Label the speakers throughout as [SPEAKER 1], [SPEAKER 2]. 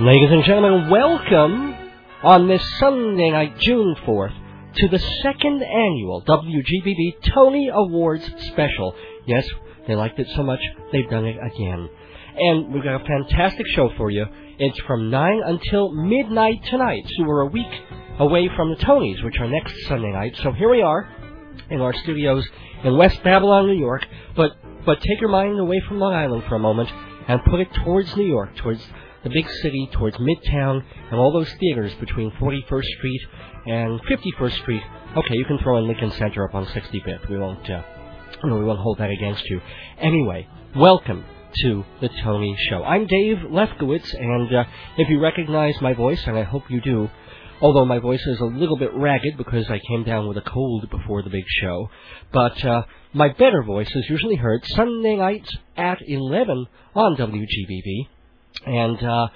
[SPEAKER 1] Ladies and gentlemen, welcome on this Sunday night, June 4th, to the second annual WGBB Tony Awards special. Yes, they liked it so much, they've done it again. And we've got a fantastic show for you. It's from 9 until midnight tonight, so we're a week away from the Tonys, which are next Sunday night. So here we are in our studios in West Babylon, New York. But, but take your mind away from Long Island for a moment and put it towards New York, towards the big city towards Midtown and all those theaters between 41st Street and 51st Street. Okay, you can throw in Lincoln Center up on 65th. We won't, uh, no, we won't hold that against you. Anyway, welcome to the Tony Show. I'm Dave Lefkowitz, and uh, if you recognize my voice, and I hope you do, although my voice is a little bit ragged because I came down with a cold before the big show. But uh, my better voice is usually heard Sunday nights at 11 on WGBB. And uh,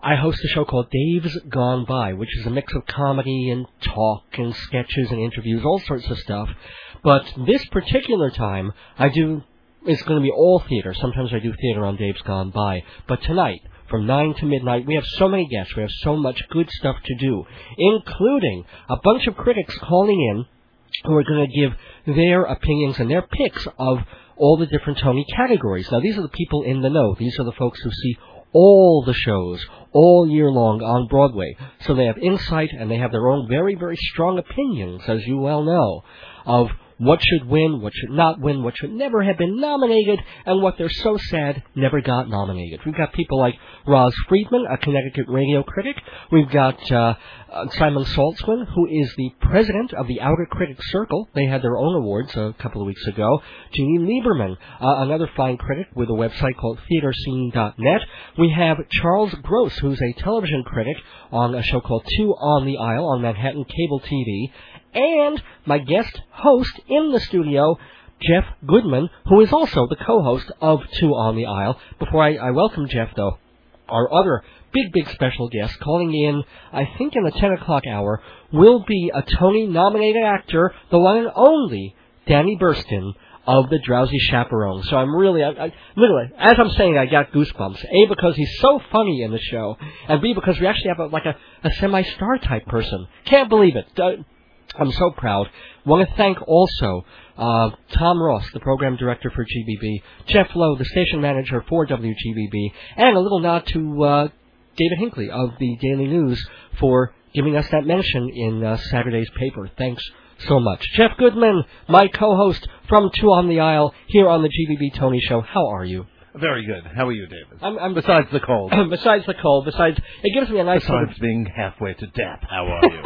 [SPEAKER 1] I host a show called Dave's Gone By, which is a mix of comedy and talk and sketches and interviews, all sorts of stuff. But this particular time, I do. It's going to be all theater. Sometimes I do theater on Dave's Gone By. But tonight, from 9 to midnight. We have so many guests. We have so much good stuff to do, including a bunch of critics calling in who are going to give their opinions and their picks of all the different Tony categories. Now, these are the people in the know. These are the folks who see all the shows all year long on Broadway. So they have insight and they have their own very, very strong opinions, as you well know, of what should win, what should not win, what should never have been nominated, and what they're so sad never got nominated. We've got people like Roz Friedman, a Connecticut radio critic. We've got uh, uh, Simon Saltzman, who is the president of the Outer Critics Circle. They had their own awards a couple of weeks ago. Jeannie Lieberman, uh, another fine critic with a website called theaterscene.net. We have Charles Gross, who's a television critic on a show called Two on the Aisle on Manhattan Cable TV and my guest host in the studio, Jeff Goodman, who is also the co-host of Two on the Aisle. Before I, I welcome Jeff, though, our other big, big special guest calling in, I think in the 10 o'clock hour, will be a Tony-nominated actor, the one and only Danny Burston of the Drowsy Chaperone. So I'm really, I, I, literally, as I'm saying, I got goosebumps. A, because he's so funny in the show, and B, because we actually have a, like a, a semi-star type person. Can't believe it. Uh, I'm so proud. Want to thank also uh, Tom Ross, the program director for GBB, Jeff Lowe, the station manager for WGBB, and a little nod to uh, David Hinkley of the Daily News for giving us that mention in uh, Saturday's paper. Thanks so much. Jeff Goodman, my co-host from Two on the Aisle here on the GBB Tony Show. How are you?
[SPEAKER 2] Very good. How are you, David?
[SPEAKER 1] I'm, I'm
[SPEAKER 2] besides the cold.
[SPEAKER 1] besides the cold. Besides, it gives me a nice. sort
[SPEAKER 2] besides
[SPEAKER 1] of-
[SPEAKER 2] being halfway to death, how are you?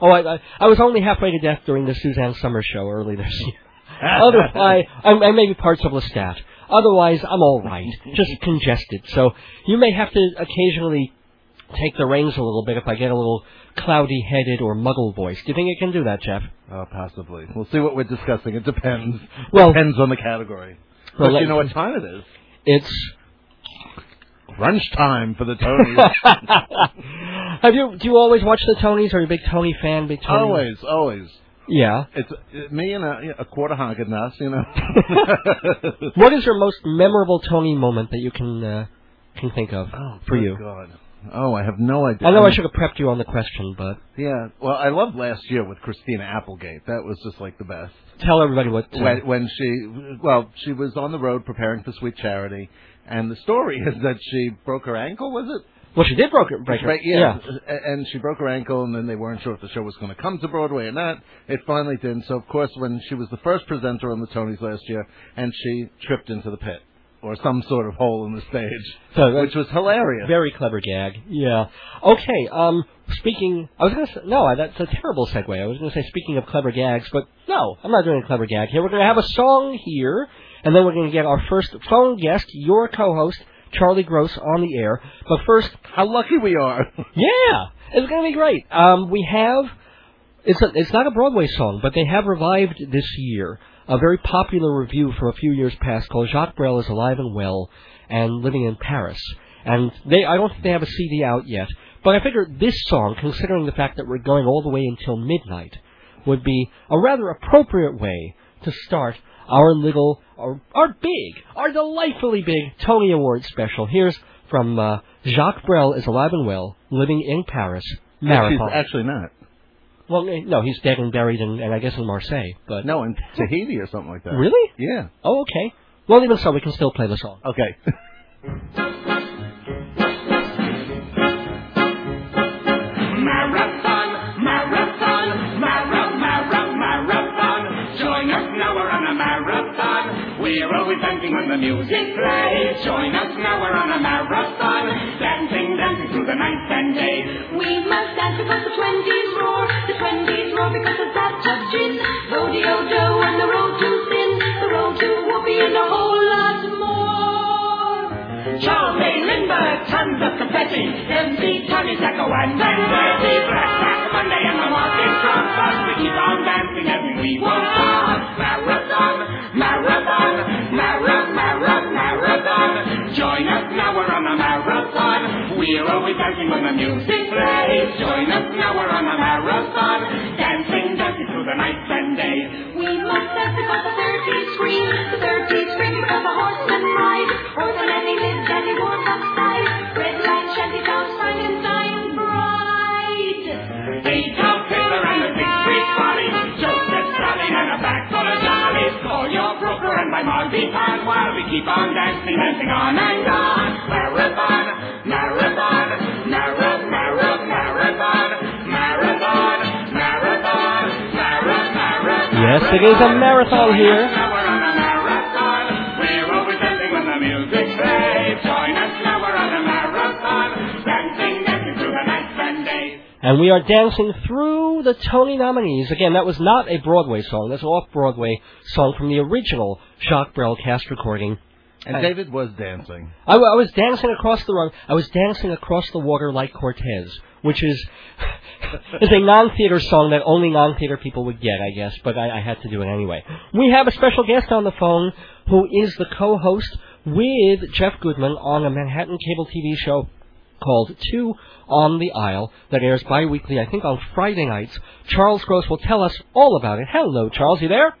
[SPEAKER 1] Oh, I, I, I was only halfway to death during the Suzanne Summer show early this year. Otherwise, I, I may be parts of Lestat. Otherwise, I'm all right, just congested. So you may have to occasionally take the reins a little bit if I get a little cloudy-headed or muggle voice. Do you think it can do that, Jeff?
[SPEAKER 2] Uh, possibly. We'll see what we're discussing. It depends.
[SPEAKER 1] Well-
[SPEAKER 2] depends on the category.
[SPEAKER 1] Well,
[SPEAKER 2] but
[SPEAKER 1] let-
[SPEAKER 2] you know what time it is?
[SPEAKER 1] It's.
[SPEAKER 2] Crunch time for the Tonys.
[SPEAKER 1] Have you? Do you always watch the Tonys? Are you a big Tony fan? Big Tony?
[SPEAKER 2] always, always.
[SPEAKER 1] Yeah.
[SPEAKER 2] It's uh, me and a, a quarter honking us, you know.
[SPEAKER 1] What is your most memorable Tony moment that you can uh, can think of
[SPEAKER 2] oh,
[SPEAKER 1] for
[SPEAKER 2] good
[SPEAKER 1] you?
[SPEAKER 2] God. Oh, I have no idea.
[SPEAKER 1] I know I should have prepped you on the question, but
[SPEAKER 2] Yeah. Well, I loved last year with Christina Applegate. That was just like the best.
[SPEAKER 1] tell everybody what. uh,
[SPEAKER 2] when, when she well she was on the road preparing for sweet charity and the story is that she broke her ankle was it
[SPEAKER 1] Well, she did broke it. Break it.
[SPEAKER 2] Right, yeah, A- and she broke her ankle and then they weren't sure if the show was going to come to broadway or not it finally did so of course when she was the first presenter on the tonys last year and she tripped into the pit or some sort of hole in the stage
[SPEAKER 1] So that's
[SPEAKER 2] which was hilarious
[SPEAKER 1] very clever gag. Yeah. Okay. Um. Speaking, I was gonna say no. I- That's a terrible segue. I was gonna say speaking of clever gags, but no, I'm not doing a clever gag here. We're gonna have a song here, and then we're gonna get our first phone guest, your co-host Charlie Gross, on the air. But first,
[SPEAKER 2] how lucky we are
[SPEAKER 1] Yeah, it's gonna be great. Um, we have it's a, it's not a Broadway song, but they have revived this year a very popular review from a few years past called Jacques Brel is alive and well and living in Paris. And they I don't think they have a CD out yet, but I figure this song, considering the fact that we're going all the way until midnight, would be a rather appropriate way to start our little, our, our big, our delightfully big Tony Award special. Here's from uh, Jacques Brel is alive and well, living in Paris,
[SPEAKER 2] Which he's
[SPEAKER 1] Marathon.
[SPEAKER 2] actually not.
[SPEAKER 1] well, eh, no, he's dead and buried in, and I guess in Marseille. But
[SPEAKER 2] No, in Tahiti or something like that.
[SPEAKER 1] really,
[SPEAKER 2] Yeah.
[SPEAKER 1] oh okay. Well, even so, we can still play the song.
[SPEAKER 2] Okay.
[SPEAKER 3] Marathon, marathon, mara, mara, marathon. Join us now, we're on a marathon. We're always dancing when the music plays. Join us now, we're on a marathon. Dancing, dancing through the night and day.
[SPEAKER 4] We must dance because the twenties roar, the twenties roar because it's that of gin. Rodeo Joe and the road to sin, the road to whoopee and a whole lot more.
[SPEAKER 3] Charlie Lindbergh, tons of confetti. MC Tommy Sacco and then Dirty Black Sack Monday and the market drops us. We keep on dancing as we walk on. Marathon, marathon, mara, mara, marathon. Join us now, we're on a marathon. We're always dancing when the music plays. Join us now, we're on a marathon. Dancing, dancing through the night and day.
[SPEAKER 4] We must dance because the thirties scream, the thirties scream because the horsemen ride. Horsemen and he lives and he walks upside. Red light, shanty town, Frankenstein bride.
[SPEAKER 3] Eight out Taylor and a big sweet body. Joseph Stalin and a back full of jollies. Call your broker and buy marzipan while we keep on dancing, dancing on and on. Marathon, marathon, mara, mara, marathon, marathon, marathon, mara, mara.
[SPEAKER 1] Yes, it is a marathon here.
[SPEAKER 3] Now we're on a marathon. We're always dancing when the music plays. Join us now, we're on a marathon. Dancing, dancing through the night and day.
[SPEAKER 1] And we are dancing through the Tony nominees. Again, that was not a Broadway song. That's an off-Broadway song from the original Jacques Brel cast recording.
[SPEAKER 2] And
[SPEAKER 1] Hey.
[SPEAKER 2] David was dancing.
[SPEAKER 1] I, w- I was dancing across the rug. I was dancing across the water like Cortez, which is is a non-theater song that only non-theater people would get, I guess. But I, I had to do it anyway. We have a special guest on the phone who is the co-host with Jeff Goodman on a Manhattan cable TV show called Two on the Aisle that airs bi-weekly, I think, on Friday nights. Charles Gross will tell us all about it. Hello, Charles. You there?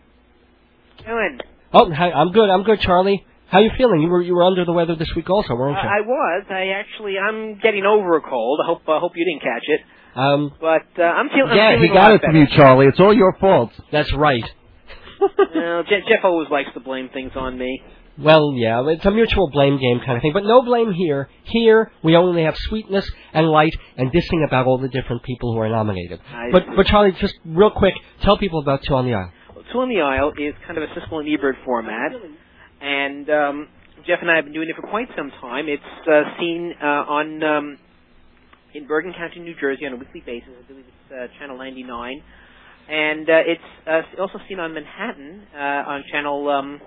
[SPEAKER 5] doing?
[SPEAKER 1] Oh, hi, I'm good. I'm good, Charlie. How you feeling? You were you were under the weather this week, also,
[SPEAKER 5] Uh,
[SPEAKER 1] weren't you?
[SPEAKER 5] I was. I actually, I'm getting over a cold. I hope, I hope you didn't catch it.
[SPEAKER 1] Um,
[SPEAKER 5] But uh, I'm, feel-
[SPEAKER 1] Yeah,
[SPEAKER 5] I'm
[SPEAKER 2] He
[SPEAKER 5] feeling.
[SPEAKER 2] got
[SPEAKER 5] a lot
[SPEAKER 2] it from
[SPEAKER 5] better.
[SPEAKER 2] you, Charlie. It's all your fault.
[SPEAKER 1] that's right.
[SPEAKER 5] No, Je- Jeff always likes to blame things on me.
[SPEAKER 1] well, yeah, it's a mutual blame game kind of thing, but no blame here. Here, we only have sweetness and light and dissing about all the different people who are nominated.
[SPEAKER 5] I
[SPEAKER 1] but,
[SPEAKER 5] see.
[SPEAKER 1] but Charlie, just real quick, tell people about Two on the Isle.
[SPEAKER 5] Two on the Aisle is kind of a Siskel and Ebert format, and um, Jeff and I have been doing it for quite some time. It's uh, seen uh, on um, in Bergen County, New Jersey, on a weekly basis. I believe it's uh, Channel 99, and uh, it's uh, also seen on Manhattan uh, on Channel um,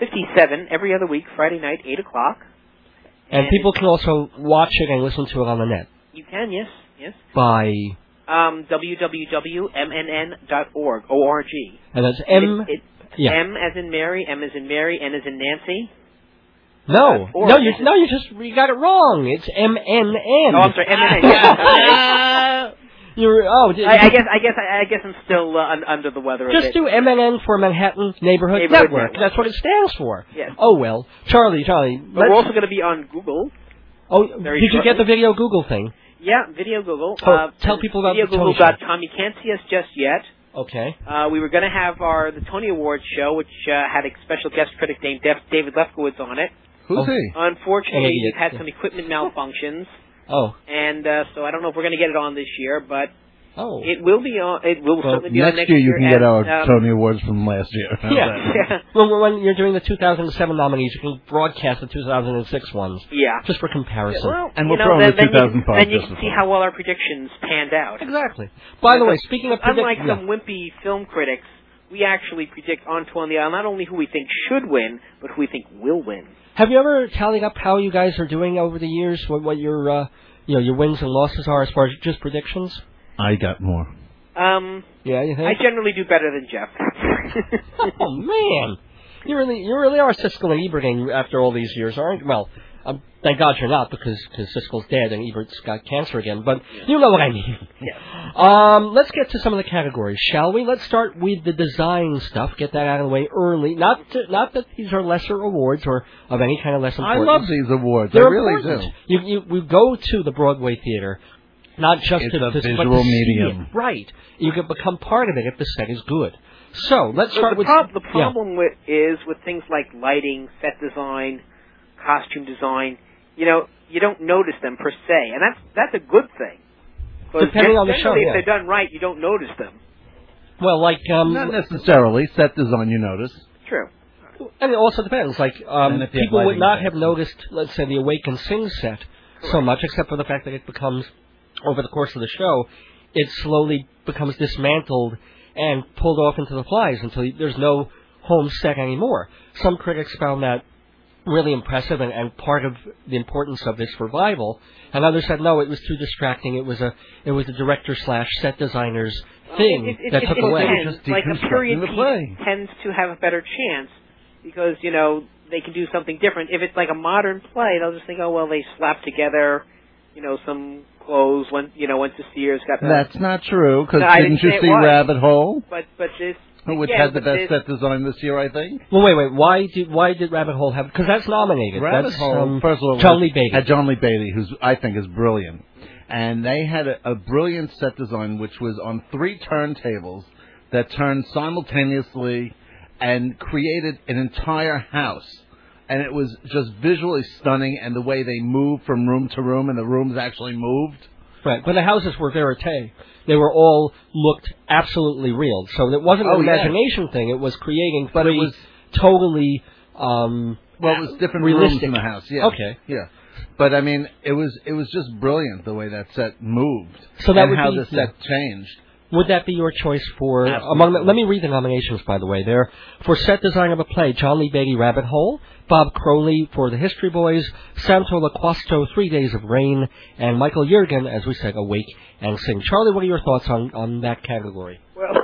[SPEAKER 5] 57 every other week, Friday night, eight o'clock.
[SPEAKER 1] And, people can also watch it and listen to it on the net
[SPEAKER 5] You can, yes, yes.
[SPEAKER 1] by,
[SPEAKER 5] Um, www.mnn.org, O-R-G.
[SPEAKER 1] and that's M.
[SPEAKER 5] It, it,
[SPEAKER 1] yeah.
[SPEAKER 5] M as in Mary, M as in Mary, N as in Nancy.
[SPEAKER 1] no,
[SPEAKER 5] uh, or-
[SPEAKER 1] no, you no, you just you got it wrong. It's M N N.
[SPEAKER 5] Oh, I'm sorry, MNN. Yeah, I'm sorry.
[SPEAKER 1] You're oh, d-
[SPEAKER 5] I, I guess I guess I, I guess I'm still uh, un, under the weather a
[SPEAKER 1] Just
[SPEAKER 5] bit.
[SPEAKER 1] do MNN for Manhattan Neighborhood,
[SPEAKER 5] Neighborhood
[SPEAKER 1] Network.
[SPEAKER 5] Network.
[SPEAKER 1] That's what it stands for.
[SPEAKER 5] Yes.
[SPEAKER 1] Oh well, Charlie, Charlie.
[SPEAKER 5] but we're
[SPEAKER 1] let's-
[SPEAKER 5] also going to be on Google.
[SPEAKER 1] oh,
[SPEAKER 5] very
[SPEAKER 1] did you get
[SPEAKER 5] shortly.
[SPEAKER 1] the video Google thing?
[SPEAKER 5] Yeah, video Google.
[SPEAKER 1] Oh,
[SPEAKER 5] uh,
[SPEAKER 1] tell people about the Tony Show.
[SPEAKER 5] videogoogle.com. You can't see us just yet.
[SPEAKER 1] Okay.
[SPEAKER 5] Uh, we were going to have our the Tony Awards show, which uh, had a special guest critic named Def, David Lefkowitz on it.
[SPEAKER 2] Who's
[SPEAKER 1] Oh.
[SPEAKER 2] he?
[SPEAKER 1] An
[SPEAKER 5] Unfortunately,
[SPEAKER 1] idiot,
[SPEAKER 5] we've had
[SPEAKER 1] Oh, yeah.
[SPEAKER 5] some equipment malfunctions.
[SPEAKER 1] Oh.
[SPEAKER 5] and uh, so I don't know if we're going to get it on this year, but
[SPEAKER 1] Oh.
[SPEAKER 5] it will be on. It will
[SPEAKER 1] Well,
[SPEAKER 5] certainly be on
[SPEAKER 2] Next
[SPEAKER 5] next
[SPEAKER 2] year you can get
[SPEAKER 5] as,
[SPEAKER 2] our
[SPEAKER 5] um,
[SPEAKER 2] Tony Awards from last year. How's
[SPEAKER 1] yeah.
[SPEAKER 2] that?
[SPEAKER 5] Yeah,
[SPEAKER 1] When, when you're doing the 2007 nominees, you can broadcast the 2006 ones
[SPEAKER 5] yeah.
[SPEAKER 1] just for comparison.
[SPEAKER 5] Well,
[SPEAKER 2] And
[SPEAKER 5] you
[SPEAKER 2] we'll
[SPEAKER 5] know,
[SPEAKER 2] throw
[SPEAKER 5] then,
[SPEAKER 2] in the
[SPEAKER 5] then you-
[SPEAKER 2] 2005
[SPEAKER 5] Then you
[SPEAKER 2] just
[SPEAKER 5] can
[SPEAKER 2] as
[SPEAKER 5] see
[SPEAKER 2] well.
[SPEAKER 5] how well our predictions panned out.
[SPEAKER 1] exactly. By the way, speaking of predict-
[SPEAKER 5] unlike
[SPEAKER 1] yeah.
[SPEAKER 5] some wimpy film critics, we actually predict on to on the Isle not only who we think should win, but who we think will win.
[SPEAKER 1] have you ever tallied up how you guys are doing over the years? What, what your uh, you know your wins and losses are as far as just predictions?
[SPEAKER 2] I got more.
[SPEAKER 5] Um,
[SPEAKER 1] Yeah, you
[SPEAKER 5] I
[SPEAKER 1] think?
[SPEAKER 5] generally do better than Jeff.
[SPEAKER 1] oh man, you really you really are Siskel and Eberting after all these years, aren't? Well, Um, thank God you're not, because cause Siskel's dead and Ebert's got cancer again. But you know what I mean. Um, let's get to some of the categories, shall we? Let's start with the design stuff. Get that out of the way early. Not to, not that these are lesser awards or of any kind of less
[SPEAKER 2] I
[SPEAKER 1] importance.
[SPEAKER 2] love these awards.
[SPEAKER 1] They're
[SPEAKER 2] I really
[SPEAKER 1] important.
[SPEAKER 2] do.
[SPEAKER 1] You, you we go to the Broadway theater, not just
[SPEAKER 2] It's
[SPEAKER 1] to, to-
[SPEAKER 2] a
[SPEAKER 1] but
[SPEAKER 2] visual
[SPEAKER 1] to see
[SPEAKER 2] medium.
[SPEAKER 1] it. right? You can become part of it if the set is good. So let's
[SPEAKER 5] So
[SPEAKER 1] start
[SPEAKER 5] the,
[SPEAKER 1] with
[SPEAKER 5] prob- the
[SPEAKER 1] yeah.
[SPEAKER 5] problem with, is with things like lighting, set design, costume design. You know, you don't notice them per se, and that's that's a good thing. 'Cause
[SPEAKER 1] Depending on the show,
[SPEAKER 5] generally,
[SPEAKER 1] yeah.
[SPEAKER 5] if they're done right, you don't notice them.
[SPEAKER 1] Well, like um,
[SPEAKER 2] Not necessarily. Set design, you notice.
[SPEAKER 5] True.
[SPEAKER 1] And it also depends. Like um,
[SPEAKER 6] And if you have
[SPEAKER 1] people would
[SPEAKER 6] lighting
[SPEAKER 1] not
[SPEAKER 6] effects.
[SPEAKER 1] have noticed, let's say, the Awake and Sing set so
[SPEAKER 5] Correct.
[SPEAKER 1] much, except for the fact that it becomes over the course of the show, it slowly becomes dismantled and pulled off into the flies until you, there's no home set anymore. Some critics found that really impressive and, and part of the importance of this revival, and others said no, it was too distracting. It was a it was a director slash set designer's thing
[SPEAKER 5] It- it-
[SPEAKER 1] that
[SPEAKER 5] it-
[SPEAKER 1] took
[SPEAKER 5] it
[SPEAKER 1] away.
[SPEAKER 5] depends.
[SPEAKER 2] Just
[SPEAKER 5] Like a period
[SPEAKER 2] deconstructing the
[SPEAKER 5] piece
[SPEAKER 2] play.
[SPEAKER 5] tends to have a better chance because you know they can do something different. If it's like a modern play, they'll just think, oh well, they slapped together, you know, some clothes. One, you know, went to Sears, got that.
[SPEAKER 2] That's not true, because
[SPEAKER 5] No, I
[SPEAKER 2] didn't
[SPEAKER 5] didn't
[SPEAKER 2] you
[SPEAKER 5] say it
[SPEAKER 2] see
[SPEAKER 5] was.
[SPEAKER 2] Rabbit Hole,
[SPEAKER 5] But but this
[SPEAKER 2] which
[SPEAKER 5] yeah,
[SPEAKER 2] had the
[SPEAKER 5] but this-
[SPEAKER 2] best set design this year, I think?
[SPEAKER 1] Well, wait, wait. Why did why did Rabbit Hole have? Because that's nominated.
[SPEAKER 2] Rabbit
[SPEAKER 1] that's
[SPEAKER 2] Hole,
[SPEAKER 1] um,
[SPEAKER 2] first of all,
[SPEAKER 1] John
[SPEAKER 2] was-
[SPEAKER 1] Lee Baker.
[SPEAKER 2] had John Lee Bailey, who's I think is brilliant, and they had a, a brilliant set design which was on three turntables that turned simultaneously and created an entire house. And it was just visually stunning, and the way they moved from room to room, and the rooms actually moved.
[SPEAKER 1] Right, but the houses were verite. They were all looked absolutely real. So it wasn't
[SPEAKER 2] Oh,
[SPEAKER 1] an
[SPEAKER 2] yeah.
[SPEAKER 1] imagination thing. It was creating,
[SPEAKER 2] But it
[SPEAKER 1] three
[SPEAKER 2] was-
[SPEAKER 1] totally. Um,
[SPEAKER 2] Well, it was different rooms
[SPEAKER 1] realistic.
[SPEAKER 2] in the house. Yeah.
[SPEAKER 1] Okay.
[SPEAKER 2] Yeah. But I mean, it was it was just brilliant the way that set moved.
[SPEAKER 1] So that
[SPEAKER 2] and
[SPEAKER 1] would
[SPEAKER 2] how
[SPEAKER 1] be-
[SPEAKER 2] the set changed.
[SPEAKER 1] Would that be your choice for
[SPEAKER 2] Absolutely.
[SPEAKER 1] among? The, let me read the nominations, by the way. There for set design of a play: John Lee Beatty, Rabbit Hole; Bob Crowley for The History Boys; Santo Laquasto, Three Days of Rain; and Michael Yergin, as we said, Awake and Sing. Charlie, what are your thoughts on on that category?
[SPEAKER 5] well,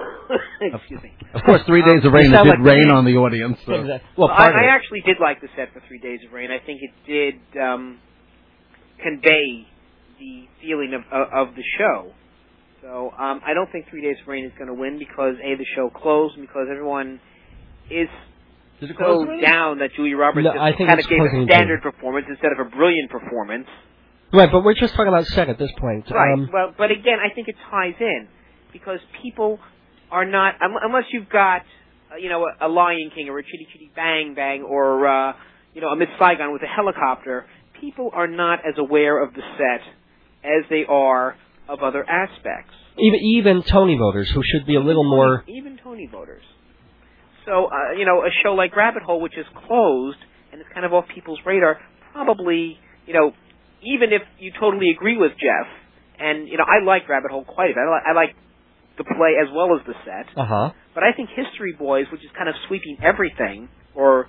[SPEAKER 5] excuse me.
[SPEAKER 2] Of course, three days of
[SPEAKER 1] they
[SPEAKER 2] rain it
[SPEAKER 1] sound
[SPEAKER 2] did
[SPEAKER 1] like-
[SPEAKER 2] rain on the audience. So.
[SPEAKER 1] Well,
[SPEAKER 5] I,
[SPEAKER 1] part of it.
[SPEAKER 5] I actually did like the set for Three Days of Rain. I think it did um, convey the feeling of of of the show. So um, I don't think Three Days of Rain is going to win because a the show closed and because everyone is
[SPEAKER 2] Did it close
[SPEAKER 5] so
[SPEAKER 2] already?
[SPEAKER 5] down that Julie Roberts
[SPEAKER 1] No, I
[SPEAKER 5] just
[SPEAKER 1] think
[SPEAKER 5] kind
[SPEAKER 1] it's
[SPEAKER 5] of gave
[SPEAKER 1] closing
[SPEAKER 5] a standard performance instead of a brilliant performance.
[SPEAKER 1] Right, but we're just talking about set at this point.
[SPEAKER 5] Right.
[SPEAKER 1] Um,
[SPEAKER 5] well, but again, I think it ties in because people are not un- unless you've got uh, you know a, a Lion King or a Chitty Chitty Bang Bang or uh, you know a Miss Saigon with a helicopter. People are not as aware of the set as they are of other aspects.
[SPEAKER 1] even even Tony voters who should be a little more
[SPEAKER 5] even Tony voters. So uh, you know a show like Rabbit Hole, which is closed and is kind of off people's radar, probably you know even if you totally agree with Jeff, and you know I like Rabbit Hole quite a bit. I, li- I like the play as well as the set,
[SPEAKER 1] uh
[SPEAKER 2] Uh-huh.
[SPEAKER 1] huh.
[SPEAKER 5] but I think History Boys, which is kind of sweeping everything, or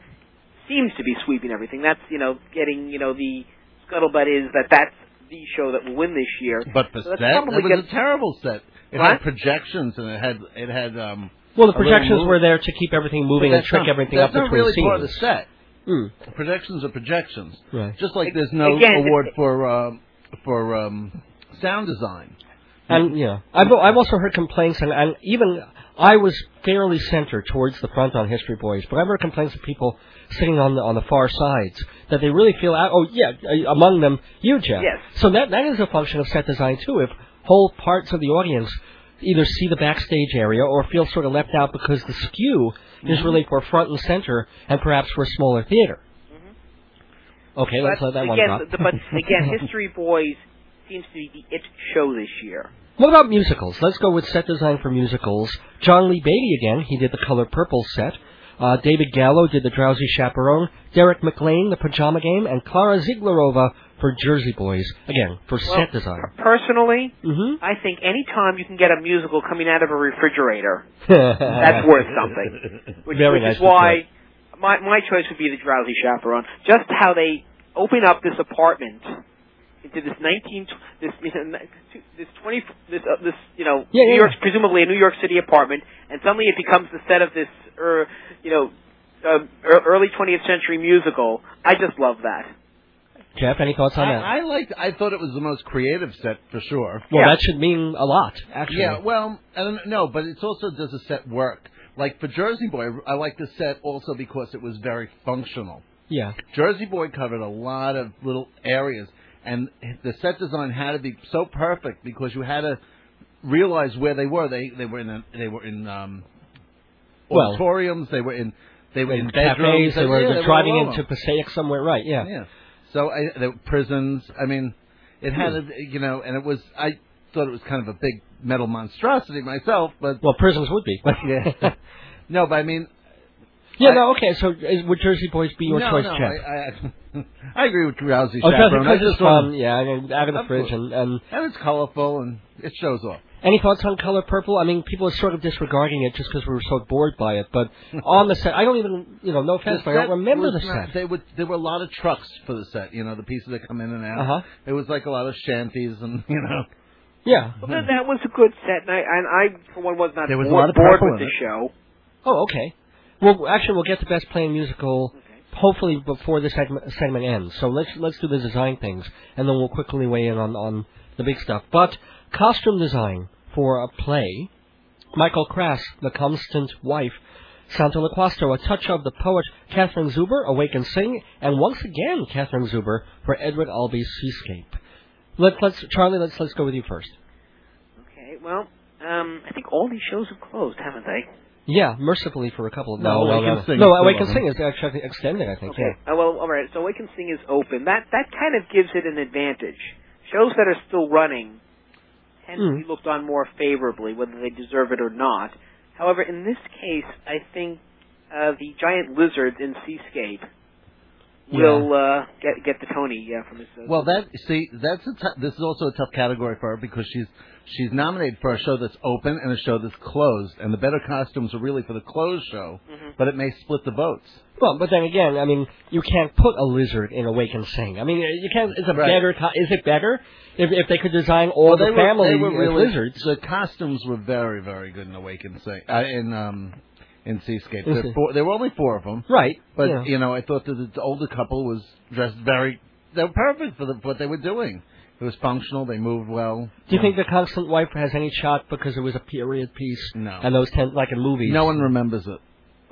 [SPEAKER 5] seems to be sweeping everything. That's you know getting you know the scuttlebutt is that that's the show that will win this year.
[SPEAKER 2] But the
[SPEAKER 5] So
[SPEAKER 2] set
[SPEAKER 5] that's
[SPEAKER 2] that
[SPEAKER 5] probably
[SPEAKER 2] was
[SPEAKER 5] gonna-
[SPEAKER 2] a terrible set. It
[SPEAKER 5] What?
[SPEAKER 2] had projections and it had it had um.
[SPEAKER 1] Well, the
[SPEAKER 2] A little
[SPEAKER 1] projections
[SPEAKER 2] move.
[SPEAKER 1] were there to keep everything moving and
[SPEAKER 2] that's
[SPEAKER 1] trick
[SPEAKER 2] not-
[SPEAKER 1] everything
[SPEAKER 2] that's
[SPEAKER 1] up
[SPEAKER 2] not
[SPEAKER 1] between
[SPEAKER 2] really
[SPEAKER 1] scenes.
[SPEAKER 2] part of the set. Hmm.
[SPEAKER 1] Mm.
[SPEAKER 2] Projections are projections.
[SPEAKER 1] Right.
[SPEAKER 2] Just like
[SPEAKER 5] Ag-
[SPEAKER 2] there's no
[SPEAKER 5] again,
[SPEAKER 2] award
[SPEAKER 5] it-
[SPEAKER 2] for um, for um, sound design.
[SPEAKER 5] Mm-hmm.
[SPEAKER 1] And yeah, I've I've also heard complaints, and, and even I was fairly centered towards the front on History Boys, but I've heard complaints of people sitting on the on the far sides that they really feel out. Oh yeah, uh, among them you, Jeff.
[SPEAKER 5] Yes.
[SPEAKER 1] So that that is a function of set design too. If whole parts of the audience either see the backstage area or feel sort of left out because the skew is
[SPEAKER 5] Mm-hmm.
[SPEAKER 1] really for front and center, and perhaps for a smaller theater. Okay, let's
[SPEAKER 5] Mm-hmm. but
[SPEAKER 1] let that one
[SPEAKER 5] again,
[SPEAKER 1] drop.
[SPEAKER 5] the- but again, History Boys seems to be the it show this year.
[SPEAKER 1] What about musicals? Let's go with set design for musicals. John Lee Beatty again. He did the Color Purple set. Uh, David Gallo did the Drowsy Chaperone. Derek McLean, the Pajama Game, and Clara Zieglerova for Jersey Boys. Again for set design.
[SPEAKER 5] per- Personally,
[SPEAKER 1] Mm-hmm.
[SPEAKER 5] I think any time you can get a musical coming out of a refrigerator, that's worth something. Which,
[SPEAKER 1] Very
[SPEAKER 5] which
[SPEAKER 1] nice
[SPEAKER 5] is why my my choice would be the Drowsy Chaperone. Just how they open up this apartment into this nineteen tw- this you know, ni- this twenty this uh, this you know
[SPEAKER 1] Yeah,
[SPEAKER 5] New
[SPEAKER 1] yeah,
[SPEAKER 5] York's presumably a New York City apartment, and suddenly it becomes the set of this er, um, you know uh, early twentieth century musical. I just love that.
[SPEAKER 1] Jeff, any thoughts on that?
[SPEAKER 2] I, I liked. I thought it was the most creative set for sure.
[SPEAKER 1] well,
[SPEAKER 5] Yeah.
[SPEAKER 1] that should mean a lot, actually.
[SPEAKER 2] Yeah, well, I don't know, but it's also does the set work? Like for Jersey Boy, I like the set also because it was very functional.
[SPEAKER 1] Yeah.
[SPEAKER 2] Jersey Boy covered a lot of little areas, and the set design had to be so perfect because you had to realize where they were. They they were in a, they were in um,
[SPEAKER 1] Well-
[SPEAKER 2] auditoriums. they were in they were in bedrooms.
[SPEAKER 1] cafes, they were
[SPEAKER 2] yeah,
[SPEAKER 1] they're
[SPEAKER 2] they
[SPEAKER 1] driving
[SPEAKER 2] all over.
[SPEAKER 1] into Passaic somewhere, right? Yeah.
[SPEAKER 2] Yeah. So I, the prisons. I mean, it had
[SPEAKER 1] Hmm.
[SPEAKER 2] a, you know, and it was. I thought it was kind of a big metal monstrosity myself, but
[SPEAKER 1] Well, prisons would be.
[SPEAKER 2] yeah. no, but I mean,
[SPEAKER 1] yeah.
[SPEAKER 2] I-
[SPEAKER 1] No. Okay. So is, would Jersey Boys be your
[SPEAKER 2] no,
[SPEAKER 1] choice,
[SPEAKER 2] no,
[SPEAKER 1] Jeff?
[SPEAKER 2] I, I, I agree with Rousey.
[SPEAKER 1] oh, Jeff,
[SPEAKER 2] Chaperone. I
[SPEAKER 1] because it's
[SPEAKER 2] just want-
[SPEAKER 1] fun. Yeah, and out of the
[SPEAKER 2] Of
[SPEAKER 1] fridge.
[SPEAKER 2] course.
[SPEAKER 1] And, and
[SPEAKER 2] and it's colorful and it shows off.
[SPEAKER 1] any thoughts on Color Purple? I mean, people are sort of disregarding it just because we were so bored by it. But on the set, I don't even, you know, no offense, but I
[SPEAKER 2] set
[SPEAKER 1] don't remember the
[SPEAKER 2] was not-
[SPEAKER 1] set.
[SPEAKER 2] They would. There were a lot of trucks for the set. You know, the pieces that come in and out.
[SPEAKER 1] Uh-huh.
[SPEAKER 2] It was like a lot of shanties and you know.
[SPEAKER 1] Yeah.
[SPEAKER 5] Well, that, that was a good set, and I, and I for one was not
[SPEAKER 2] Hmm. There was a
[SPEAKER 5] bored,
[SPEAKER 2] lot of
[SPEAKER 5] bored
[SPEAKER 2] purple
[SPEAKER 5] with
[SPEAKER 2] in
[SPEAKER 5] the
[SPEAKER 2] it.
[SPEAKER 5] show.
[SPEAKER 1] Oh, okay. Well, actually, we'll get the best playing musical hopefully before the segment, segment ends. So let's let's do the design things, and then we'll quickly weigh in on on the big stuff. But costume design for a play, Michael Crass, the constant wife. Santo Laquasto, a touch of the poet Catherine Zuber, Awake and Sing, and once again Catherine Zuber for Edward Albee's Seascape. Let, let's Charlie, let's let's go with you first.
[SPEAKER 5] Okay, well, um, I think all these shows have closed, haven't they?
[SPEAKER 1] Yeah, mercifully for a couple of
[SPEAKER 2] No,
[SPEAKER 1] no,
[SPEAKER 2] Awake
[SPEAKER 1] no,
[SPEAKER 2] and Sing
[SPEAKER 1] no,
[SPEAKER 2] is
[SPEAKER 1] Awake
[SPEAKER 2] still
[SPEAKER 1] and
[SPEAKER 2] on.
[SPEAKER 1] Sing is actually extending, I think. yeah.
[SPEAKER 5] Okay. Uh, well, all right. So Awaken Sing is open. That that kind of gives it an advantage. Shows that are still running tend
[SPEAKER 1] Hmm.
[SPEAKER 5] to be looked on more favorably, whether they deserve it or not. However, in this case, I think uh, the giant lizards in Seascape will uh, get get the Tony uh, from his. Uh,
[SPEAKER 2] Well, that see, that's a t- this is also a tough category for her because she's she's nominated for a show that's open and a show that's closed, and the better costumes are really for the closed show, but it may split the votes.
[SPEAKER 1] Well, but then again, I mean, you can't put a lizard in Awake and Sing. I mean, you can't. It's a
[SPEAKER 2] Right.
[SPEAKER 1] better. Co- is it better if if they could design all
[SPEAKER 2] they
[SPEAKER 1] the
[SPEAKER 2] were-
[SPEAKER 1] family
[SPEAKER 2] they were
[SPEAKER 1] with
[SPEAKER 2] really,
[SPEAKER 1] lizards?
[SPEAKER 2] The costumes were very very good in Awaken Sing uh, in um in Seascape. There,
[SPEAKER 1] Mhm.
[SPEAKER 2] were four, there were only four of them,
[SPEAKER 1] Right.
[SPEAKER 2] but
[SPEAKER 1] yeah.
[SPEAKER 2] you know I thought that the older couple was dressed very they were perfect for the, what they were doing. It was functional. They moved well.
[SPEAKER 1] Do you think the Constant Wife has any shot because it was a period piece?
[SPEAKER 2] No.
[SPEAKER 1] And those ten, like in movies.
[SPEAKER 2] No one remembers it.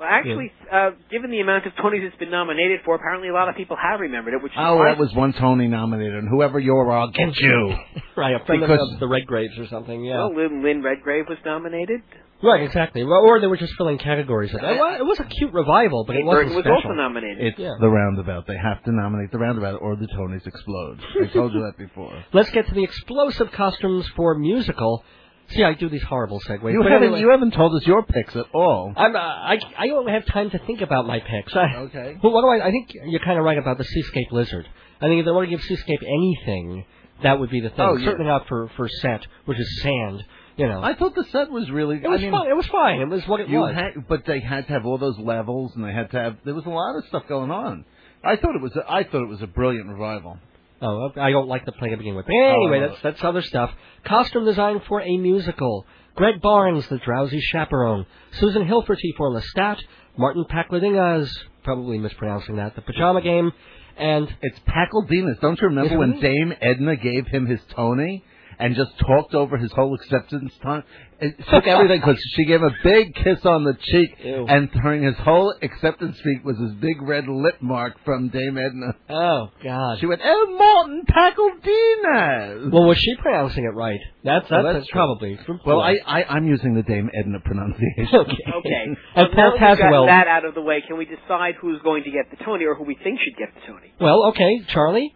[SPEAKER 5] well, actually, uh, given the amount of Tonys it's been nominated for, apparently a lot of people have remembered it, which is
[SPEAKER 2] Oh,
[SPEAKER 5] why-
[SPEAKER 2] that was one Tony nominated, and whoever you're, I'll get you.
[SPEAKER 1] Right. A friend of
[SPEAKER 2] Because-
[SPEAKER 1] of the Red Graves or something. Yeah.
[SPEAKER 5] Well, Lynn, Lynn Redgrave was nominated.
[SPEAKER 1] right. Exactly. Well, or they were just filling categories. It was, it was a cute revival, but it
[SPEAKER 5] Kate
[SPEAKER 1] wasn't
[SPEAKER 5] Burton was
[SPEAKER 1] special.
[SPEAKER 5] also nominated.
[SPEAKER 2] It's
[SPEAKER 1] Yeah.
[SPEAKER 2] the roundabout. They have to nominate the roundabout, or the Tonys explode. I told you that before.
[SPEAKER 1] Let's get to the explosive costumes for musical. See, I do these horrible segues.
[SPEAKER 2] You
[SPEAKER 1] but
[SPEAKER 2] haven't
[SPEAKER 1] anyway.
[SPEAKER 2] you haven't told us your picks at all.
[SPEAKER 1] I'm, uh, I I don't have time to think about my picks. I,
[SPEAKER 2] Okay.
[SPEAKER 1] Well, what do I? I think you're kind of right about the Seascape Lizard. I think if they want to give Seascape anything, that would be the thing.
[SPEAKER 2] Oh, yeah. Oh,
[SPEAKER 1] Certainly not for for set, which is sand. You know,
[SPEAKER 2] I thought the set was really.
[SPEAKER 1] it was
[SPEAKER 2] I mean,
[SPEAKER 1] fine. It was fine. It was what it
[SPEAKER 2] You
[SPEAKER 1] was.
[SPEAKER 2] had, but they had to have all those levels, and they had to have. There was a lot of stuff going on. I thought it was. A, I thought it was a brilliant revival.
[SPEAKER 1] oh, I don't like the play to begin with. But anyway,
[SPEAKER 2] Oh.
[SPEAKER 1] that's that's other stuff. Costume design for a musical. Greg Barnes, the drowsy chaperone. Susan Hilferty for Lestat. Martin Pakladinga's probably mispronouncing that. The Pajama Game, and
[SPEAKER 2] It's Pacaldinas. Don't you remember
[SPEAKER 1] Yes,
[SPEAKER 2] when
[SPEAKER 1] it is.
[SPEAKER 2] Dame Edna gave him his Tony and just talked over his whole acceptance time? It took everything because she gave him a big kiss on the cheek,
[SPEAKER 1] Ew.
[SPEAKER 2] and during his whole acceptance speech was this big red lip mark from Dame Edna.
[SPEAKER 1] oh god,
[SPEAKER 2] She went, "Oh, Morton Pacaldinas."
[SPEAKER 1] Well, was she pronouncing it right? That's
[SPEAKER 2] Well,
[SPEAKER 1] that's,
[SPEAKER 2] that's true.
[SPEAKER 1] probably.
[SPEAKER 2] well, I, I I'm using the Dame Edna pronunciation.
[SPEAKER 1] okay.
[SPEAKER 5] Okay.
[SPEAKER 1] And
[SPEAKER 5] so now
[SPEAKER 1] Paul
[SPEAKER 5] that we've
[SPEAKER 1] Caswell.
[SPEAKER 5] gotten that out of the way, can we decide who's going to get the Tony or who we think should get the Tony?
[SPEAKER 1] Well, okay, Charlie,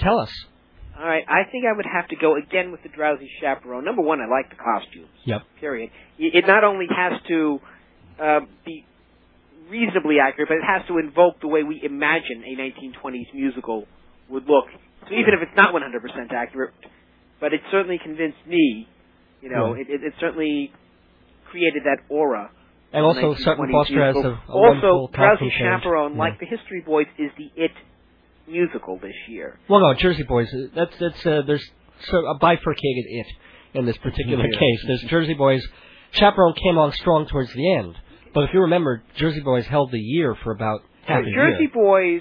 [SPEAKER 1] tell us.
[SPEAKER 5] All right, I think I would have to go again with the drowsy chaperone. Number one, I like the costumes.
[SPEAKER 1] Yep.
[SPEAKER 5] Period. It it not only has to uh, be reasonably accurate, but it has to invoke the way we imagine a 1920s musical would look. So even if it's not 100% accurate, but it certainly convinced me. You know,
[SPEAKER 1] Right.
[SPEAKER 5] it, it, it certainly created that aura.
[SPEAKER 1] And
[SPEAKER 5] of the
[SPEAKER 1] also, Sutton
[SPEAKER 5] 1920s
[SPEAKER 1] Foster has a,
[SPEAKER 5] musical.
[SPEAKER 1] a
[SPEAKER 5] also
[SPEAKER 1] wonderful costume
[SPEAKER 5] Drowsy
[SPEAKER 1] change.
[SPEAKER 5] Chaperone,
[SPEAKER 1] Yeah.
[SPEAKER 5] like the History Boys, is the it musical this year.
[SPEAKER 1] Well, no, Jersey Boys. uh, That's that's uh, there's sort of a bifurcated it in this particular
[SPEAKER 2] Yeah.
[SPEAKER 1] case. There's Jersey Boys. Chaperone came on strong towards the end, but if you remember, Jersey Boys held the year for about half a
[SPEAKER 5] Jersey
[SPEAKER 1] year.
[SPEAKER 5] Boys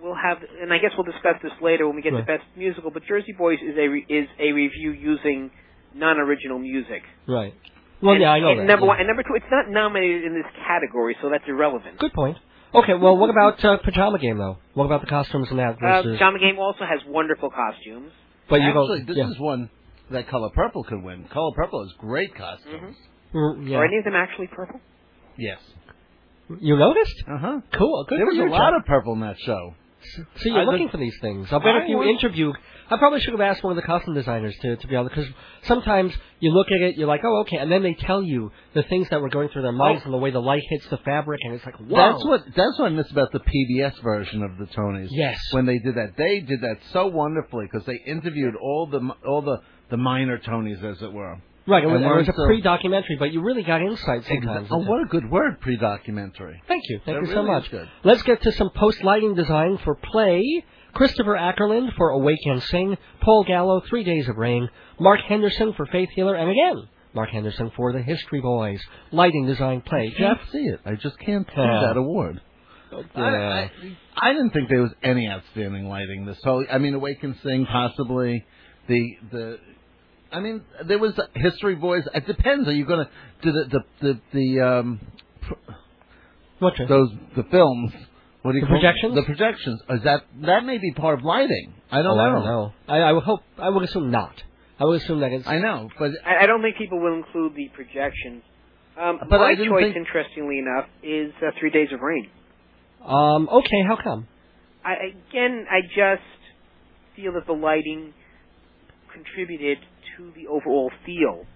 [SPEAKER 5] we'll have, and I guess we'll discuss this later when we get
[SPEAKER 1] Right.
[SPEAKER 5] to best musical. But Jersey Boys is a re, is a review using non-original music.
[SPEAKER 1] Right. Well,
[SPEAKER 5] and,
[SPEAKER 1] yeah, I know
[SPEAKER 5] and
[SPEAKER 1] that.
[SPEAKER 5] Number
[SPEAKER 1] yeah.
[SPEAKER 5] one and number two, it's not nominated in this category, so that's irrelevant.
[SPEAKER 1] Good point. Okay, well, what about uh, Pajama Game though? What about the costumes and that
[SPEAKER 5] Uh,
[SPEAKER 1] versus?
[SPEAKER 5] John McGame also has wonderful costumes.
[SPEAKER 1] but you
[SPEAKER 2] Actually,
[SPEAKER 1] don't.
[SPEAKER 2] this
[SPEAKER 1] yeah.
[SPEAKER 2] is one that Color Purple could win. Color Purple has great costumes.
[SPEAKER 1] Mm, yeah.
[SPEAKER 5] Are any of them actually purple?
[SPEAKER 2] Yes.
[SPEAKER 1] You noticed?
[SPEAKER 2] Uh huh.
[SPEAKER 1] Cool. Good
[SPEAKER 2] There
[SPEAKER 1] for
[SPEAKER 2] was
[SPEAKER 1] you,
[SPEAKER 2] a lot
[SPEAKER 1] John.
[SPEAKER 2] of purple in that show.
[SPEAKER 1] So you're
[SPEAKER 2] I-
[SPEAKER 1] looking for these things. I bet
[SPEAKER 2] I
[SPEAKER 1] if you
[SPEAKER 2] was-
[SPEAKER 1] interviewed, I probably should have asked one of the costume designers to to be on because sometimes you look at it, you're like, oh, okay, and then they tell you the things that were going through their minds and the way the light hits the fabric, and it's like, wow.
[SPEAKER 2] That's what that's what I miss about the PBS version of the Tonys.
[SPEAKER 1] Yes.
[SPEAKER 2] When they did that, they did that so wonderfully because they interviewed all the all the the minor Tonys, as it were.
[SPEAKER 1] Right, it
[SPEAKER 2] And
[SPEAKER 1] was, it was a
[SPEAKER 2] learn so-
[SPEAKER 1] pre-documentary, but you really got insight sometimes.
[SPEAKER 2] Oh, what a good word, pre-documentary.
[SPEAKER 1] Thank you. Thank
[SPEAKER 2] That
[SPEAKER 1] you so
[SPEAKER 2] really
[SPEAKER 1] much.
[SPEAKER 2] is good.
[SPEAKER 1] Let's get to some post lighting design for play. Christopher Ackerland for Awake and Sing, Paul Gallo, Three Days of Rain, Mark Henderson for Faith Healer, and again, Mark Henderson for the History Boys. Lighting design play.
[SPEAKER 2] I
[SPEAKER 1] Jeff?
[SPEAKER 2] can't see it. I just can't see
[SPEAKER 1] Yeah.
[SPEAKER 2] that award. I, I, uh, I didn't think there was any outstanding lighting this whole. I mean, Awaken Sing possibly the the. I mean, there was History Boys. It depends. Are you going to do the the the, the um
[SPEAKER 1] What, Jeff?
[SPEAKER 2] those the films? What do you
[SPEAKER 1] The
[SPEAKER 2] call them?
[SPEAKER 1] projections?
[SPEAKER 2] The projections. Is that that may be part of lighting? I don't
[SPEAKER 1] Oh,
[SPEAKER 2] know.
[SPEAKER 1] I don't know. I, I would hope, I would assume not. I would assume that it's.
[SPEAKER 2] I know, but
[SPEAKER 5] I, I don't think people will include the projections. Um,
[SPEAKER 2] But
[SPEAKER 5] my
[SPEAKER 2] I didn't
[SPEAKER 5] choice,
[SPEAKER 2] think-
[SPEAKER 5] interestingly enough, is uh, Three Days of Rain.
[SPEAKER 1] um, okay, how come?
[SPEAKER 5] I, again, I just feel that the lighting contributed to the overall feel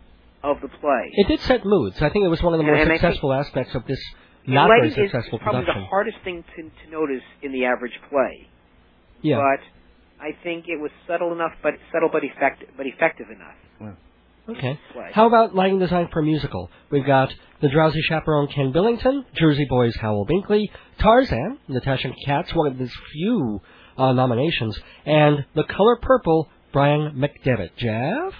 [SPEAKER 5] of the play.
[SPEAKER 1] It did set moods. I think it was one of the more
[SPEAKER 5] And I think-
[SPEAKER 1] successful aspects of this
[SPEAKER 5] And
[SPEAKER 1] not very
[SPEAKER 5] lighting
[SPEAKER 1] successful
[SPEAKER 5] is probably
[SPEAKER 1] production.
[SPEAKER 5] the hardest thing to, to notice in the average play.
[SPEAKER 1] yeah.
[SPEAKER 5] But I think it was subtle enough, but subtle but effective, but effective enough.
[SPEAKER 1] Okay.
[SPEAKER 5] Right.
[SPEAKER 1] How about lighting design for a musical? We've got The Drowsy Chaperone Ken Billington, Jersey Boys Howell Binkley, Tarzan, Natasha Katz, one of his few uh, nominations, and The Color Purple, Brian McDevitt. Jeff?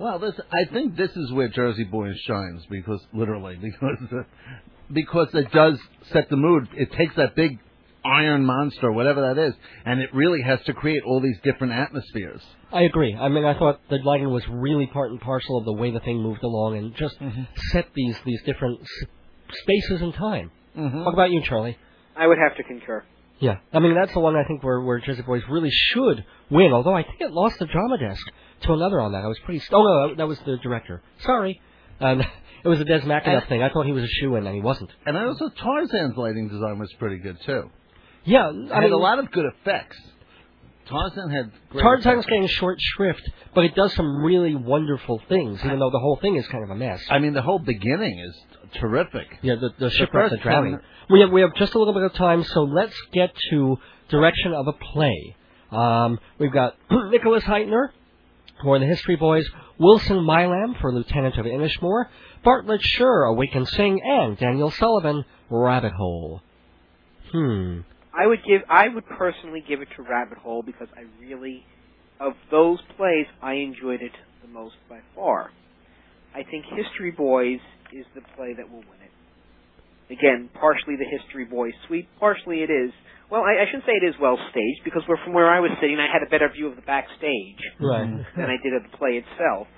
[SPEAKER 2] Well, this I think this is where Jersey Boys shines because literally because because it does set the mood. It takes that big iron monster, whatever that is, and it really has to create all these different atmospheres.
[SPEAKER 1] I agree. I mean, I thought the lighting was really part and parcel of the way the thing moved along and just set these, these different s- spaces and time.
[SPEAKER 2] Mm-hmm.
[SPEAKER 1] What about you, Charlie?
[SPEAKER 5] I would have to concur.
[SPEAKER 1] Yeah, I mean that's the one I think where where Jersey Boys really should win. Although I think it lost the drama desk to another on that. I was pretty. St- oh no, that was the director. Sorry, um, it was a Des McAnuff thing. I thought he was a shoe in, and he wasn't.
[SPEAKER 2] And I also Tarzan's lighting design was pretty good too.
[SPEAKER 1] Yeah, I
[SPEAKER 2] I
[SPEAKER 1] mean
[SPEAKER 2] had a lot of good effects. Tarzan had great
[SPEAKER 1] Tarzan's
[SPEAKER 2] effects.
[SPEAKER 1] getting short shrift, but it does some really wonderful things, even though the whole thing is kind of a mess.
[SPEAKER 2] I mean, the whole beginning is terrific.
[SPEAKER 1] Yeah, the, the shipwreck,
[SPEAKER 2] first
[SPEAKER 1] the drowning.
[SPEAKER 2] one-
[SPEAKER 1] We have we have just a little bit of time, so let's get to direction of a play. Um, we've got Nicholas Heitner for the History Boys, Wilson Milam for Lieutenant of Inishmore, Bartlett Schur, Awaken Sing, and Daniel Sullivan, Rabbit Hole. Hmm.
[SPEAKER 5] I would give. I would personally give it to Rabbit Hole because I really, of those plays, I enjoyed it the most by far. I think History Boys is the play that will win it. Again, partially the History Boys sweep, partially it is. Well, I, I shouldn't say it is well staged because we're from where I was sitting. I had a better view of the backstage
[SPEAKER 1] Right.
[SPEAKER 5] than I did of the play itself.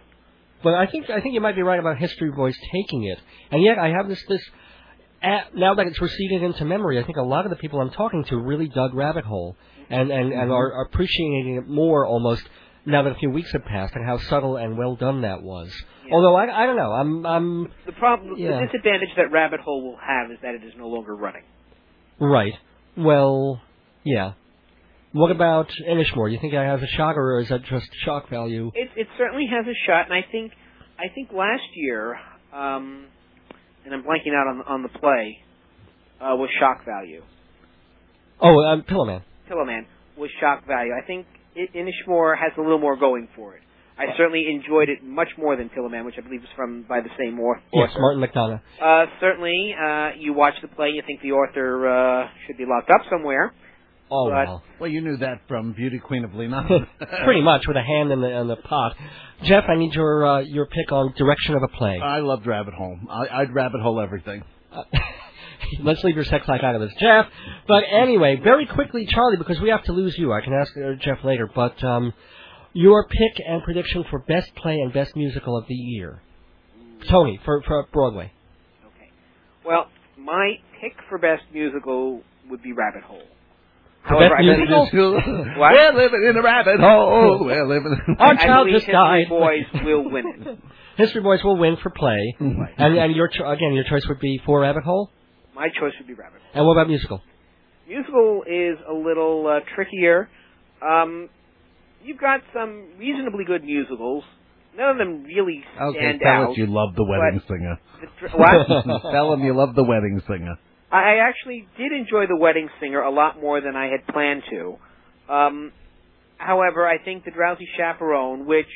[SPEAKER 1] But I think I think you might be right about History Boys taking it, and yet I have this this. At, now that it's receded into memory, I think a lot of the people I'm talking to really dug Rabbit Hole and and, and are appreciating it more almost now that a few weeks have passed and how subtle and well done that was.
[SPEAKER 5] Yeah.
[SPEAKER 1] Although I I don't know I'm I'm
[SPEAKER 5] The problem,
[SPEAKER 1] Yeah.
[SPEAKER 5] the disadvantage that Rabbit Hole will have is that it is no longer running.
[SPEAKER 1] right. Well, yeah. What about Inishmore? You think I have a shock, or is that just shock value?
[SPEAKER 5] It it certainly has a shot, and I think I think last year, um, and I'm blanking out on on the play, uh, was shock value.
[SPEAKER 1] Oh, um, Pillow Man.
[SPEAKER 5] Pillow Man was shock value. I think I- Inishmore has a little more going for it. I certainly enjoyed it much more than Pillow Man, which I believe is from by the same author.
[SPEAKER 1] Yes, Martin McDonough.
[SPEAKER 5] Uh, certainly, uh, you watch the play, you think the author uh, should be locked up somewhere.
[SPEAKER 1] Oh
[SPEAKER 5] But-
[SPEAKER 1] well.
[SPEAKER 2] Well, you knew that from Beauty Queen of Lebanon.
[SPEAKER 1] pretty much with a hand in the in the pot. Jeff, I need your uh, your pick on direction of a play.
[SPEAKER 2] I loved Rabbit Hole. I, I'd rabbit hole everything.
[SPEAKER 1] Let's leave your sex life out of this, Jeff. But anyway, very quickly, Charlie, because we have to lose you. I can ask uh, Jeff later, but um, your pick and prediction for best play and best musical of the year, Tony, for, for Broadway.
[SPEAKER 5] Okay. Well, my pick for best musical would be Rabbit Hole.
[SPEAKER 1] For
[SPEAKER 5] However,
[SPEAKER 1] best
[SPEAKER 5] I
[SPEAKER 1] musical?
[SPEAKER 5] believe What?
[SPEAKER 2] We're living in a rabbit hole. We're living.
[SPEAKER 1] Our
[SPEAKER 5] I
[SPEAKER 1] child
[SPEAKER 5] believe
[SPEAKER 1] just
[SPEAKER 5] History
[SPEAKER 1] died.
[SPEAKER 5] Boys will win it.
[SPEAKER 1] History Boys will win for play, and and your cho- again your choice would be for Rabbit Hole.
[SPEAKER 5] My choice would be Rabbit Hole.
[SPEAKER 1] And what about musical?
[SPEAKER 5] Musical is a little uh, trickier. Um, you've got some reasonably good musicals. None of them really
[SPEAKER 2] okay,
[SPEAKER 5] stand
[SPEAKER 2] tell
[SPEAKER 5] out.
[SPEAKER 2] us you love the wedding singer.
[SPEAKER 5] The tr- what?
[SPEAKER 2] tell him you love the wedding singer.
[SPEAKER 5] I I actually did enjoy The Wedding Singer a lot more than I had planned to. Um, however, I think The Drowsy Chaperone, which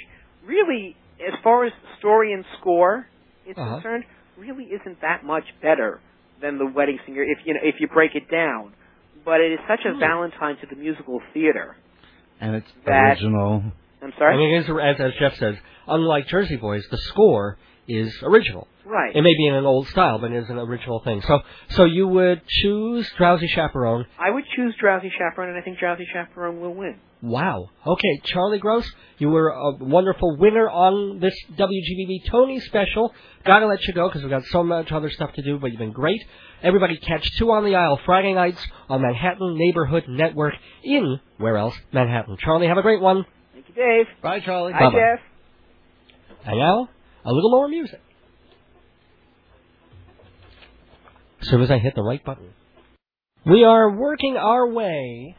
[SPEAKER 5] really, as far as story and score is
[SPEAKER 1] Uh-huh.
[SPEAKER 5] concerned, really isn't that much better than The Wedding Singer if you know, if you break it down. But it is such
[SPEAKER 1] Hmm.
[SPEAKER 5] a valentine to the musical theater.
[SPEAKER 2] And it's
[SPEAKER 5] That-
[SPEAKER 2] original.
[SPEAKER 5] I'm sorry.
[SPEAKER 1] I mean, it is, as, as Jeff says, unlike Jersey Boys, the score is original.
[SPEAKER 5] right.
[SPEAKER 1] It may be in an old style, but it is an original thing. So, so you would choose Drowsy Chaperone.
[SPEAKER 5] I would choose Drowsy Chaperone, and I think Drowsy Chaperone will win.
[SPEAKER 1] Wow. Okay, Charlie Gross, you were a wonderful winner on this WGBB Tony special. Gotta let you go because we've got so much other stuff to do, but you've been great. Everybody catch Two on the Aisle Friday nights on Manhattan Neighborhood Network in, where else, Manhattan. Charlie, have a great one.
[SPEAKER 5] Thank you, Dave.
[SPEAKER 2] Bye, Charlie.
[SPEAKER 5] Hi,
[SPEAKER 1] Bye-bye.
[SPEAKER 5] Jeff.
[SPEAKER 1] And now, a little more music. As soon as I hit the right button. We are working our way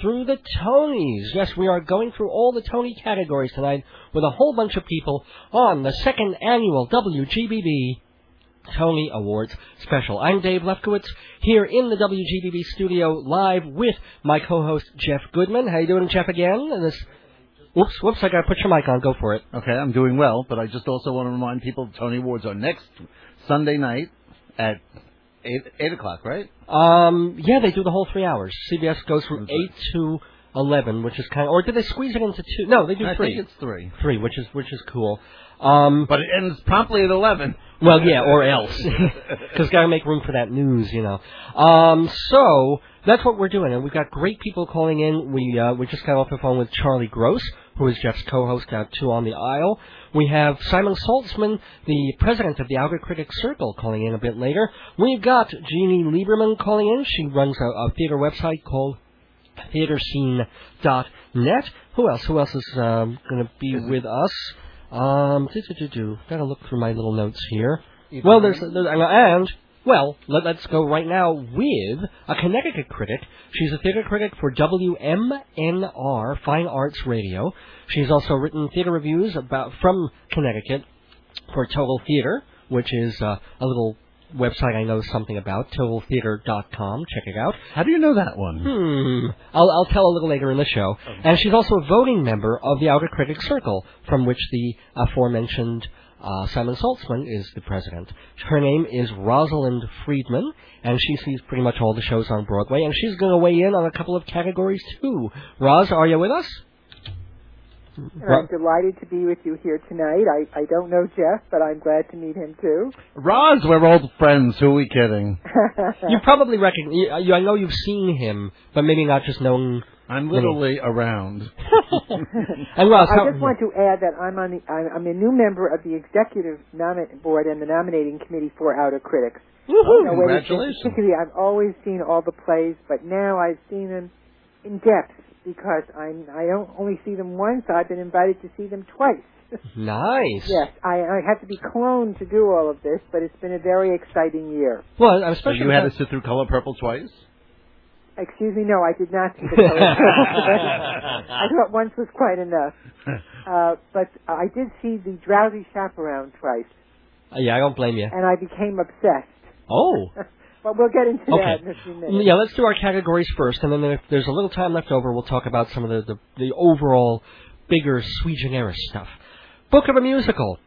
[SPEAKER 1] through the Tonys. Yes, we are going through all the Tony categories tonight with a whole bunch of people on the second annual WGBB Tony Awards special. I'm Dave Lefkowitz here in the WGBB studio live with my co-host Jeff Goodman. How you doing, Jeff? Again, and this. Whoops, whoops! I gotta put your mic on. Go for it.
[SPEAKER 2] Okay, I'm doing well, but I just also want to remind people the Tony Awards are next Sunday night at eight eight o'clock, right?
[SPEAKER 1] Um, yeah, they do the whole three hours. CBS goes from
[SPEAKER 2] That's right.
[SPEAKER 1] eight to eleven, which is kind of, or did they squeeze it into two? No, they do
[SPEAKER 2] I
[SPEAKER 1] three,
[SPEAKER 2] think it's three.
[SPEAKER 1] three, which is which is cool. Um,
[SPEAKER 2] But it ends promptly at eleven.
[SPEAKER 1] well, yeah, or else, because gotta make room for that news, you know. Um, so that's what we're doing, and we've got great people calling in. We uh, we just got off the phone with Charlie Gross, who is Jeff's co-host out two on the aisle. We have Simon Saltzman, the president of the Outer Critics Circle, calling in a bit later. We've got Jeannie Lieberman calling in. She runs a, a theater website called theaterscene.net. Who else? Who else is um, going to be with us? Um, do do do do. Gotta look through my little notes here. well, there's, there's and well, let, let's go right now with a Connecticut critic. She's a theater critic for WMNR Fine Arts Radio. She's also written theater reviews about from Connecticut for Total Theater, which is uh, a little website I know something about. TotalTheater.com. Check it out.
[SPEAKER 2] How do you know that one?
[SPEAKER 1] Hmm. I'll, I'll tell a little later in the show. And she's also a voting member of the Outer Critics Circle, from which the aforementioned uh, Simon Saltzman is the president. Her name is Rosalind Friedman, and she sees pretty much all the shows on Broadway, and she's going to weigh in on a couple of categories too. Roz, are you with us?
[SPEAKER 6] And I'm delighted to be with you here tonight. I, I don't know Jeff, but I'm glad to meet him too.
[SPEAKER 2] Roz, we're old friends. Who are we kidding?
[SPEAKER 1] You probably recognize. You, you, I know you've seen him, but maybe not just known.
[SPEAKER 2] I'm literally around.
[SPEAKER 1] And Roz, how,
[SPEAKER 6] I just want to add that I'm on the I'm, I'm a new member of the executive nomin- board and the nominating committee for Outer Critics.
[SPEAKER 1] Woohoo!
[SPEAKER 6] Now, whether it's
[SPEAKER 2] Congratulations.
[SPEAKER 6] particularly- I've always seen all the plays, but now I've seen them in depth because I'm I don't only see them once. I've been invited to see them twice.
[SPEAKER 1] Nice.
[SPEAKER 6] Yes, I, I have to be cloned to do all of this, but it's been a very exciting year.
[SPEAKER 1] Well,
[SPEAKER 2] So
[SPEAKER 1] especially
[SPEAKER 2] you
[SPEAKER 1] with
[SPEAKER 2] had
[SPEAKER 1] that-
[SPEAKER 2] to sit through Color Purple twice?
[SPEAKER 6] Excuse me, no, I did not see the color. I thought once was quite enough. Uh, but I did see the Drowsy Chaperone twice,
[SPEAKER 1] yeah, I don't blame you.
[SPEAKER 6] and I became obsessed.
[SPEAKER 1] Oh.
[SPEAKER 6] But we'll get into
[SPEAKER 1] Okay.
[SPEAKER 6] that in a few minutes.
[SPEAKER 1] Yeah, let's do our categories first, and then if there's a little time left over, we'll talk about some of the, the, the overall bigger sui generis stuff. Book of a Musical.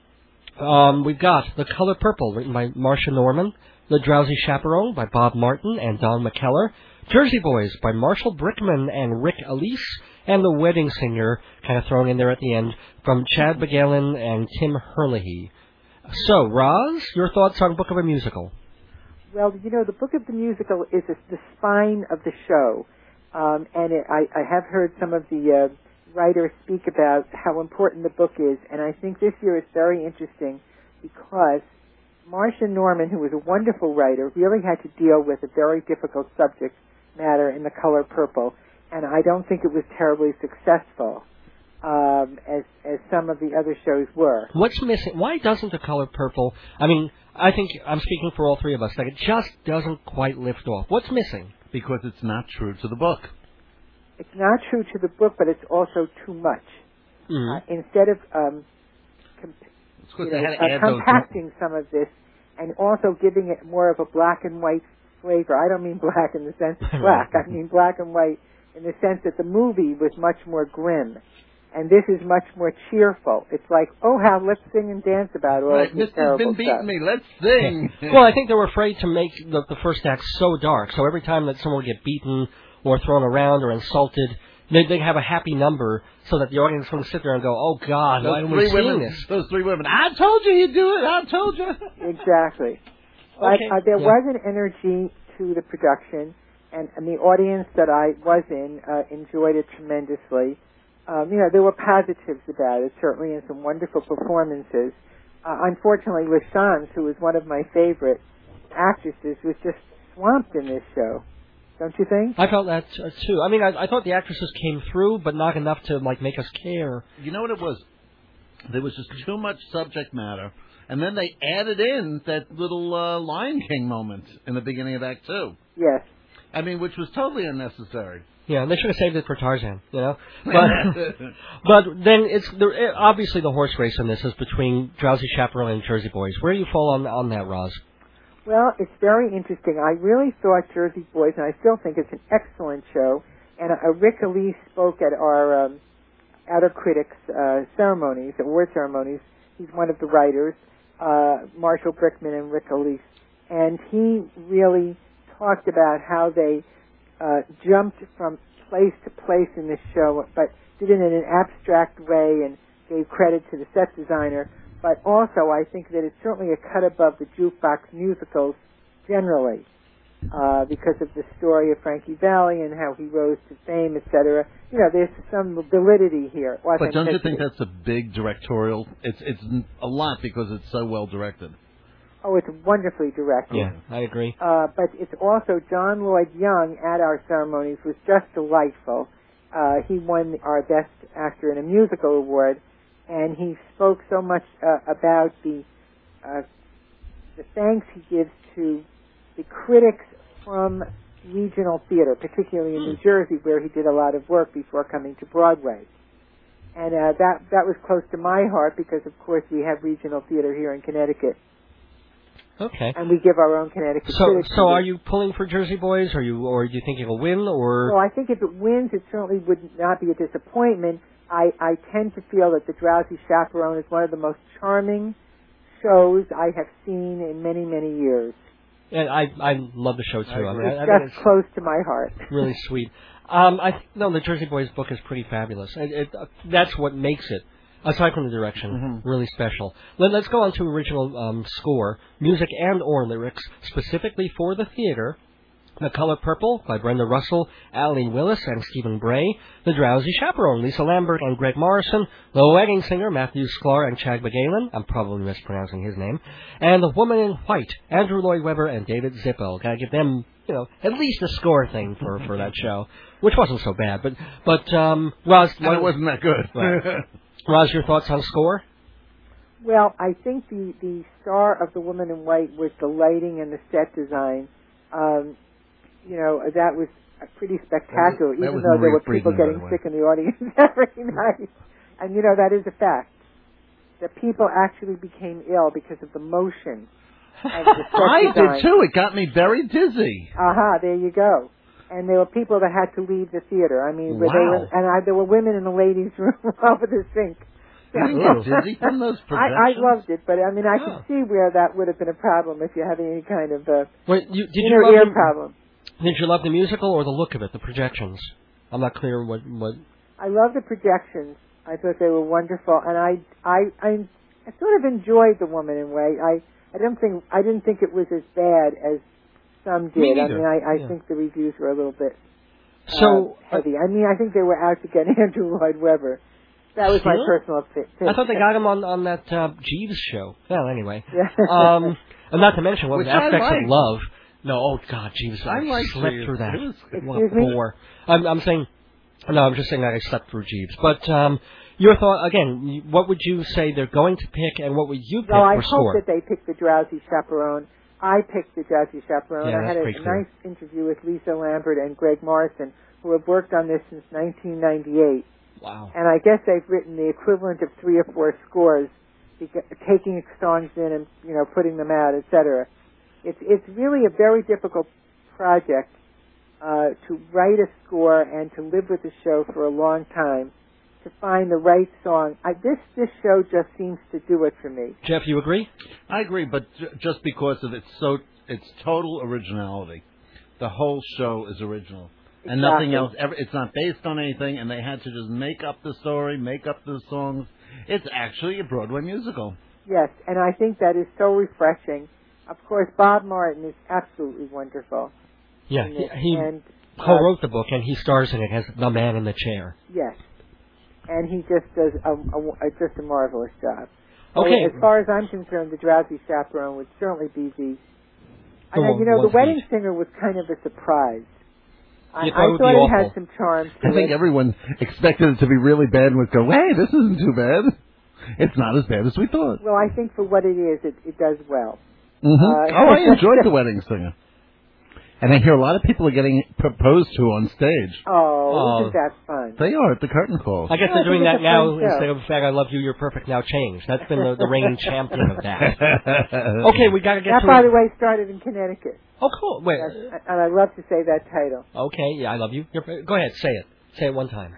[SPEAKER 1] Um, we've got The Color Purple, written by Marcia Norman, The Drowsy Chaperone by Bob Martin and Don McKellar, Jersey Boys by Marshall Brickman and Rick Elise, and The Wedding Singer, kind of thrown in there at the end, from Chad Begalen and Tim Herlihy. So, Roz, your thoughts on Book of a Musical?
[SPEAKER 6] Well, you know, the book of the musical is a, the spine of the show, um, and it, I, I have heard some of the uh, writers speak about how important the book is, and I think this year is very interesting because Marcia Norman, who was a wonderful writer, really had to deal with a very difficult subject matter in the color purple, and I don't think it was terribly successful um, as as some of the other shows were.
[SPEAKER 1] What's missing? Why doesn't the color purple? I mean, I think I'm speaking for all three of us. That it just doesn't quite lift off. What's missing?
[SPEAKER 2] Because it's not true to the book.
[SPEAKER 6] It's not true to the book, but it's also too much. Uh, instead of um, com-
[SPEAKER 2] It's
[SPEAKER 6] you
[SPEAKER 2] 'cause
[SPEAKER 6] know,
[SPEAKER 2] they had to
[SPEAKER 6] uh,
[SPEAKER 2] add those.
[SPEAKER 6] compacting some of this and also giving it more of a black and white flavor. I don't mean black in the sense of black. I mean black and white in the sense that the movie was much more grim. And this is much more cheerful. It's like, oh how let's sing and dance about all
[SPEAKER 2] Right,
[SPEAKER 6] of this
[SPEAKER 2] Mrs.
[SPEAKER 6] terrible
[SPEAKER 2] been beating
[SPEAKER 6] stuff.
[SPEAKER 2] me. Let's sing.
[SPEAKER 1] well, I think they were afraid to make the, the first act so dark. So every time that someone would get beaten or thrown around or insulted, they they have a happy number so that the audience can sit there and go, "Oh God, why are
[SPEAKER 2] those
[SPEAKER 1] we
[SPEAKER 2] three
[SPEAKER 1] seeing
[SPEAKER 2] women.
[SPEAKER 1] this?"
[SPEAKER 2] Those three women. I told you he'd do it. I told you.
[SPEAKER 6] Exactly. But
[SPEAKER 1] Okay.
[SPEAKER 6] uh, there
[SPEAKER 1] Yeah.
[SPEAKER 6] was an energy to the production, and, and the audience that I was in uh, enjoyed it tremendously. Um, you know, there were positives about it, certainly, and some wonderful performances. Uh, unfortunately, Lashans, who was one of my favorite actresses, was just swamped in this show. Don't you think?
[SPEAKER 1] I felt that uh, too. I mean, I, I thought the actresses came through, but not enough to like make us care.
[SPEAKER 2] You know what it was? There was just too much subject matter, and then they added in that little uh, Lion King moment in the beginning of Act Two.
[SPEAKER 6] Yes.
[SPEAKER 2] I mean, which was totally unnecessary.
[SPEAKER 1] Yeah, they should have saved it for Tarzan, you know.
[SPEAKER 2] uh,
[SPEAKER 1] But But then it's there, eh, obviously the horse race on this is between Drowsy Chaperone and Jersey Boys. Where do you fall on on that, Roz?
[SPEAKER 6] Well, it's very interesting. I really thought Jersey Boys, and I still think it's an excellent show. And uh, Rick Elise spoke at our um, Outer Critics uh, ceremonies, award ceremonies. He's one of the writers, uh, Marshall Brickman and Rick Elise. And he really talked about how they uh, jumped from place to place in this show, but did it in an abstract way and gave credit to the set designer but also I think that it's certainly a cut above the jukebox musicals generally uh, because of the story of Frankie Valley and how he rose to fame, etc. You know, there's some validity here.
[SPEAKER 2] But don't you think
[SPEAKER 6] authenticity.
[SPEAKER 2] that's a big directorial? It's it's n- a lot because it's so well directed.
[SPEAKER 6] Oh, it's wonderfully directed.
[SPEAKER 1] I agree.
[SPEAKER 6] Uh, but it's also John Lloyd Young at our ceremonies was just delightful. Uh, he won our Best Actor in a Musical award, and he spoke so much uh, about the uh, the thanks he gives to the critics from regional theater, particularly in New Jersey, where he did a lot of work before coming to Broadway. And uh, that that was close to my heart because, of course, we have regional theater here in Connecticut,
[SPEAKER 1] Okay.
[SPEAKER 6] and we give our own Connecticut
[SPEAKER 1] So
[SPEAKER 6] critics.
[SPEAKER 1] so
[SPEAKER 6] awards.
[SPEAKER 1] are you pulling for Jersey Boys? Are you or do you think it'll win?
[SPEAKER 6] Well,
[SPEAKER 1] Or
[SPEAKER 6] I think if it wins, it certainly would not be a disappointment. I, I tend to feel that The Drowsy Chaperone is one of the most charming shows I have seen in many, many years.
[SPEAKER 1] and I I love the show too.
[SPEAKER 2] I agree.
[SPEAKER 1] I, mean,
[SPEAKER 6] It's
[SPEAKER 1] I, I think
[SPEAKER 6] just
[SPEAKER 1] it's
[SPEAKER 6] close to my heart.
[SPEAKER 1] really sweet. Um, I th- no, the Jersey Boys book is pretty fabulous. It, it, uh, that's what makes it. Aside from the direction, really special. Let, let's go on to original um, score, music and or lyrics, specifically for the theater. The Color Purple by Brenda Russell, Allie Willis, and Stephen Bray. The Drowsy Chaperone, Lisa Lambert and Greg Morrison. The Wedding Singer, Matthew Sklar and Chag Galen. I'm probably mispronouncing his name. And The Woman in White, Andrew Lloyd Webber and David Zippel. Gotta give them, you know, at least a score thing for, for that show, which wasn't so bad. But, but, um, Roz,
[SPEAKER 2] And it wasn't that good.
[SPEAKER 1] Right. Roz, your thoughts on score?
[SPEAKER 6] Well, I think the, the star of The Woman in White was the lighting and the set design. Um, you know, that was uh, pretty spectacular,
[SPEAKER 2] That was- that
[SPEAKER 6] even
[SPEAKER 2] was
[SPEAKER 6] though there
[SPEAKER 2] Maria
[SPEAKER 6] were people
[SPEAKER 2] Friedman, by
[SPEAKER 6] getting
[SPEAKER 2] the way.
[SPEAKER 6] sick in the audience every night. And, you know, that is a fact. That people actually became ill because of the motion of the set
[SPEAKER 2] I
[SPEAKER 6] design.
[SPEAKER 2] did too. It got me very dizzy.
[SPEAKER 6] Aha, there you go. And there were people that had to leave the theater. I mean, where they were,
[SPEAKER 2] Wow.
[SPEAKER 6] and I, there were women in the ladies' room over the sink.
[SPEAKER 2] You didn't get dizzy from those
[SPEAKER 6] I, I
[SPEAKER 2] projections?
[SPEAKER 6] loved it, but I mean, I
[SPEAKER 1] Yeah.
[SPEAKER 6] can see where that would have been a problem if you're having any kind of uh,
[SPEAKER 1] Wait, you, did
[SPEAKER 6] inner
[SPEAKER 1] you love
[SPEAKER 6] ear
[SPEAKER 1] the-
[SPEAKER 6] problem.
[SPEAKER 1] Did you love the musical or the look of it, the projections? I'm not clear what what.
[SPEAKER 6] I love the projections. I thought they were wonderful, and I, I, I, I sort of enjoyed the woman in white. I, I don't think I didn't think it was as bad as Some did.
[SPEAKER 1] Me
[SPEAKER 6] I
[SPEAKER 1] neither.
[SPEAKER 6] mean, I, I
[SPEAKER 1] Yeah.
[SPEAKER 6] think the reviews were a little bit
[SPEAKER 1] So
[SPEAKER 6] uh, heavy. I mean, I think they were out to get Andrew Lloyd Webber. That was my
[SPEAKER 1] Sure.
[SPEAKER 6] personal opinion.
[SPEAKER 1] I thought they got him on on that uh, Jeeves show. Well, anyway,
[SPEAKER 6] Yeah.
[SPEAKER 1] um, and not to mention what was
[SPEAKER 2] Which I
[SPEAKER 1] aspects
[SPEAKER 2] liked.
[SPEAKER 1] of love. No, oh God, Jeeves, I,
[SPEAKER 2] I liked
[SPEAKER 1] slept
[SPEAKER 2] Jeeves.
[SPEAKER 1] through that.
[SPEAKER 2] It was-
[SPEAKER 1] what a
[SPEAKER 6] Excuse me?
[SPEAKER 1] bore. I'm I'm saying, no, I'm just saying that I slept through Jeeves. But um, your thought again? y- What would you say they're going to pick, and what would you pick
[SPEAKER 6] Well, I
[SPEAKER 1] or
[SPEAKER 6] hope
[SPEAKER 1] score?
[SPEAKER 6] that they picked the drowsy chaperone. I picked the drowsy chaperone. I
[SPEAKER 1] Yeah, that's
[SPEAKER 6] had a,
[SPEAKER 1] pretty
[SPEAKER 6] a
[SPEAKER 1] clear.
[SPEAKER 6] nice interview with Lisa Lambert and Greg Morrison, who have worked on this since 1998,
[SPEAKER 1] wow.
[SPEAKER 6] and I guess they've written the equivalent of three or four scores, beca- taking songs in and you know putting them out, etc. It's it's really a very difficult project uh, to write a score and to live with the show for a long time. To find the right song, I, this this show just seems to do it for me.
[SPEAKER 1] Jeff, you agree?
[SPEAKER 2] I agree, but ju- just because of its so its total originality, the whole show is original, and nothing
[SPEAKER 6] Exactly.
[SPEAKER 2] else. Ever, it's not based on anything, and they had to just make up the story, make up the songs. It's actually a Broadway musical.
[SPEAKER 6] Yes, and I think that is so refreshing. Of course, Bob Martin is absolutely wonderful.
[SPEAKER 1] Yeah,
[SPEAKER 6] in
[SPEAKER 1] he,
[SPEAKER 6] it,
[SPEAKER 1] he
[SPEAKER 6] and uh,
[SPEAKER 1] co-wrote the book, and he stars in it as the man in the chair.
[SPEAKER 6] yes, and he just does a, a- a- just a marvelous job. So
[SPEAKER 1] Okay.
[SPEAKER 6] as far as I'm concerned, the Drowsy Chaperone would certainly be the. I
[SPEAKER 1] The
[SPEAKER 6] know, you
[SPEAKER 1] one-
[SPEAKER 6] know, the
[SPEAKER 1] one
[SPEAKER 6] Wedding
[SPEAKER 1] feat.
[SPEAKER 6] Singer was kind of a surprise. I,
[SPEAKER 1] You
[SPEAKER 6] I
[SPEAKER 1] thought it would
[SPEAKER 6] thought
[SPEAKER 1] be
[SPEAKER 6] it had
[SPEAKER 1] awful.
[SPEAKER 6] some charm to
[SPEAKER 2] I think
[SPEAKER 6] it.
[SPEAKER 2] everyone expected it to be really bad and would go, "Hey, this isn't too bad. It's not as bad as we thought."
[SPEAKER 6] well, I think for what it is, it, it does well.
[SPEAKER 2] hmm
[SPEAKER 6] Uh,
[SPEAKER 2] oh, I enjoyed the wedding singer, and I hear a lot of people are getting proposed to on stage.
[SPEAKER 6] Oh,
[SPEAKER 1] Oh.
[SPEAKER 6] isn't that fun?
[SPEAKER 2] They are at the curtain call.
[SPEAKER 1] I guess
[SPEAKER 6] No, I
[SPEAKER 1] they're doing
[SPEAKER 6] think
[SPEAKER 1] that
[SPEAKER 6] it's a
[SPEAKER 1] now
[SPEAKER 6] fun show.
[SPEAKER 1] instead of "Fact I Love You, You're Perfect." Now change. That's been the, the reigning champion of that. Okay, we gotta get
[SPEAKER 6] That,
[SPEAKER 1] to
[SPEAKER 6] by
[SPEAKER 1] it.
[SPEAKER 6] the way, started in Connecticut,
[SPEAKER 1] Oh, cool. Wait.
[SPEAKER 6] That's- and I love to say that title.
[SPEAKER 1] Okay. Yeah, I love you. You're, go ahead. Say it. Say it one time.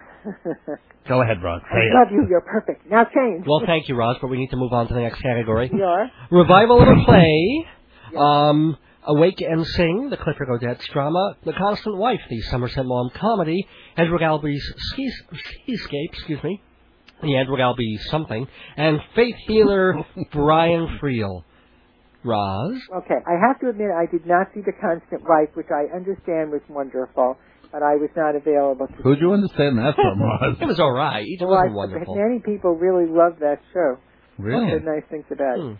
[SPEAKER 2] Go ahead, Ron.
[SPEAKER 6] I love you. You're perfect. Now change.
[SPEAKER 1] Well, thank you, Roz, but we need to move on to the next category.
[SPEAKER 6] you are.
[SPEAKER 1] Revival of a play. Um, Awake and Sing, the Clifford Odets drama, The Constant Wife, the Somerset Maugham comedy, Edward Albee's Ski Escape, excuse me, the Edward Albee something, and faith healer Brian Friel. Roz,
[SPEAKER 6] Okay. I have to admit, I did not see the Constant Wife, which I understand was wonderful, but I was not available. To
[SPEAKER 2] Who'd you understand that from, Roz?
[SPEAKER 1] it was all right. It
[SPEAKER 6] Well, I-
[SPEAKER 1] wasn't wonderful.
[SPEAKER 6] Many people really loved that show.
[SPEAKER 2] Really?
[SPEAKER 6] Said nice things about
[SPEAKER 1] Hmm.
[SPEAKER 6] it.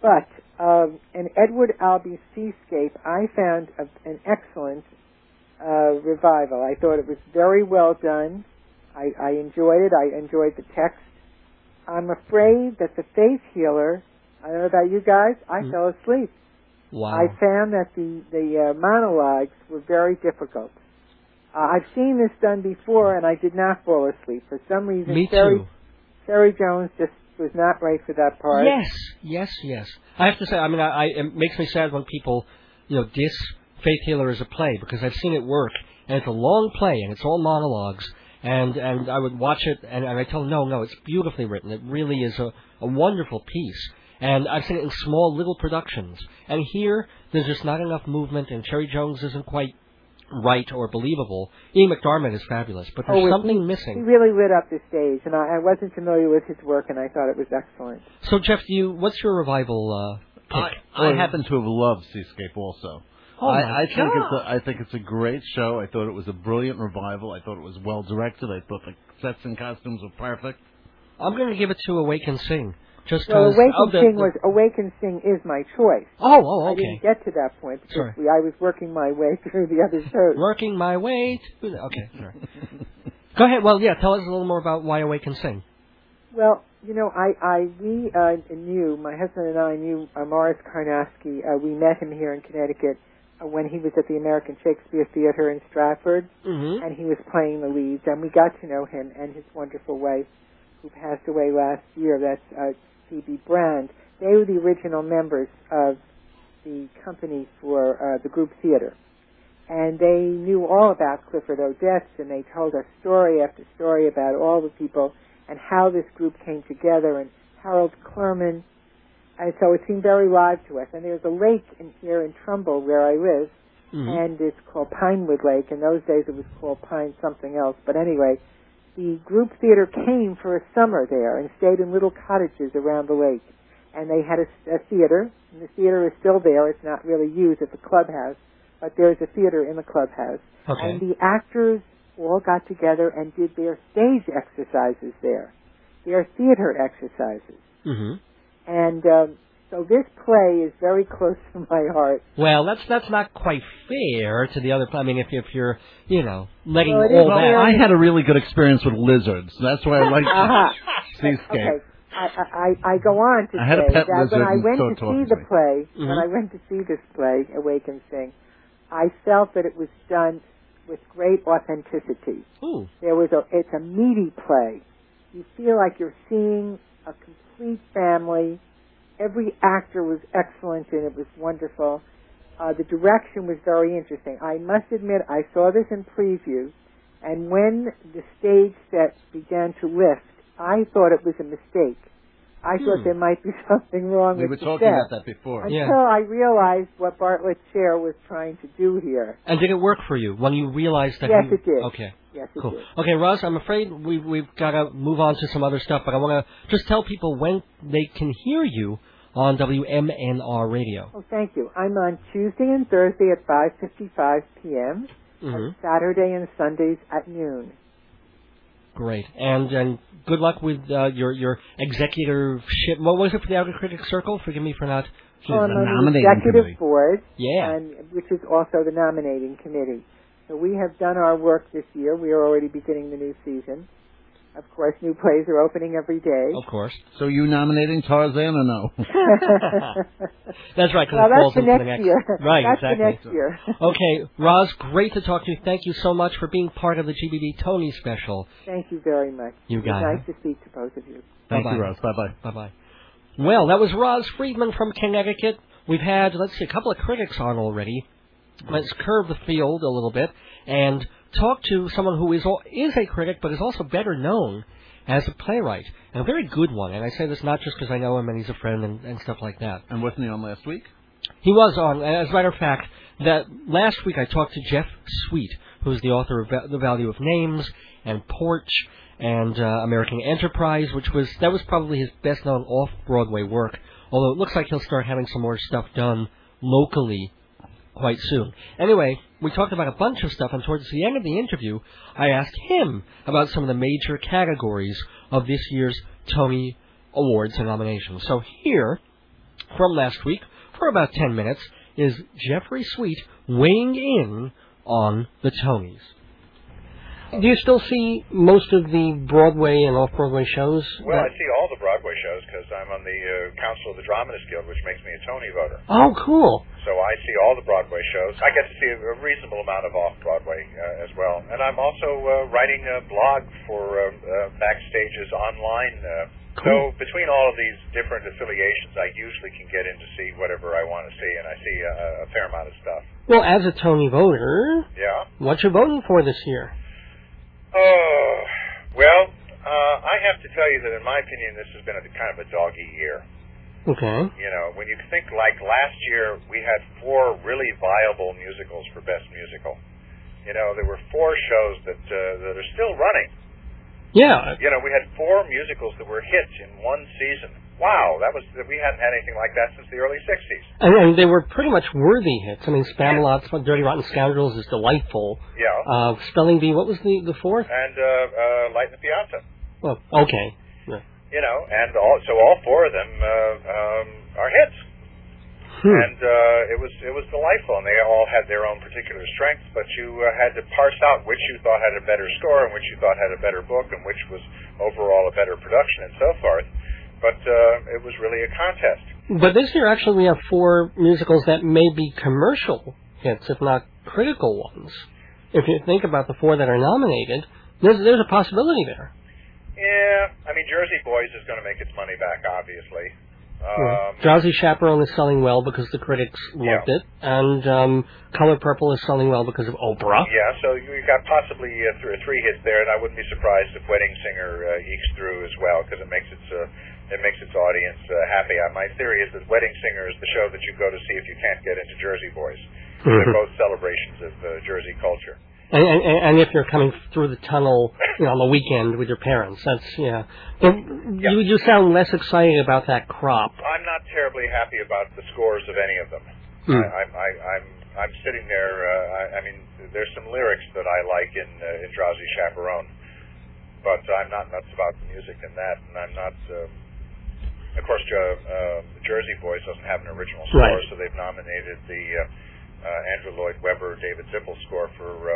[SPEAKER 6] But um, an Edward Albee Seascape, I found a, an excellent uh, revival. I thought it was very well done. I, I enjoyed it. I enjoyed the text. I'm afraid that the faith healer. I don't know about you guys. I
[SPEAKER 1] Hmm.
[SPEAKER 6] fell asleep.
[SPEAKER 1] Wow.
[SPEAKER 6] I found that the the uh, monologues were very difficult. Uh, I've seen this done before, and I did not fall asleep for some reason.
[SPEAKER 1] Me
[SPEAKER 6] Terry,
[SPEAKER 1] too.
[SPEAKER 6] Terry Jones just was not right for that part.
[SPEAKER 1] Yes, yes, yes. I have to say, I mean, I, I it makes me sad when people, you know, diss Faith Healer as a play because I've seen it work, and it's a long play and it's all monologues, and and I would watch it and, and I tell them, no, no, it's beautifully written. It really is a, a wonderful piece. And I've seen it in small little productions. And here, there's just not enough movement, and Cherry Jones isn't quite right or believable. E. McDarmid is fabulous, but there's
[SPEAKER 6] Oh, it-
[SPEAKER 1] something
[SPEAKER 6] He
[SPEAKER 1] missing.
[SPEAKER 6] really lit up the stage, and I, I wasn't familiar with his work, and I thought it was excellent.
[SPEAKER 1] So, Jeff, do you, what's your revival uh,
[SPEAKER 2] I,
[SPEAKER 1] pick?
[SPEAKER 2] I
[SPEAKER 1] Or-
[SPEAKER 2] happen to have loved Seascape also.
[SPEAKER 1] Oh my
[SPEAKER 2] I, I think it's
[SPEAKER 1] God.
[SPEAKER 2] a, I think it's a great show. I thought it was a brilliant revival. I thought it was well directed. I thought the sets and costumes were perfect.
[SPEAKER 1] I'm going to give it to Awake and Sing. Just
[SPEAKER 6] Well,
[SPEAKER 1] because.
[SPEAKER 6] Awaken
[SPEAKER 1] of the,
[SPEAKER 6] Sing
[SPEAKER 1] the-
[SPEAKER 6] was Awaken Sing is my choice.
[SPEAKER 1] Oh, oh,
[SPEAKER 6] I didn't
[SPEAKER 1] okay.
[SPEAKER 6] get to that point because
[SPEAKER 1] Sorry.
[SPEAKER 6] we, I was working my way through the other shows.
[SPEAKER 1] Working my way. To the, okay, sorry. Go ahead. Well, yeah. Tell us a little more about why Awake and Sing.
[SPEAKER 6] Well, you know, I, I we uh, knew my husband and I knew uh, Morris Karnofsky. Uh, we met him here in Connecticut uh, when he was at the American Shakespeare Theater in Stratford,
[SPEAKER 1] Mm-hmm.
[SPEAKER 6] and he was playing the leads. And we got to know him and his wonderful wife, who passed away last year. That's uh, Phoebe Brand. They were the original members of the company for uh, the group theater. And they knew all about Clifford Odets, and they told us story after story about all the people and how this group came together and Harold Clerman. And so it seemed very live to us. And there's a lake in here in Trumbull where I live,
[SPEAKER 2] Mm-hmm.
[SPEAKER 1] hmm
[SPEAKER 6] and it's called Pinewood Lake. In those days it was called Pine something else. But anyway, the group theater came for a summer there and stayed in little cottages around the lake. And they had a, a theater, and the theater is still there. It's not really used. It's a clubhouse. but there's a theater in the clubhouse. And
[SPEAKER 1] Okay.
[SPEAKER 6] the actors all got together and did their stage exercises there, their theater exercises.
[SPEAKER 1] Mhm.
[SPEAKER 6] And um, so this play is very close to my heart.
[SPEAKER 1] Well, that's that's not quite fair to the other. pl- I mean, if if you're you know letting
[SPEAKER 6] Well, it is
[SPEAKER 1] all
[SPEAKER 2] Well,
[SPEAKER 1] that.
[SPEAKER 2] Oh, I had a really good experience with lizards. That's why I like
[SPEAKER 6] Aha.
[SPEAKER 2] Seascape.
[SPEAKER 6] Okay. I, I, I go on to
[SPEAKER 2] I had a
[SPEAKER 6] say
[SPEAKER 2] pet
[SPEAKER 6] that when
[SPEAKER 2] lizard
[SPEAKER 6] I
[SPEAKER 2] and
[SPEAKER 6] went
[SPEAKER 2] so
[SPEAKER 6] to
[SPEAKER 2] it taught
[SPEAKER 6] see the
[SPEAKER 2] me.
[SPEAKER 6] play, when
[SPEAKER 1] Mhm.
[SPEAKER 6] I went to see this play, Awaken Sing, I felt that it was done with great authenticity.
[SPEAKER 1] Ooh.
[SPEAKER 6] There was a, it's a meaty play. You feel like you're seeing a complete family. Every actor was excellent and it was wonderful. Uh, the direction was very interesting. I must admit, I saw this in preview, and when the stage set began to lift, I thought it was a mistake. I
[SPEAKER 1] Hmm.
[SPEAKER 6] thought there might be something wrong
[SPEAKER 2] We
[SPEAKER 6] with
[SPEAKER 2] were
[SPEAKER 6] the
[SPEAKER 2] talking
[SPEAKER 6] set.
[SPEAKER 2] about that before.
[SPEAKER 1] I- Yeah.
[SPEAKER 6] Until I realized what Bartlett's chair was trying to do here.
[SPEAKER 1] And did it work for you when you realized that?
[SPEAKER 6] Yes,
[SPEAKER 1] you,
[SPEAKER 6] it did.
[SPEAKER 1] Okay.
[SPEAKER 6] Yes, it
[SPEAKER 1] Cool.
[SPEAKER 6] did.
[SPEAKER 1] Okay, Roz, I'm afraid we we've got to move on to some other stuff, but I want to just tell people when they can hear you on WMNR radio.
[SPEAKER 6] Oh, thank you. I'm on Tuesday and Thursday at 5:55 p.m.
[SPEAKER 1] hmm
[SPEAKER 6] and Saturday and Sundays at noon.
[SPEAKER 1] Great. And and good luck with uh, your your executive ship. What was it for the Outer Critic Circle? Forgive me for not.
[SPEAKER 6] Well, I'm
[SPEAKER 2] the
[SPEAKER 6] on the
[SPEAKER 2] nominating
[SPEAKER 6] Oh, executive
[SPEAKER 2] committee.
[SPEAKER 6] board,
[SPEAKER 1] Yeah.
[SPEAKER 6] and which is also the nominating committee. So we have done our work this year. We are already beginning the new season. Of course, new plays are opening every day.
[SPEAKER 1] Of course.
[SPEAKER 2] So you nominating Tarzan or no?
[SPEAKER 1] That's right. 'cause
[SPEAKER 6] well,
[SPEAKER 1] it
[SPEAKER 6] that's
[SPEAKER 1] falls
[SPEAKER 6] the next,
[SPEAKER 1] into the next
[SPEAKER 6] year.
[SPEAKER 1] Right.
[SPEAKER 6] that's
[SPEAKER 1] exactly.
[SPEAKER 6] the next year.
[SPEAKER 1] Okay, Roz, great to talk to you. Thank you so much for being part of the GBB Tony special.
[SPEAKER 6] Thank you very much.
[SPEAKER 1] You
[SPEAKER 6] It was
[SPEAKER 1] got it.
[SPEAKER 6] nice to speak to both of you.
[SPEAKER 2] Thank
[SPEAKER 1] Bye-bye.
[SPEAKER 2] you, Rose. Bye bye.
[SPEAKER 1] Bye bye. Well, that was Roz Friedman from Connecticut. We've had, let's see, a couple of critics on already. Let's curve the field a little bit and talk to someone who is al- is a critic but is also better known as a playwright and a very good one. And I say this not just because I know him and he's a friend and, and stuff like that.
[SPEAKER 2] And wasn't he on last week?
[SPEAKER 1] He was on. and As a matter of fact, that last week I talked to Jeff Sweet, who's the author of Va- The Value of Names and Porch and uh, American Enterprise, which was that was probably his best known off Broadway work. Although it looks like he'll start having some more stuff done locally quite soon. Anyway, we talked about a bunch of stuff, and towards the end of the interview, I asked him about some of the major categories of this year's Tony Awards and nominations. So here, from last week, for about 10 minutes, is Jeffrey Sweet weighing in on the Tonys. Do you still see most of the Broadway and off Broadway shows?
[SPEAKER 7] Well, I see all the Broadway shows because I'm on the uh, Council of the Dramatists Guild, which makes me a Tony voter.
[SPEAKER 1] oh, cool.
[SPEAKER 7] So I see all the Broadway shows. I get to see a, a reasonable amount of off Broadway uh, as well. And I'm also uh, writing a blog for uh, uh, Backstage's online. Uh,
[SPEAKER 1] Cool.
[SPEAKER 7] So between all of these different affiliations, I usually can get in to see whatever I want to see, and I see a, a fair amount of stuff.
[SPEAKER 1] Well, as a Tony voter,
[SPEAKER 7] Yeah.
[SPEAKER 1] what you voting for this year?
[SPEAKER 7] Oh, well, uh, I have to tell you that in my opinion, this has been a kind of a doggy year.
[SPEAKER 1] Okay.
[SPEAKER 7] you know, when you think like last year, we had four really viable musicals for Best Musical. You know, there were four shows that uh, that are still running.
[SPEAKER 1] Yeah.
[SPEAKER 7] You know, we had four musicals that were hits in one season. Wow, that was we hadn't had anything like that since the early '60s.
[SPEAKER 1] And, and they were pretty much worthy hits. I mean, Spamalot's Dirty Rotten Scoundrels is delightful.
[SPEAKER 7] Yeah,
[SPEAKER 1] Uh, Spelling Bee, what was the, the fourth?
[SPEAKER 7] and uh, uh, Light in the Piazza.
[SPEAKER 1] Well, okay.
[SPEAKER 7] You know, and all, so all four of them uh, um, are hits.
[SPEAKER 1] Hmm.
[SPEAKER 7] and uh, it was it was delightful, and they all had their own particular strengths. But you uh, had to parse out which you thought had a better score, and which you thought had a better book, and which was overall a better production, and so forth. But uh, it was really a contest.
[SPEAKER 1] But this year, actually, we have four musicals that may be commercial hits, if not critical ones. If you think about the four that are nominated, there's, there's a possibility there.
[SPEAKER 7] Yeah, I mean Jersey Boys is going to make its money back, obviously.
[SPEAKER 1] Yeah.
[SPEAKER 7] Um,
[SPEAKER 1] Drowsy Chaperone is selling well because the critics loved it, and um, Color Purple is selling well because of Oprah.
[SPEAKER 7] yeah, so you you got possibly uh, three, three hits there, and I wouldn't be surprised if Wedding Singer uh, ekes through as well because it makes its uh, it makes its audience uh, happy. Uh, my theory is that Wedding Singer is the show that you go to see if you can't get into Jersey Boys. They're both celebrations of uh, Jersey culture.
[SPEAKER 1] And, and, and if you're coming through the tunnel you know, on the weekend with your parents, that's yeah. But you you sound less excited about that crop.
[SPEAKER 7] I'm not terribly happy about the scores of any of them.
[SPEAKER 1] Hmm.
[SPEAKER 7] I, I'm I, I'm I'm sitting there. Uh, I, I mean, there's some lyrics that I like in uh, in Drowsy Chaperone, but I'm not nuts about the music and that, and I'm not. Uh, of course, uh, uh, Jersey Boys doesn't have an original score,
[SPEAKER 1] Right.
[SPEAKER 7] so they've nominated the uh, uh, Andrew Lloyd Webber David Zippel score for uh,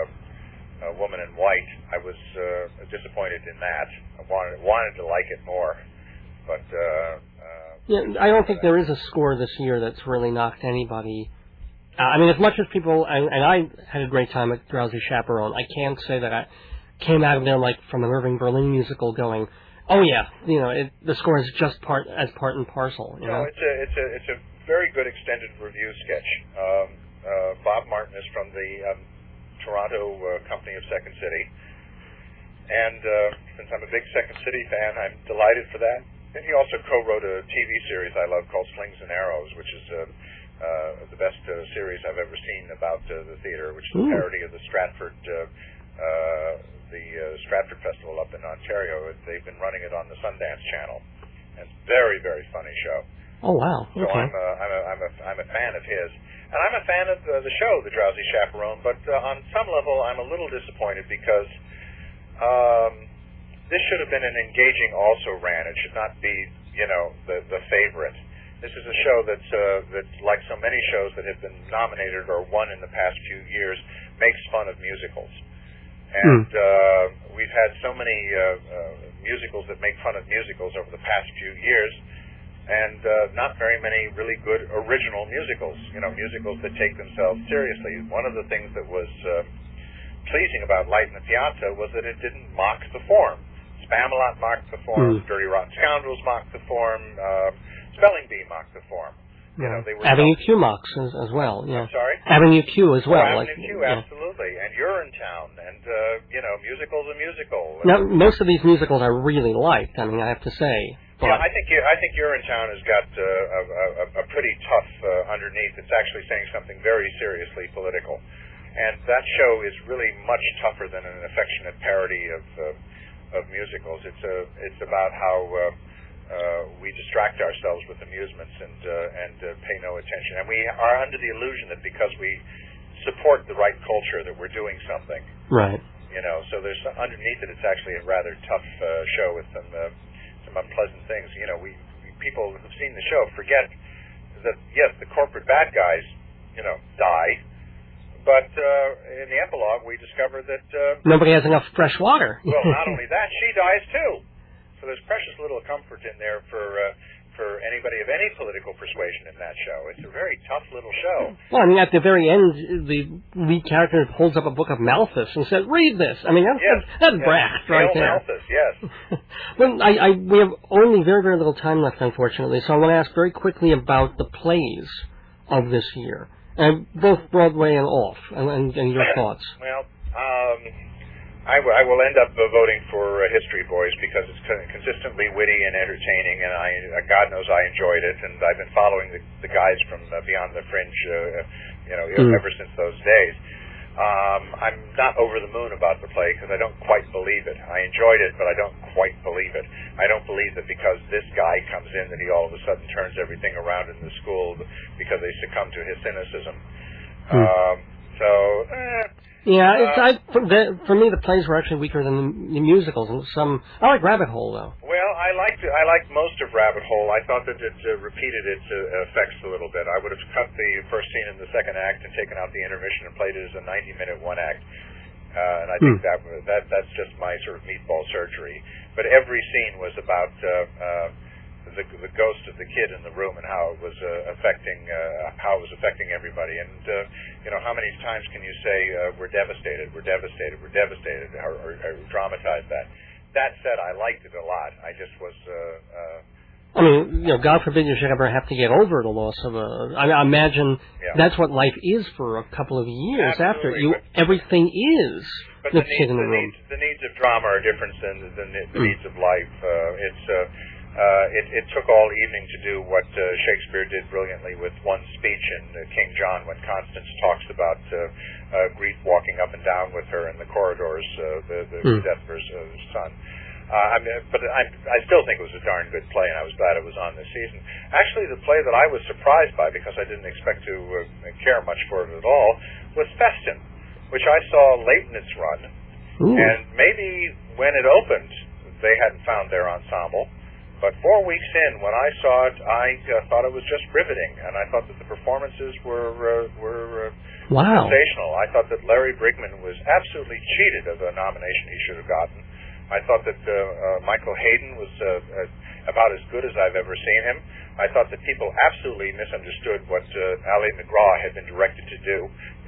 [SPEAKER 7] uh, Woman in White. I was uh, disappointed in that. I wanted wanted to like it more, but. Uh, uh,
[SPEAKER 1] Yeah, I don't think there is a score this year that's really knocked anybody. uh, I mean, as much as people and, and I had a great time at Drowsy Chaperone, I can't say that I came out of there like from an Irving Berlin musical going, "Oh yeah, you know, it, the score is just part as part and parcel." You
[SPEAKER 7] No,
[SPEAKER 1] know,
[SPEAKER 7] it's a it's a it's a very good extended review sketch. Um, uh, Bob Martin is from the um, Toronto uh, company of Second City, and uh, since I'm a big Second City fan, I'm delighted for that. And he also co-wrote a TV series I love called Slings and Arrows, which is uh, uh, the best uh, series I've ever seen about uh, the theater, which is a
[SPEAKER 1] Ooh.
[SPEAKER 7] parody of the Stratford. Uh, uh, the uh, Stratford Festival up in Ontario. They've been running it on the Sundance Channel. And it's very, very funny show.
[SPEAKER 1] oh wow,
[SPEAKER 7] So
[SPEAKER 1] okay,
[SPEAKER 7] I'm a, I'm, a, I'm, a, I'm a fan of his. And I'm a fan of the, the show, The Drowsy Chaperone, but uh, on some level I'm a little disappointed because um, this should have been an engaging also ran. It should not be, you know, the, the favorite. This is a show that's, uh, that's like so many shows that have been nominated or won in the past few years, makes fun of musicals. And uh, we've had so many uh, uh, musicals that make fun of musicals over the past few years and uh, not very many really good original musicals. You know, musicals that take themselves seriously. One of the things that was uh, pleasing about Light in the Piazza was that it didn't mock the form. Spamalot mocked the form.
[SPEAKER 1] Mm.
[SPEAKER 7] Dirty Rotten Scoundrels mocked the form. Uh, Spelling Bee mocked the form. You know, they were
[SPEAKER 1] Avenue Q mocks as, as well. Yeah,
[SPEAKER 7] I'm sorry.
[SPEAKER 1] Avenue Q as well.
[SPEAKER 7] oh,
[SPEAKER 1] like,
[SPEAKER 7] Avenue Q,
[SPEAKER 1] yeah.
[SPEAKER 7] absolutely. And You're in Town, and uh, you know, musical's a musical.
[SPEAKER 1] Now, most of these musicals I really liked. I mean, I have to say, but
[SPEAKER 7] Yeah, I think you- I think You're in Town has got uh, a, a, a pretty tough uh, underneath. It's actually saying something very seriously political, and that show is really much tougher than an affectionate parody of uh, of musicals. It's a it's about how uh, uh, we distract ourselves with amusements and uh, and uh, pay no attention, and we are under the illusion that because we support the right culture that we're doing something
[SPEAKER 1] right.
[SPEAKER 7] you know. So there's underneath it, it's actually a rather tough uh, show with some uh, some unpleasant things. You know, we, we people who've seen the show forget that yes, the corporate bad guys, you know, die, but uh, in the epilogue we discover that uh,
[SPEAKER 1] Nobody has enough fresh water.
[SPEAKER 7] well, not only that, she dies too. So there's precious little comfort in there for. Uh, for anybody of any political persuasion in that show, it's a very tough little show.
[SPEAKER 1] Well, I mean, at the very end, the lead character holds up a book of Malthus and says, "Read this." I mean, that's
[SPEAKER 7] Yes,
[SPEAKER 1] that's,
[SPEAKER 7] yes.
[SPEAKER 1] that's brass right
[SPEAKER 7] Hail
[SPEAKER 1] there.
[SPEAKER 7] Malthus, yes.
[SPEAKER 1] Well, I, I we have only very very little time left, unfortunately. So I want to ask very quickly about the plays of this year, and both Broadway and off, and, and, and your thoughts.
[SPEAKER 7] Well, um, I, w- I will end up uh, voting for uh, History Boys because it's con- consistently witty and entertaining, and I, uh, God knows, I enjoyed it. And I've been following the, the guys from uh, Beyond the Fringe, uh, you know,
[SPEAKER 1] Mm.
[SPEAKER 7] ever since those days. Um, I'm not over the moon about the play because I don't quite believe it. I enjoyed it, but I don't quite believe it. I don't believe that because this guy comes in that he all of a sudden turns everything around in the school because they succumb to his cynicism. Um, so, eh,
[SPEAKER 1] Yeah, it's, I for, the, for me the plays were actually weaker than the, the musicals. And some I like Rabbit Hole though.
[SPEAKER 7] Well, I liked I liked most of Rabbit Hole. I thought that it uh, repeated its uh, effects a little bit. I would have cut the first scene in the second act and taken out the intermission and played it as a 90-minute one act. Uh, and I think
[SPEAKER 1] Hmm.
[SPEAKER 7] that wa- that that's just my sort of meatball surgery. But every scene was about uh, uh, the the ghost of the kid in the room and how it was uh, affecting uh, how it was affecting everybody. And uh, you know, how many times can you say uh, we're devastated, we're devastated, we're devastated, or, or, or dramatize that? That said, I liked it a lot. I just was. Uh, uh,
[SPEAKER 1] I mean, you know, God forbid you should ever have to get over the loss of a. I, I imagine
[SPEAKER 7] Yeah.
[SPEAKER 1] that's what life is for a couple of years after
[SPEAKER 7] Absolutely,
[SPEAKER 1] you.
[SPEAKER 7] but-
[SPEAKER 1] Everything is
[SPEAKER 7] but
[SPEAKER 1] the
[SPEAKER 7] the,
[SPEAKER 1] kid
[SPEAKER 7] needs,
[SPEAKER 1] in the
[SPEAKER 7] the,
[SPEAKER 1] room.
[SPEAKER 7] needs, the needs of drama are different than the, the, ne- the needs of life. Uh, it's uh, uh, it, it took all evening to do what uh, Shakespeare did brilliantly with one speech in uh, King John when Constance talks about uh, uh, grief walking up and down with her in the corridors, uh, the, the
[SPEAKER 1] Mm.
[SPEAKER 7] death of her uh, son. Uh, I mean, but I, I still think it was a darn good play, and I was glad it was on this season. Actually, the play that I was surprised by because I didn't expect to uh, care much for it at all was Feston, which I saw late in its run,
[SPEAKER 1] Ooh.
[SPEAKER 7] and maybe when it opened, they hadn't found their ensemble. But four weeks in, when I saw it, I uh, thought it was just riveting, and I thought that the performances were uh, were uh,
[SPEAKER 1] Wow.
[SPEAKER 7] sensational. I thought that Larry Brigman was absolutely cheated of a nomination he should have gotten. I thought that uh, uh, Michael Hayden was uh, uh, about as good as I've ever seen him. I thought that people absolutely misunderstood what uh, Ally McGraw had been directed to do.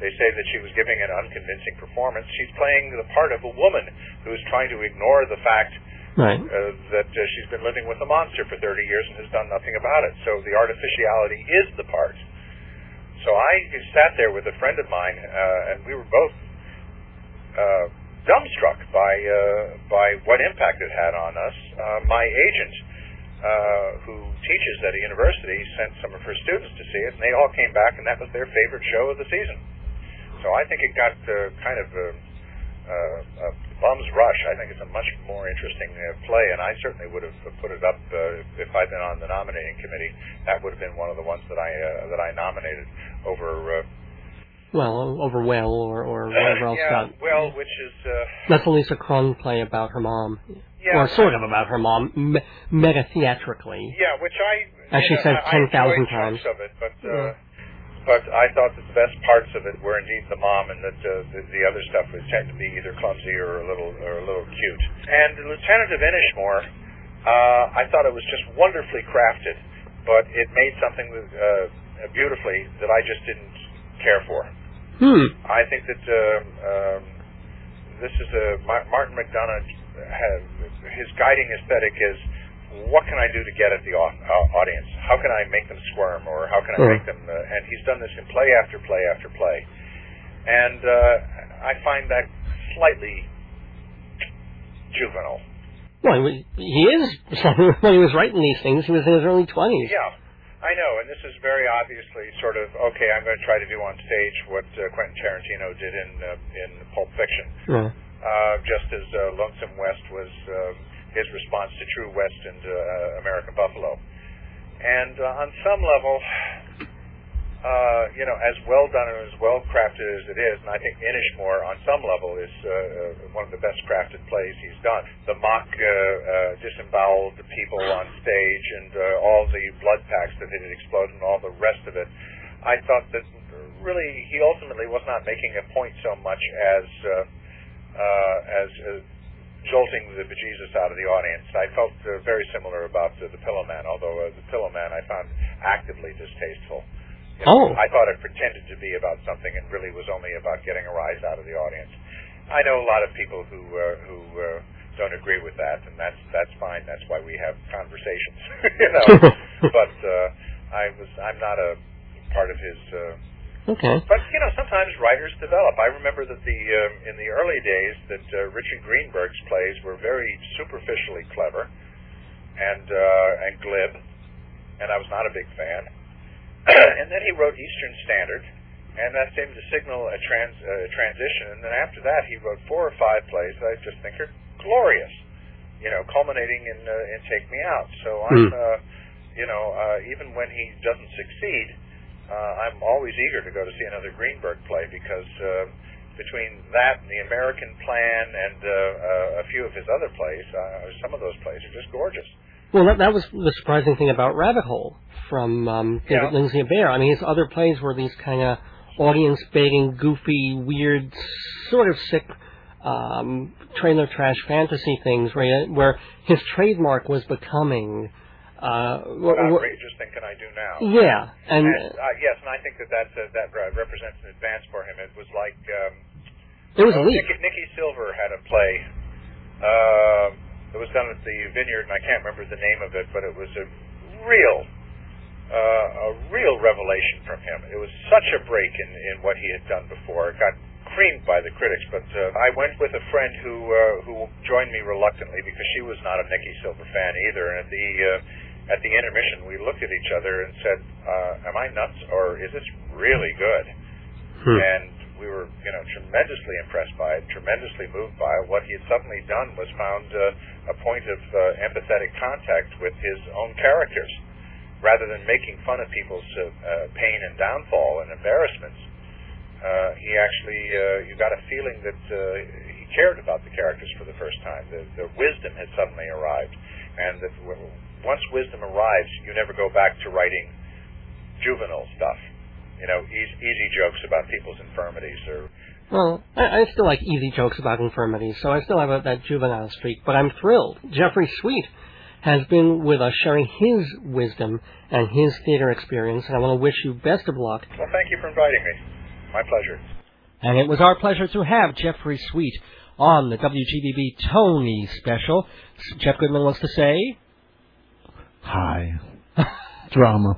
[SPEAKER 7] They say that she was giving an unconvincing performance. She's playing the part of a woman who's trying to ignore the fact
[SPEAKER 1] Mm-hmm. Right.
[SPEAKER 7] uh, that uh, she's been living with a monster for 30 years and has done nothing about it. So the artificiality is the part. So I sat there with a friend of mine, uh, and we were both uh, dumbstruck by uh, by what impact it had on us. Uh, my agent, uh, who teaches at a university, sent some of her students to see it, and they all came back, and that was their favorite show of the season. So I think it got uh, kind of a, uh, a bum's rush. I think it's a much more interesting uh, play, and I certainly would have put it up uh, if I'd been on the nominating committee. That would have been one of the ones that I uh, that I nominated over. Uh,
[SPEAKER 1] Well, over Well or, or whatever else
[SPEAKER 7] yeah,
[SPEAKER 1] got.
[SPEAKER 7] well, which is uh,
[SPEAKER 1] That's Elisa Kron play about her mom.
[SPEAKER 7] yeah,
[SPEAKER 1] Or sort of about her mom, me- mega theatrically.
[SPEAKER 7] Yeah, which I
[SPEAKER 1] As she
[SPEAKER 7] you know,
[SPEAKER 1] says
[SPEAKER 7] I- I
[SPEAKER 1] 10,000
[SPEAKER 7] enjoyed chunks
[SPEAKER 1] times.
[SPEAKER 7] of it, but uh,
[SPEAKER 1] Yeah.
[SPEAKER 7] but I thought that the best parts of it were indeed the mom, and that uh, the, the other stuff would tend to be either clumsy or a little or a little cute. And the Lieutenant of Inishmore, uh, I thought it was just wonderfully crafted, but it made something with, uh, beautifully that I just didn't care for.
[SPEAKER 1] Hmm.
[SPEAKER 7] I think that um, um, this is a Ma- Martin McDonough. Has, his guiding aesthetic is what can I do to get at the au- uh, audience? How can I make them squirm, or how can I
[SPEAKER 1] Sure.
[SPEAKER 7] make them? Uh, and he's done this in play after play after play, and uh, I find that slightly juvenile.
[SPEAKER 1] Well, he, was, he is. when he was writing these things, he was in his early 20s.
[SPEAKER 7] Yeah, I know, and this is very obviously sort of okay. I'm going to try to do on stage what uh, Quentin Tarantino did in uh, in Pulp Fiction.
[SPEAKER 1] Yeah.
[SPEAKER 7] uh, just as uh, Lonesome West was uh, his response to True West and uh, American Buffalo. And uh, on some level, uh, you know, as well done and as well crafted as it is, and I think Inishmore on some level is uh, uh, one of the best crafted plays he's done. The mock uh, uh, disemboweled people on stage and uh, all the blood packs that had exploded and all the rest of it. I thought that really he ultimately was not making a point so much as uh, uh, as uh, jolting the bejesus out of the audience. I felt uh, very similar about uh, the Pillow Man, although uh, the Pillow Man I found actively distasteful. You
[SPEAKER 1] Oh.
[SPEAKER 7] I thought it pretended to be about something and really was only about getting a rise out of the audience. I know a lot of people who uh, who uh, don't agree with that, and that's that's fine. That's why we have conversations, you know. but uh, I was I'm not a part of his. Uh,
[SPEAKER 1] Okay.
[SPEAKER 7] but you know, sometimes writers develop. I remember that the um, in the early days that uh, Richard Greenberg's plays were very superficially clever and uh, and glib, and I was not a big fan. and then he wrote Eastern Standard, and that seemed to signal a trans uh, transition. And then after that, he wrote four or five plays that I just think are glorious. You know, culminating in uh, in Take Me Out. So I'm,
[SPEAKER 1] Hmm.
[SPEAKER 7] uh, you know, uh, even when he doesn't succeed, uh, I'm always eager to go to see another Greenberg play because uh, between that and the American Plan and uh, uh, a few of his other plays, uh, some of those plays are just gorgeous.
[SPEAKER 1] Well, that, that was the surprising thing about Rabbit Hole from um, David
[SPEAKER 7] Yeah.
[SPEAKER 1] Lindsay Bear. I mean, his other plays were these kind of audience baiting, goofy, weird, sort of sick um, trailer trash fantasy things where, where his trademark was becoming. Uh,
[SPEAKER 7] What
[SPEAKER 1] wh- wh-
[SPEAKER 7] outrageous thing can I do now?
[SPEAKER 1] yeah, and
[SPEAKER 7] And, uh, yes, and I think that that, uh, that re- represents an advance for him. It was like um,
[SPEAKER 1] it was a
[SPEAKER 7] oh,
[SPEAKER 1] leap.
[SPEAKER 7] Nicky, Nicky Silver had a play. Uh, it was done at the Vineyard, and I can't remember the name of it, but it was a real, uh, a real revelation from him. It was such a break in, in what he had done before. It got creamed by the critics, but uh, I went with a friend who uh, who joined me reluctantly because she was not a Nicky Silver fan either. And at the uh, at the intermission, we looked at each other and said, uh, "Am I nuts, or is this really good?"
[SPEAKER 1] Hmm.
[SPEAKER 7] And we were, you know, tremendously impressed by it, tremendously moved by it. What he had suddenly done was found uh, a point of uh, empathetic contact with his own characters, rather than making fun of people's uh, uh, pain and downfall and embarrassments. Uh, he actually, uh, you got a feeling that uh, he cared about the characters for the first time. The, the wisdom had suddenly arrived, and that w- once wisdom arrives, you never go back to writing juvenile stuff. You know, easy, easy jokes about people's infirmities or
[SPEAKER 1] Well, I, I still like easy jokes about infirmities, so I still have a, that juvenile streak, but I'm thrilled. Jeffrey Sweet has been with us sharing his wisdom and his theater experience, and I want to wish you best of luck.
[SPEAKER 7] Well, thank you for inviting me. My pleasure.
[SPEAKER 1] And it was our pleasure to have Jeffrey Sweet on the WGBB Tony special. S- Jeff Goodman wants to say.
[SPEAKER 2] Hi. Drama.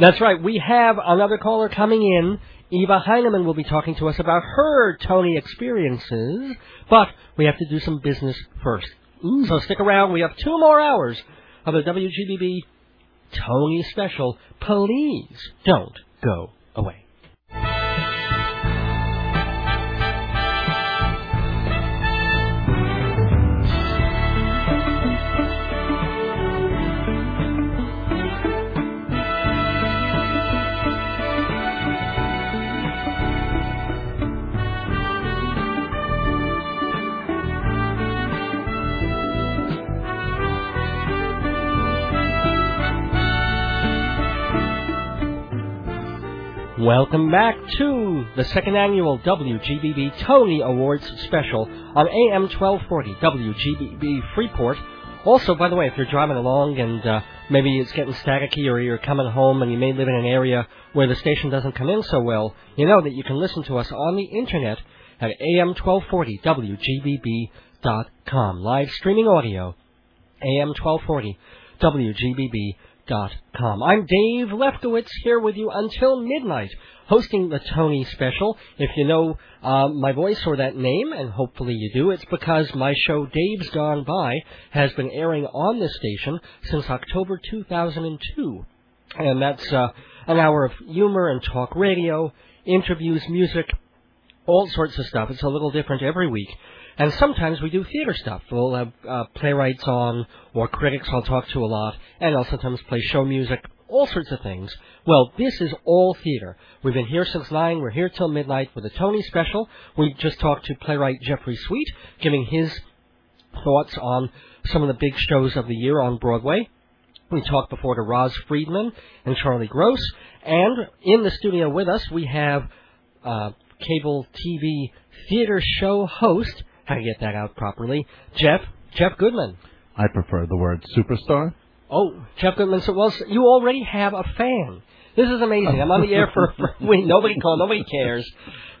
[SPEAKER 1] That's right, we have another caller coming in. Eva Heineman will be talking to us about her Tony experiences, but we have to do some business first. So stick around, we have two more hours of the WGBB Tony special. Please don't go away. Welcome back to the second annual WGBB Tony Awards special on AM 1240 WGBB Freeport. Also, by the way, if you're driving along and uh, maybe it's getting staticky or you're coming home and you may live in an area where the station doesn't come in so well, you know that you can listen to us on the internet at am1240wgbb.com. Live streaming audio, am1240wgbb.com. Com. I'm Dave Lefkowitz here with you until midnight, hosting the Tony special. If you know uh, my voice or that name, and hopefully you do, it's because my show Dave's Gone By has been airing on this station since October 2002. And that's uh, an hour of humor and talk radio, interviews, music, all sorts of stuff. It's a little different every week. And sometimes we do theater stuff. We'll have uh, playwrights on, or critics I'll talk to a lot, and I'll sometimes play show music, all sorts of things. Well, this is all theater. We've been here since 9, we're here till midnight with a Tony special. We just talked to playwright Jeffrey Sweet, giving his thoughts on some of the big shows of the year on Broadway. We talked before to Roz Friedman and Charlie Gross. And in the studio with us, we have uh, cable TV theater show host, how to get that out properly, Jeff, Jeff Goodman.
[SPEAKER 2] I prefer the word superstar.
[SPEAKER 1] Oh, Jeff Goodman, so well, so you already have a fan. This is amazing. I'm on the air for, for we, nobody called, nobody cares.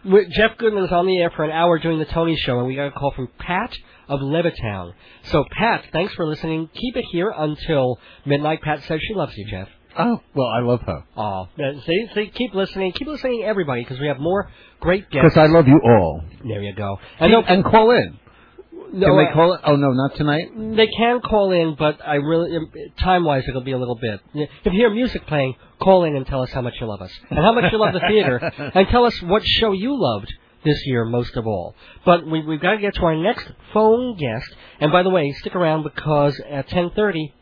[SPEAKER 1] We- Jeff Goodman's on the air for an hour doing the Tony Show, and we got a call from Pat of Levittown. So, Pat, thanks for listening. Keep it here until midnight. Pat says she loves you, Jeff.
[SPEAKER 2] Oh, well, I love her.
[SPEAKER 1] Aw, Uh, see, see, keep listening, keep listening, everybody, because we have more great guests.
[SPEAKER 2] Because I love you all.
[SPEAKER 1] There you go. And no,
[SPEAKER 2] and call in.
[SPEAKER 1] no,
[SPEAKER 2] Can
[SPEAKER 1] uh,
[SPEAKER 2] they call it? Oh, no, not tonight.
[SPEAKER 1] They can call in, but I really time wise it'll be a little bit. If you hear music playing, call in and tell us how much you love us and how much you love the theater, and tell us what show you loved this year most of all. But we, we've got to get to our next phone guest. And by the way, stick around because at ten thirty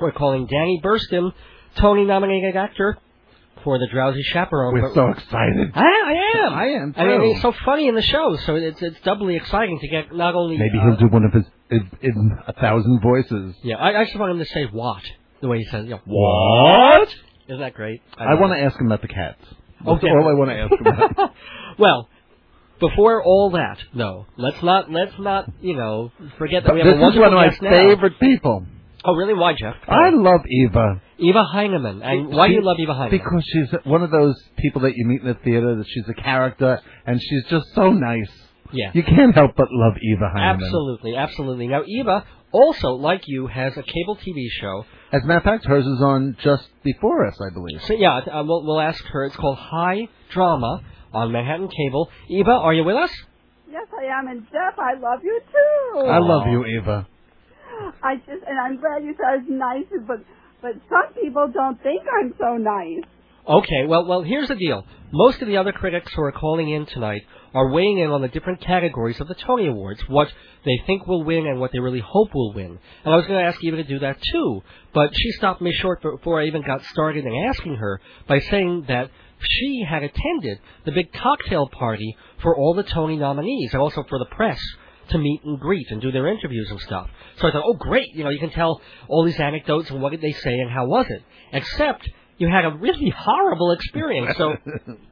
[SPEAKER 1] we're calling Danny Burston, Tony nominated actor for The Drowsy Chaperone.
[SPEAKER 2] We're
[SPEAKER 1] But-
[SPEAKER 2] so excited.
[SPEAKER 1] I, I am.
[SPEAKER 2] I am,
[SPEAKER 1] I mean,
[SPEAKER 2] too.
[SPEAKER 1] it's so funny in the show, so it's it's doubly exciting to get not only
[SPEAKER 2] Maybe
[SPEAKER 1] uh,
[SPEAKER 2] he'll do one of his in, in a thousand voices.
[SPEAKER 1] Yeah, I, I just want him to say what the way he says. You know,
[SPEAKER 2] What?
[SPEAKER 1] Isn't that great?
[SPEAKER 2] I want to ask him about the cats. That's
[SPEAKER 1] Okay.
[SPEAKER 2] all I want to ask him about.
[SPEAKER 1] Well, before all that, though, let's not let's not you know forget that we have
[SPEAKER 2] this
[SPEAKER 1] a
[SPEAKER 2] is
[SPEAKER 1] wonderful
[SPEAKER 2] one of my
[SPEAKER 1] guest now.
[SPEAKER 2] favorite people.
[SPEAKER 1] Oh, really? Why, Jeff?
[SPEAKER 2] I love Eva.
[SPEAKER 1] Eva Heineman, and why do you
[SPEAKER 2] Be-
[SPEAKER 1] love Eva Heineman?
[SPEAKER 2] Because she's one of those people that you meet in the theater, that she's a character, and she's just so nice.
[SPEAKER 1] yeah,
[SPEAKER 2] You can't help but love Eva Hyman.
[SPEAKER 1] absolutely, absolutely. Now, Eva also, like you, has a cable TV show.
[SPEAKER 2] As a matter of fact, hers is on just before us, I believe.
[SPEAKER 1] So yeah, uh, we'll we'll ask her. It's called High Drama on Manhattan Cable. Eva, are you with us?
[SPEAKER 8] Yes, I am, and Jeff, I love you too.
[SPEAKER 2] I love you, Eva.
[SPEAKER 8] I just, and I'm glad you said I was nice, but but some people don't think I'm so nice.
[SPEAKER 1] Okay, well, well, here's the deal. Most of the other critics who are calling in tonight are weighing in on the different categories of the Tony Awards, what they think will win and what they really hope will win. And I was going to ask Eva to do that too, but she stopped me short before I even got started in asking her by saying that she had attended the big cocktail party for all the Tony nominees and also for the press to meet and greet and do their interviews and stuff. So I thought, oh great, you know, you can tell all these anecdotes and what did they say and how was it. Except you had a really horrible experience. So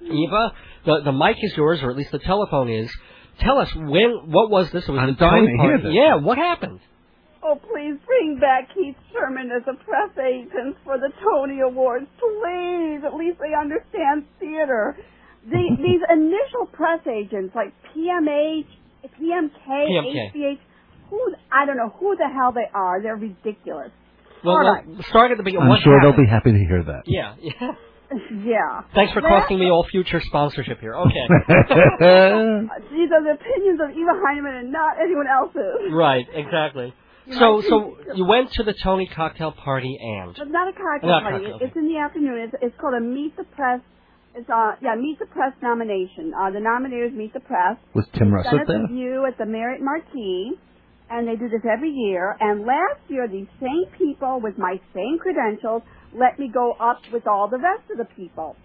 [SPEAKER 1] Eva, the the mic is yours, or at least the telephone is. Tell us when what was this? It was
[SPEAKER 2] I'm
[SPEAKER 1] the Tony
[SPEAKER 2] dying to hear
[SPEAKER 1] party.
[SPEAKER 2] this.
[SPEAKER 1] Yeah, what happened?
[SPEAKER 8] Oh, please bring back Keith Sherman as a press agent for the Tony Awards. Please, at least they understand theater. The, these initial press agents, like PMH, PMK,
[SPEAKER 1] PMK.
[SPEAKER 8] HBH, who I don't know who the hell they are. They're ridiculous.
[SPEAKER 1] Well,
[SPEAKER 8] All
[SPEAKER 1] well,
[SPEAKER 8] right.
[SPEAKER 1] start at the beginning.
[SPEAKER 2] I'm
[SPEAKER 1] what
[SPEAKER 2] sure
[SPEAKER 1] happened?
[SPEAKER 2] they'll be happy to hear that.
[SPEAKER 1] Yeah, yeah.
[SPEAKER 8] yeah.
[SPEAKER 1] Thanks for
[SPEAKER 8] Well-
[SPEAKER 1] costing me all future sponsorship here. Okay.
[SPEAKER 8] Uh, These are the opinions of Eva Heinemann and not anyone else's.
[SPEAKER 1] right, exactly.
[SPEAKER 8] You
[SPEAKER 1] So
[SPEAKER 8] might be-
[SPEAKER 1] so you went to the Tony cocktail party and
[SPEAKER 8] It's not a cocktail
[SPEAKER 1] Not a
[SPEAKER 8] party.
[SPEAKER 1] cocktail,
[SPEAKER 8] It's in the afternoon. It's, it's called a Meet the Press. It's uh yeah Meet the Press nomination. Uh, the nominators meet the press.
[SPEAKER 2] Was Tim Russ
[SPEAKER 8] Done
[SPEAKER 2] up
[SPEAKER 8] at
[SPEAKER 2] there?
[SPEAKER 8] the View at the Marriott Marquis, and they do this every year. And last year, these same people with my same credentials let me go up with all the rest of the people,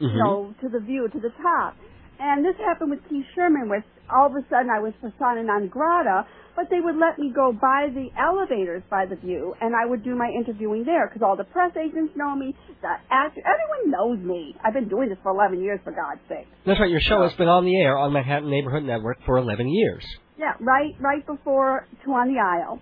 [SPEAKER 3] Mm-hmm.
[SPEAKER 1] Mm-hmm.
[SPEAKER 8] you know, to the view to the top. And this happened with Keith Sherman, where all of a sudden I was persona non grata, but they would let me go by the elevators by the view, and I would do my interviewing there because all the press agents know me, the actor, everyone knows me. I've been doing this for 11 years, for God's sake.
[SPEAKER 1] that's right. Your show has been on the air on Manhattan Neighborhood Network for 11 years.
[SPEAKER 8] Yeah, right, right before Two on the Aisle.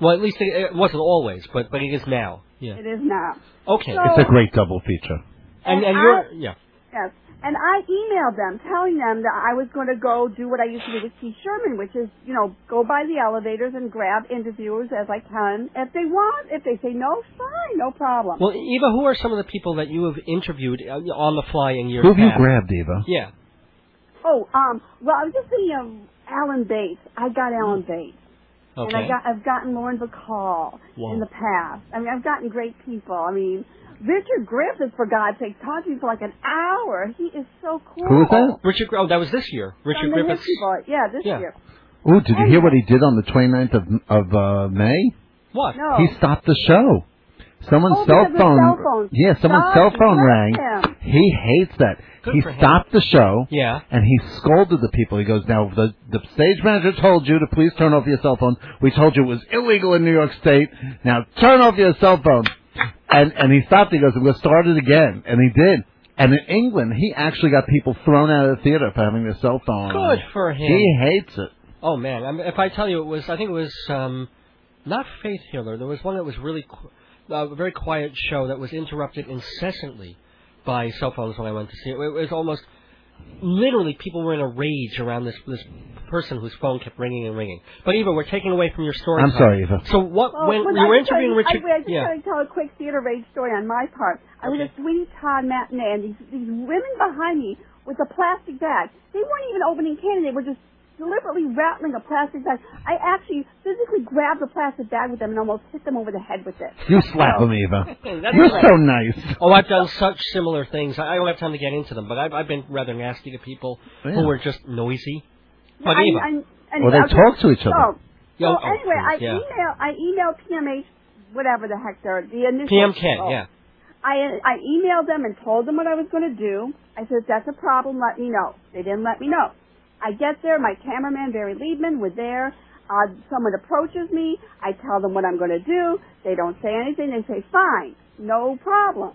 [SPEAKER 1] Well, at least it, it wasn't always, but but it is now. Yeah.
[SPEAKER 8] It is now.
[SPEAKER 1] Okay.
[SPEAKER 8] So-
[SPEAKER 2] It's a great double feature.
[SPEAKER 1] and and
[SPEAKER 8] and
[SPEAKER 1] you're yeah.
[SPEAKER 8] Yes. And I emailed them telling them that I was going to go do what I used to do with Keith Sherman, which is, you know, go by the elevators and grab interviewers as I can. If they want, if they say no, fine, no problem.
[SPEAKER 1] Well, e- Eva, who are some of the people that you have interviewed uh, on the fly in your
[SPEAKER 2] Who have you
[SPEAKER 1] past?
[SPEAKER 2] grabbed, Eva?
[SPEAKER 1] Yeah.
[SPEAKER 8] oh, um, well, I was just thinking of Alan Bates. I got Alan Bates.
[SPEAKER 1] Mm. Okay.
[SPEAKER 8] And I got, I've gotten Lauren Bacall
[SPEAKER 1] Wow.
[SPEAKER 8] in the past. I mean, I've gotten great people. I mean, Richard Griffith, for God's sake, talked to me for like an hour. He is so cool.
[SPEAKER 2] Who was that?
[SPEAKER 1] Richard. Oh, that was this year.
[SPEAKER 8] From
[SPEAKER 1] Richard
[SPEAKER 8] the
[SPEAKER 1] Griffiths.
[SPEAKER 8] History Boy. Yeah, this
[SPEAKER 1] Yeah.
[SPEAKER 8] year.
[SPEAKER 2] Oh, did you hear what he did on the 29th of of uh, May?
[SPEAKER 1] What?
[SPEAKER 8] No.
[SPEAKER 2] He stopped the show. Someone's
[SPEAKER 8] Oh,
[SPEAKER 2] cell
[SPEAKER 8] because of
[SPEAKER 2] phone.
[SPEAKER 8] cell phones.
[SPEAKER 2] Yeah,
[SPEAKER 8] God
[SPEAKER 2] someone's cell phone
[SPEAKER 8] bless
[SPEAKER 2] rang.
[SPEAKER 8] him.
[SPEAKER 2] He hates that.
[SPEAKER 1] Good
[SPEAKER 2] he
[SPEAKER 1] for him.
[SPEAKER 2] stopped the show.
[SPEAKER 1] Yeah.
[SPEAKER 2] And he scolded the people. He goes, "Now the the stage manager told you to please turn off your cell phone. We told you it was illegal in New York State. Now turn off your cell phone." And and he stopped. He goes, "We'll start it again." And he did. And in England, he actually got people thrown out of the theater for having their cell phone. on.
[SPEAKER 1] Good for him.
[SPEAKER 2] He hates it.
[SPEAKER 1] Oh man, I mean, if I tell you it was, I think it was um, not Faith Healer. There was one that was really qu- uh, a very quiet show that was interrupted incessantly by cell phones when I went to see it. It was almost literally people were in a rage around this this person whose phone kept ringing and ringing. But Eva, we're taking away from your story.
[SPEAKER 2] I'm
[SPEAKER 1] time.
[SPEAKER 2] sorry, Eva.
[SPEAKER 1] So what
[SPEAKER 8] Well,
[SPEAKER 1] when,
[SPEAKER 8] when
[SPEAKER 1] you
[SPEAKER 8] Oh, I
[SPEAKER 1] were
[SPEAKER 8] was
[SPEAKER 1] interviewing
[SPEAKER 8] trying-
[SPEAKER 1] Richard?
[SPEAKER 8] I, I just
[SPEAKER 1] yeah.
[SPEAKER 8] going to tell a quick theater rage story on my part. I was
[SPEAKER 1] Okay.
[SPEAKER 8] at Sweeney Todd matinee, and these, these women behind me with a plastic bag. They weren't even opening candy. They were just deliberately rattling a plastic bag. I actually physically grabbed the plastic bag with them and almost hit them over the head with it.
[SPEAKER 2] You slap him, Eva.
[SPEAKER 1] That's
[SPEAKER 2] You're
[SPEAKER 1] right.
[SPEAKER 2] so nice.
[SPEAKER 1] Oh, I've done such similar things. I I don't have time to get into them, but I've, I've been rather nasty to people
[SPEAKER 2] Yeah.
[SPEAKER 1] who were just noisy. But
[SPEAKER 8] I,
[SPEAKER 1] Eva,
[SPEAKER 8] I, and,
[SPEAKER 2] Well, they
[SPEAKER 8] okay,
[SPEAKER 2] talk to each
[SPEAKER 8] so-
[SPEAKER 2] other.
[SPEAKER 8] So,
[SPEAKER 1] Yeah, oh,
[SPEAKER 8] anyway, I
[SPEAKER 1] yeah.
[SPEAKER 8] email I emailed PMH, whatever the heck they're the initial
[SPEAKER 1] PMK,
[SPEAKER 8] oh.
[SPEAKER 1] yeah.
[SPEAKER 8] I I emailed them and told them what I was going to do. I said, if that's a problem, let me know. They didn't let me know. I get there, my cameraman, Barry Liebman, was there. Uh, someone approaches me. I tell them what I'm going to do. They don't say anything. They say, fine, no problem.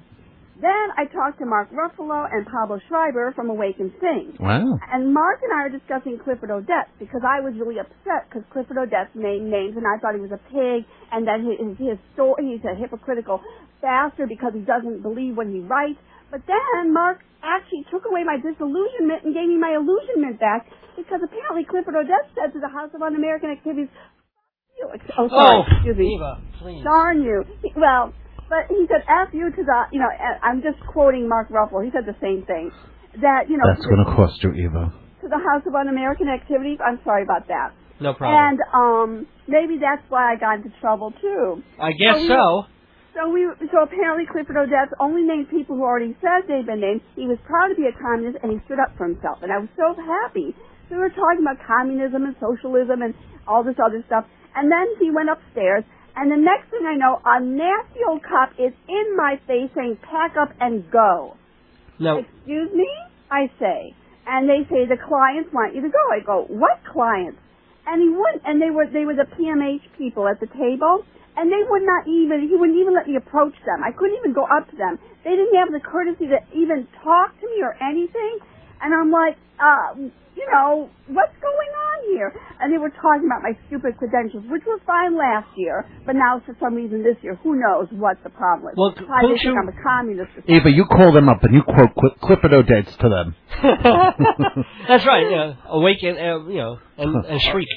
[SPEAKER 8] Then I talk to Mark Ruffalo and Pablo Schreiber from Awaken Sing.
[SPEAKER 2] Wow.
[SPEAKER 8] And Mark and I are discussing Clifford Odette because I was really upset because Clifford Odette's name names and I thought he was a pig and that his, his story, he's a hypocritical bastard because he doesn't believe what he writes. But then Mark actually took away my disillusionment and gave me my illusionment back because apparently Clifford Odette said to the House of Un-American Activities, "F you. Ex- Oh, sorry.
[SPEAKER 1] Oh,
[SPEAKER 8] excuse me.
[SPEAKER 1] Eva, please.
[SPEAKER 8] Darn you. He, well, but he said, F you to the, you know, I'm just quoting Mark Ruffalo. He said the same thing. That, you know,
[SPEAKER 2] That's going to cost you, Eva.
[SPEAKER 8] to the House of Un-American Activities. I'm sorry about that.
[SPEAKER 1] No problem.
[SPEAKER 8] And um, maybe that's why I got into trouble too.
[SPEAKER 1] I guess
[SPEAKER 8] so we-
[SPEAKER 1] so.
[SPEAKER 8] So we, so apparently Clifford Odets only named people who already said they'd been named. He was proud to be a communist and he stood up for himself. And I was so happy. So we were talking about communism and socialism and all this other stuff. And then he went upstairs. And the next thing I know, a nasty old cop is in my face saying, pack up and go.
[SPEAKER 1] Now,
[SPEAKER 8] Excuse me? I say. And they say, the clients want you to go. I go, what clients? And he wouldn't, and they were, they were the PMH people at the table. And they would not even, he wouldn't even let me approach them. I couldn't even go up to them. They didn't have the courtesy to even talk to me or anything. And I'm like, uh, you know, what's going on here? And they were talking about my stupid credentials, which were fine last year, but now for some reason this year, who knows what the problem is.
[SPEAKER 1] Well,
[SPEAKER 8] Why they
[SPEAKER 1] couldn't
[SPEAKER 8] think
[SPEAKER 1] you-
[SPEAKER 8] I'm a communist or
[SPEAKER 2] Eva, you call them up and you quote Cl- Clifford Odets to them.
[SPEAKER 1] that's right. Yeah, awaken, uh, you know, and, and shriek.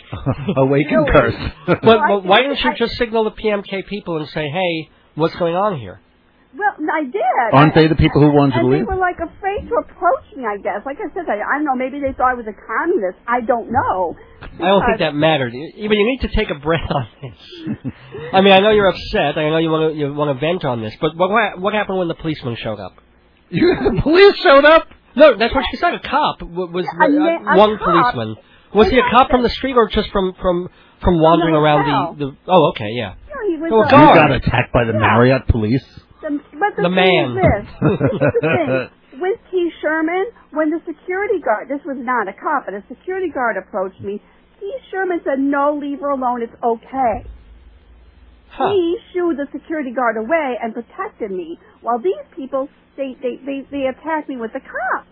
[SPEAKER 2] Awake and curse.
[SPEAKER 1] But,
[SPEAKER 8] I
[SPEAKER 1] but why
[SPEAKER 8] think
[SPEAKER 1] didn't you
[SPEAKER 8] I-
[SPEAKER 1] just signal the PMK people and say, "Hey, what's going on here?"
[SPEAKER 8] Well, I did.
[SPEAKER 2] Aren't they the people who wanted you to
[SPEAKER 8] And they
[SPEAKER 2] leave?
[SPEAKER 8] were like afraid to approach me, I guess. Like I said, I, I don't know. Maybe they thought I was a communist. I don't know.
[SPEAKER 1] I don't think that mattered. You- Even you need to take a breath on this. I mean, I know you're upset. I know you want to you want to vent on this. But what what what happened when the policeman showed up?
[SPEAKER 2] You, the police showed up.
[SPEAKER 1] No, that's what she said. A cop w- was
[SPEAKER 8] A ma-
[SPEAKER 1] uh,
[SPEAKER 8] a
[SPEAKER 1] one
[SPEAKER 8] cop.
[SPEAKER 1] policeman. Was he a cop from the street or just from from from wandering around the, the? Oh, okay, yeah.
[SPEAKER 8] You know, he was
[SPEAKER 1] Oh,
[SPEAKER 8] a,
[SPEAKER 2] You
[SPEAKER 1] God.
[SPEAKER 2] got attacked by the Marriott police.
[SPEAKER 8] the, but the,
[SPEAKER 1] The
[SPEAKER 8] thing
[SPEAKER 1] man.
[SPEAKER 8] Is this. this is the thing. With T. Sherman, when the security guard, this was not a cop, but a security guard approached me, T. Sherman said, no, leave her alone. It's okay.
[SPEAKER 1] Huh.
[SPEAKER 8] He shooed the security guard away and protected me, while these people, they, they, they, they attacked me with the cop.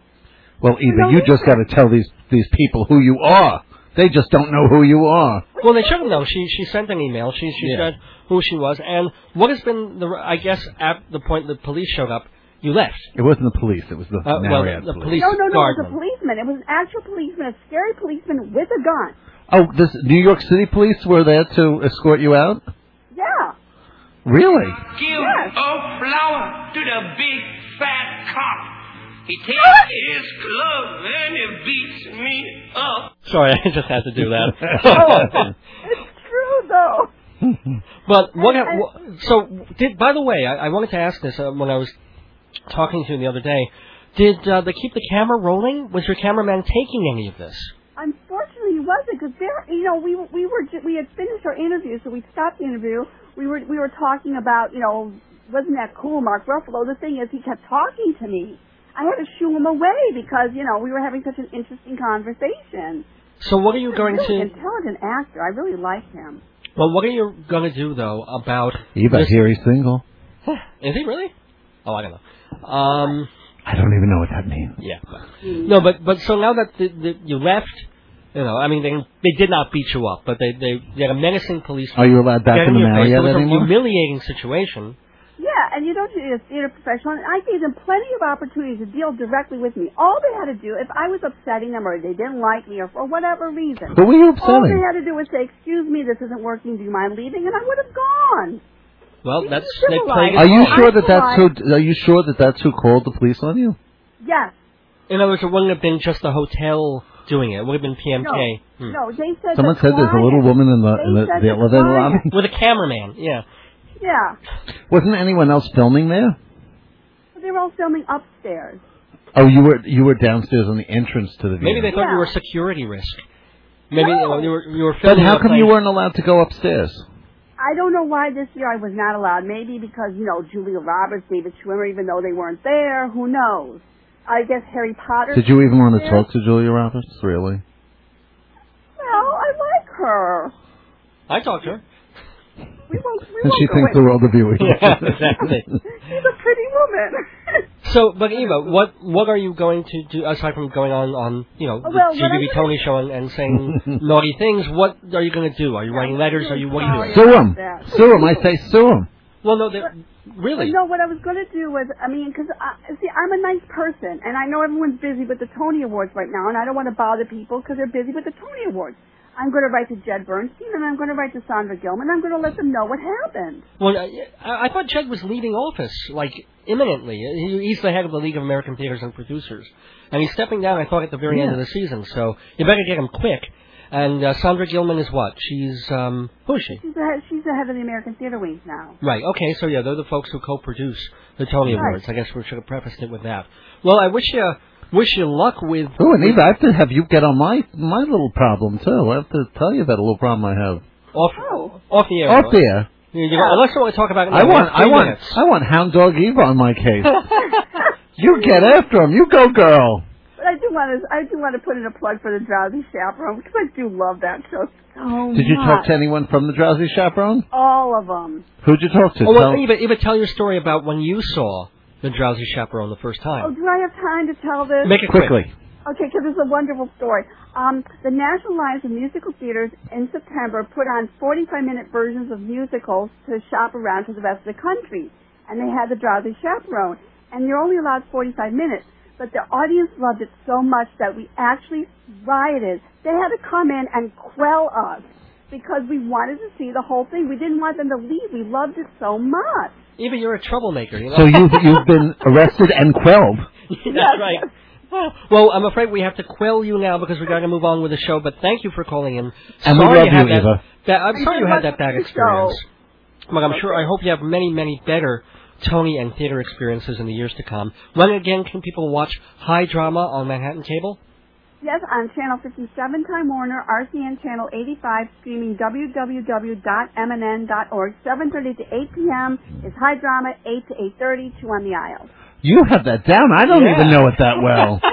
[SPEAKER 2] Well, Eva, you just got to tell these these people who you are. They just don't know who you are.
[SPEAKER 1] Well, they should have known. She she sent an email. She she
[SPEAKER 2] Yeah.
[SPEAKER 1] said who she was and what has been the. I guess at the point the police showed up, you left.
[SPEAKER 2] It wasn't the police. It was the
[SPEAKER 1] Uh, well,
[SPEAKER 2] Marriott
[SPEAKER 1] the
[SPEAKER 2] police.
[SPEAKER 1] police-
[SPEAKER 8] No, no, no. It was a
[SPEAKER 1] Guardman.
[SPEAKER 8] policeman. It was an actual policeman, a scary policeman with a gun.
[SPEAKER 2] Oh, this New York City police were there to escort you out.
[SPEAKER 8] Yeah.
[SPEAKER 2] Really?
[SPEAKER 3] Give
[SPEAKER 8] Yes.
[SPEAKER 3] a Oh, flower to the big fat cop. He takes his club and he beats me up.
[SPEAKER 1] Sorry, I just had to do
[SPEAKER 8] Oh.
[SPEAKER 1] that.
[SPEAKER 8] It's true, though.
[SPEAKER 1] but what?
[SPEAKER 8] I-
[SPEAKER 1] what- so did. By the way, I, I wanted to ask this uh, when I was talking to you the other day. Did uh, they keep the camera rolling? Was your cameraman taking any of this?
[SPEAKER 8] Unfortunately, he wasn't because there. You know, we were- we were ju- we had finished our interview, so we stopped the interview. We were we were talking about you know wasn't that cool, Mark Ruffalo? The thing is, he kept talking to me. I had to shoo him away because you know we were having such an interesting conversation.
[SPEAKER 1] So what are you going
[SPEAKER 8] He's a really
[SPEAKER 1] to?
[SPEAKER 8] intelligent actor. I really like him.
[SPEAKER 1] Well, what are you going to do though about?
[SPEAKER 2] Eva,
[SPEAKER 1] this-
[SPEAKER 2] here he's single.
[SPEAKER 1] Is he really? Oh, I don't know. Um.
[SPEAKER 2] I don't even know what that means.
[SPEAKER 1] Yeah. No, but but so now that the, the, you left, you know, I mean, they they did not beat you up, but they they, they had a menacing police.
[SPEAKER 2] Are you allowed back
[SPEAKER 1] get
[SPEAKER 2] in the
[SPEAKER 1] your face. It
[SPEAKER 2] Marriott
[SPEAKER 1] was a
[SPEAKER 2] anymore?
[SPEAKER 1] humiliating situation.
[SPEAKER 8] Yeah, and you don't need a theater professional. And I gave them plenty of opportunities to deal directly with me. All they had to do, if I was upsetting them or they didn't like me or for whatever reason,
[SPEAKER 2] Who were you
[SPEAKER 8] all they
[SPEAKER 2] upsetting?
[SPEAKER 8] had to do was say, "Excuse me, this isn't working. Do you mind leaving?" And I would have gone.
[SPEAKER 1] Well,
[SPEAKER 8] These
[SPEAKER 1] that's
[SPEAKER 8] are
[SPEAKER 1] they played.
[SPEAKER 8] civilized.
[SPEAKER 1] it
[SPEAKER 2] Are you
[SPEAKER 1] wrong.
[SPEAKER 2] sure that that's who? Are you sure that that's who called the police on you?
[SPEAKER 8] Yes.
[SPEAKER 1] In other words, it wouldn't have been just the hotel doing it. It would have been PMK Hmm.
[SPEAKER 8] No, they said.
[SPEAKER 2] Someone
[SPEAKER 8] the
[SPEAKER 2] said there's a little
[SPEAKER 8] client-
[SPEAKER 2] woman in the in the,
[SPEAKER 8] They said
[SPEAKER 2] the
[SPEAKER 8] the
[SPEAKER 2] elevator
[SPEAKER 8] client.
[SPEAKER 2] lobby.
[SPEAKER 1] with a cameraman. Yeah.
[SPEAKER 8] Yeah,
[SPEAKER 2] Wasn't anyone else filming there?
[SPEAKER 8] they were all filming upstairs.
[SPEAKER 2] Oh, you were you were downstairs on the entrance to the
[SPEAKER 1] Maybe
[SPEAKER 2] theater.
[SPEAKER 1] they thought you
[SPEAKER 8] Yeah.
[SPEAKER 1] were a security risk. Maybe you,
[SPEAKER 8] No.
[SPEAKER 1] know, you were you were
[SPEAKER 2] But
[SPEAKER 1] filming.
[SPEAKER 2] how
[SPEAKER 1] a
[SPEAKER 2] come you
[SPEAKER 1] place-
[SPEAKER 2] weren't allowed to go upstairs?
[SPEAKER 8] I don't know why this year I was not allowed. Maybe because, you know, Julia Roberts, David Schwimmer, even though they weren't there, who knows? I guess Harry Potter.
[SPEAKER 2] Did you even want to
[SPEAKER 8] Yeah.
[SPEAKER 2] talk to Julia Roberts? Really?
[SPEAKER 8] Well, I like her.
[SPEAKER 1] I talked to her.
[SPEAKER 8] We won't, we
[SPEAKER 2] And
[SPEAKER 8] won't
[SPEAKER 2] she
[SPEAKER 8] go
[SPEAKER 2] thinks the
[SPEAKER 8] in.
[SPEAKER 2] world of you.
[SPEAKER 1] Yeah, exactly.
[SPEAKER 8] She's a pretty woman.
[SPEAKER 1] So, but Eva, what what are you going to do aside from going on on you know the
[SPEAKER 8] Oh, Well, what I'm
[SPEAKER 1] GBB
[SPEAKER 8] gonna-
[SPEAKER 1] Tony show and, and saying naughty things? What are you going to do? Are you writing letters? Are you what are you doing?
[SPEAKER 2] sue him. Sue him. I say sue him.
[SPEAKER 1] Well, no, they're- really.
[SPEAKER 8] No, what I was going to do was, I mean, because see, I'm a nice person, and I know everyone's busy with the Tony Awards right now, and I don't want to bother people because they're busy with the Tony Awards. I'm going to write to Jed Bernstein, and I'm going to write to Sandra Gilman. I'm going to let them know what happened.
[SPEAKER 1] Well, I, I thought Jed was leaving office like imminently. He, he's the head of the League of American Theaters and Producers, and he's stepping down. I thought at the very end of the season, so you better get him quick. And uh, Sandra Gilman is what? She's um, who is she?
[SPEAKER 8] She's the head, she's the head of the American Theater Wing now.
[SPEAKER 1] Right. Okay. So yeah, they're the folks who co-produce the Tony
[SPEAKER 8] Right.
[SPEAKER 1] Awards. I guess we should have prefaced it with that. Well, I wish you wish you luck with.
[SPEAKER 2] Oh, and Eva, I have to have you get on my my little problem too. I have to tell you about a little problem I have.
[SPEAKER 1] off
[SPEAKER 8] Oh.
[SPEAKER 1] off the air.
[SPEAKER 2] Up there,
[SPEAKER 1] You- you- unless you want to talk about. it now,
[SPEAKER 2] I
[SPEAKER 1] we
[SPEAKER 2] want,
[SPEAKER 1] have
[SPEAKER 2] I
[SPEAKER 1] three
[SPEAKER 2] want,
[SPEAKER 1] minutes.
[SPEAKER 2] I want Hound Dog Eva on my case. you get after him. You go, girl.
[SPEAKER 8] But I do want to I do want to put in a plug for the Drowsy Chaperone because I do love that show so
[SPEAKER 2] Did you talk
[SPEAKER 8] much.
[SPEAKER 2] to anyone from the Drowsy Chaperone?
[SPEAKER 8] All of them.
[SPEAKER 2] Who'd you talk to?
[SPEAKER 1] Oh, well,
[SPEAKER 2] Tell-
[SPEAKER 1] Eva, Eva, tell your story about when you saw the Drowsy Chaperone the first
[SPEAKER 8] Oh,
[SPEAKER 1] time.
[SPEAKER 8] do I have time to tell this?
[SPEAKER 1] Make it quick.
[SPEAKER 2] quickly.
[SPEAKER 8] Okay, because it's a wonderful story. Um, the National Alliance of Musical Theaters in September put on 45-minute versions of musicals to shop around to the rest of the country, and they had the Drowsy Chaperone, and you're only allowed 45 minutes. But the audience loved it so much that we actually rioted. They had to come in and quell us because we wanted to see the whole thing. We didn't want them to leave. We loved it so much.
[SPEAKER 1] Eva, you're a troublemaker. You know?
[SPEAKER 2] So you you've been arrested and quelled.
[SPEAKER 1] That's right. Well, I'm afraid we have to quell you now because we got to move on with the show. But thank you for calling in.
[SPEAKER 2] And we
[SPEAKER 1] sorry
[SPEAKER 2] love
[SPEAKER 1] you, had
[SPEAKER 2] you,
[SPEAKER 1] that,
[SPEAKER 2] Eva.
[SPEAKER 1] That, I'm
[SPEAKER 8] Thank
[SPEAKER 1] sorry
[SPEAKER 8] you
[SPEAKER 1] you
[SPEAKER 8] much
[SPEAKER 1] had that bad
[SPEAKER 8] for the
[SPEAKER 1] experience.
[SPEAKER 8] show.
[SPEAKER 1] But I'm sure I hope you have many, many better Tony and theater experiences in the years to come. When again can people watch High Drama on Manhattan Cable?
[SPEAKER 8] Yes, on Channel 57 Time Warner, RCN Channel 85, streaming www.mnn.org. 7.30 to 8 p.m. is High Drama, 8 to 8.30, 2 on the aisle.
[SPEAKER 2] You have that down. I don't
[SPEAKER 1] Yeah.
[SPEAKER 2] even know it that well.
[SPEAKER 1] Oh.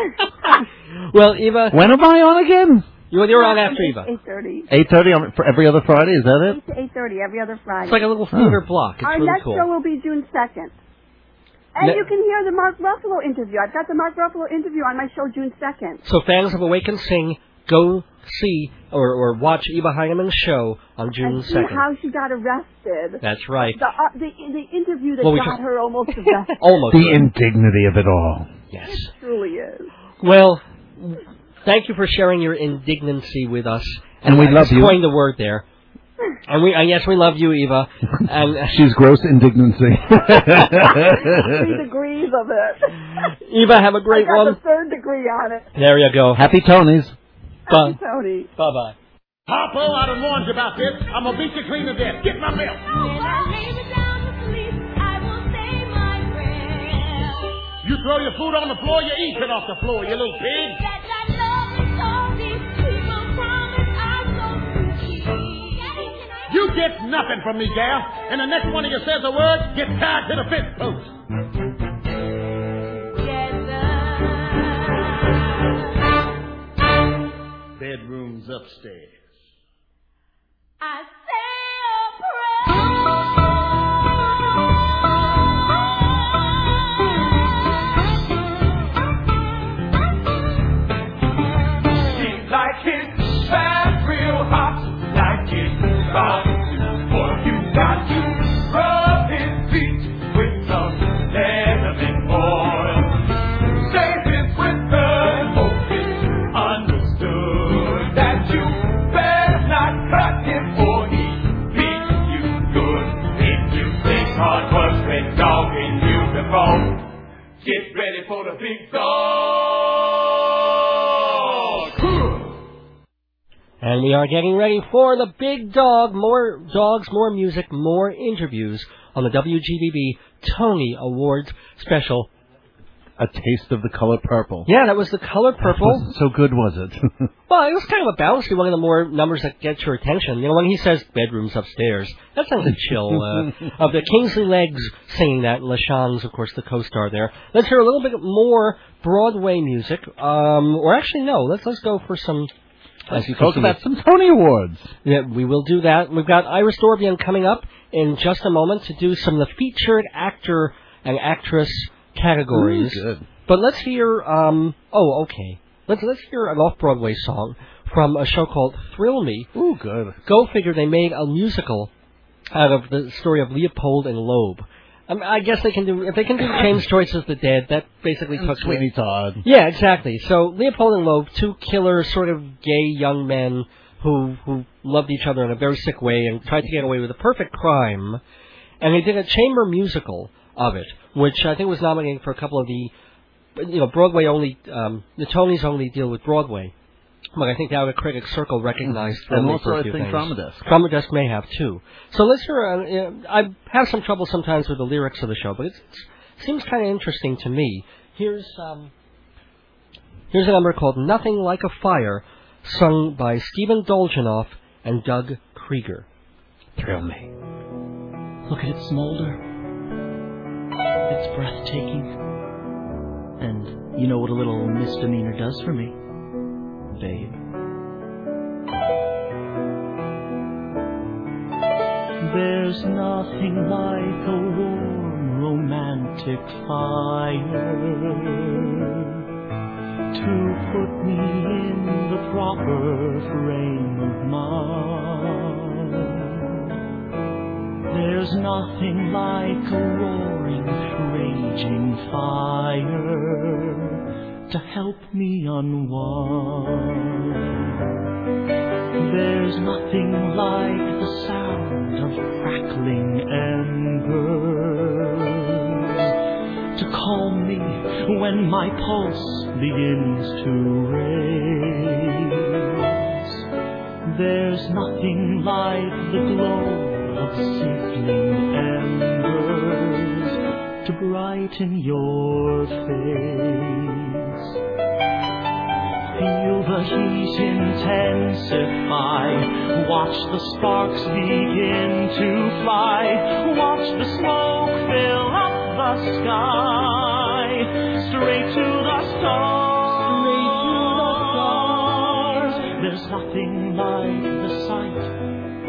[SPEAKER 1] Well, Eva,
[SPEAKER 2] when am I on again?
[SPEAKER 1] you're, you're on after Eva.
[SPEAKER 8] 8.30.
[SPEAKER 2] Eight thirty on for every other Friday. Is that it?
[SPEAKER 8] 8 to 8.30 every other Friday.
[SPEAKER 1] It's like a little theater block. It's
[SPEAKER 8] Our
[SPEAKER 1] really
[SPEAKER 8] next
[SPEAKER 1] cool.
[SPEAKER 8] show will be June 2nd. And
[SPEAKER 1] Ne-
[SPEAKER 8] you can hear the Mark Ruffalo interview. I've got the Mark Ruffalo interview on my show June 2nd.
[SPEAKER 1] So fans of Awaken Sing, go see or, or watch Eva Heinemann's show on June
[SPEAKER 8] and see
[SPEAKER 1] 2nd.
[SPEAKER 8] how she got arrested.
[SPEAKER 1] That's right.
[SPEAKER 8] The, uh, the, the interview that
[SPEAKER 1] Well, we
[SPEAKER 8] got
[SPEAKER 1] should-
[SPEAKER 8] her almost arrested.
[SPEAKER 1] Almost.
[SPEAKER 2] The indignity of it all.
[SPEAKER 1] yes.
[SPEAKER 8] truly is.
[SPEAKER 1] Well, thank you for sharing your indignancy with us.
[SPEAKER 2] And we
[SPEAKER 1] I
[SPEAKER 2] love
[SPEAKER 1] just
[SPEAKER 2] you.
[SPEAKER 1] coined the word there. And we, and yes, we love you, Eva. And uh,
[SPEAKER 2] She's gross indignancy.
[SPEAKER 8] Three degrees of it.
[SPEAKER 1] Eva, have a
[SPEAKER 8] I
[SPEAKER 1] great
[SPEAKER 8] got
[SPEAKER 1] one.
[SPEAKER 8] the third degree on it.
[SPEAKER 1] There you go.
[SPEAKER 2] Happy Tony's.
[SPEAKER 1] Bye.
[SPEAKER 8] Tony.
[SPEAKER 1] Bye bye.
[SPEAKER 9] Harpo, I done warned you about this. I'm gonna beat you clean to death. Get my milk. You throw your food on the floor, you eat it off the floor, you little pig. You get nothing from me, gal. And the next one of you says a word, get tied to the fence post. Bedrooms upstairs.
[SPEAKER 4] I say a prayer.
[SPEAKER 3] She like it fat, real hot, like it hot. For you got to rub his feet with some cinnamon oil. Save his whisker and hope it's understood that you better not cut him or he beats you good. If you think hard work's been dogging you before, get ready for the big dog.
[SPEAKER 1] And we are getting ready for the big dog. More dogs, more music, more interviews on the WGBB Tony Awards special.
[SPEAKER 2] A taste of the color purple.
[SPEAKER 1] Yeah, that was the color purple.
[SPEAKER 2] Was- So good was it?
[SPEAKER 1] Well, it was kind of a bouncy one of the more numbers that gets your attention. You know, when he says bedrooms upstairs, that sounds a chill. Uh, of the Kingsley Legs singing that, and LaShawn's, of course, the co-star there. Let's hear a little bit more Broadway music. Um, or actually, no, let's let's go for some. As you
[SPEAKER 2] Talk
[SPEAKER 1] can see,
[SPEAKER 2] about some Tony Awards.
[SPEAKER 1] yeah, we will do that. We've got Iris Dorbian coming up in just a moment to do some of the featured actor and actress categories.
[SPEAKER 2] Ooh, good.
[SPEAKER 1] But let's hear. Um, oh, okay. Let's let's hear an off-Broadway song from a show called Thrill Me.
[SPEAKER 2] Ooh, good.
[SPEAKER 1] Go figure. They made a musical out of the story of Leopold and Loeb. I, mean, Um, I guess they can do if they can do James Joyce of the Dead. That basically
[SPEAKER 2] And
[SPEAKER 1] took
[SPEAKER 2] Sweeney Todd.
[SPEAKER 1] yeah, exactly. So Leopold and Loeb, two killer, sort of gay young men who who loved each other in a very sick way and tried to get away with a perfect crime, and they did a chamber musical of it, which I think was nominated for a couple of the, you know, Broadway only, um, the Tonys only deal with Broadway, Look, I think the Outer Critics Circle recognized
[SPEAKER 2] Mm-hmm. And
[SPEAKER 1] Romney
[SPEAKER 2] also,
[SPEAKER 1] for a
[SPEAKER 2] I
[SPEAKER 1] few
[SPEAKER 2] think
[SPEAKER 1] things.
[SPEAKER 2] Drama Desk.
[SPEAKER 1] Drama Desk may have too. So let's hear. Uh, uh, I have some trouble sometimes with the lyrics of the show, but it's, it seems kind of interesting to me. Here's um, here's a number called "Nothing Like a Fire," sung by Stephen Dolzhinoff and Doug Krieger. Thrill me.
[SPEAKER 10] Look at it smolder. It's breathtaking. And you know what a little misdemeanor does for me, babe. There's nothing like a warm romantic fire to put me in the proper frame of mind. There's nothing like a roaring, raging fire to help me unwind. There's nothing like the sound of crackling embers to calm me when my pulse begins to race. There's nothing like the glow of sizzling embers to brighten your face. Feel the heat intensify. Watch the sparks begin to fly. Watch the smoke fill up the sky. Straight to the stars. There's nothing like the sight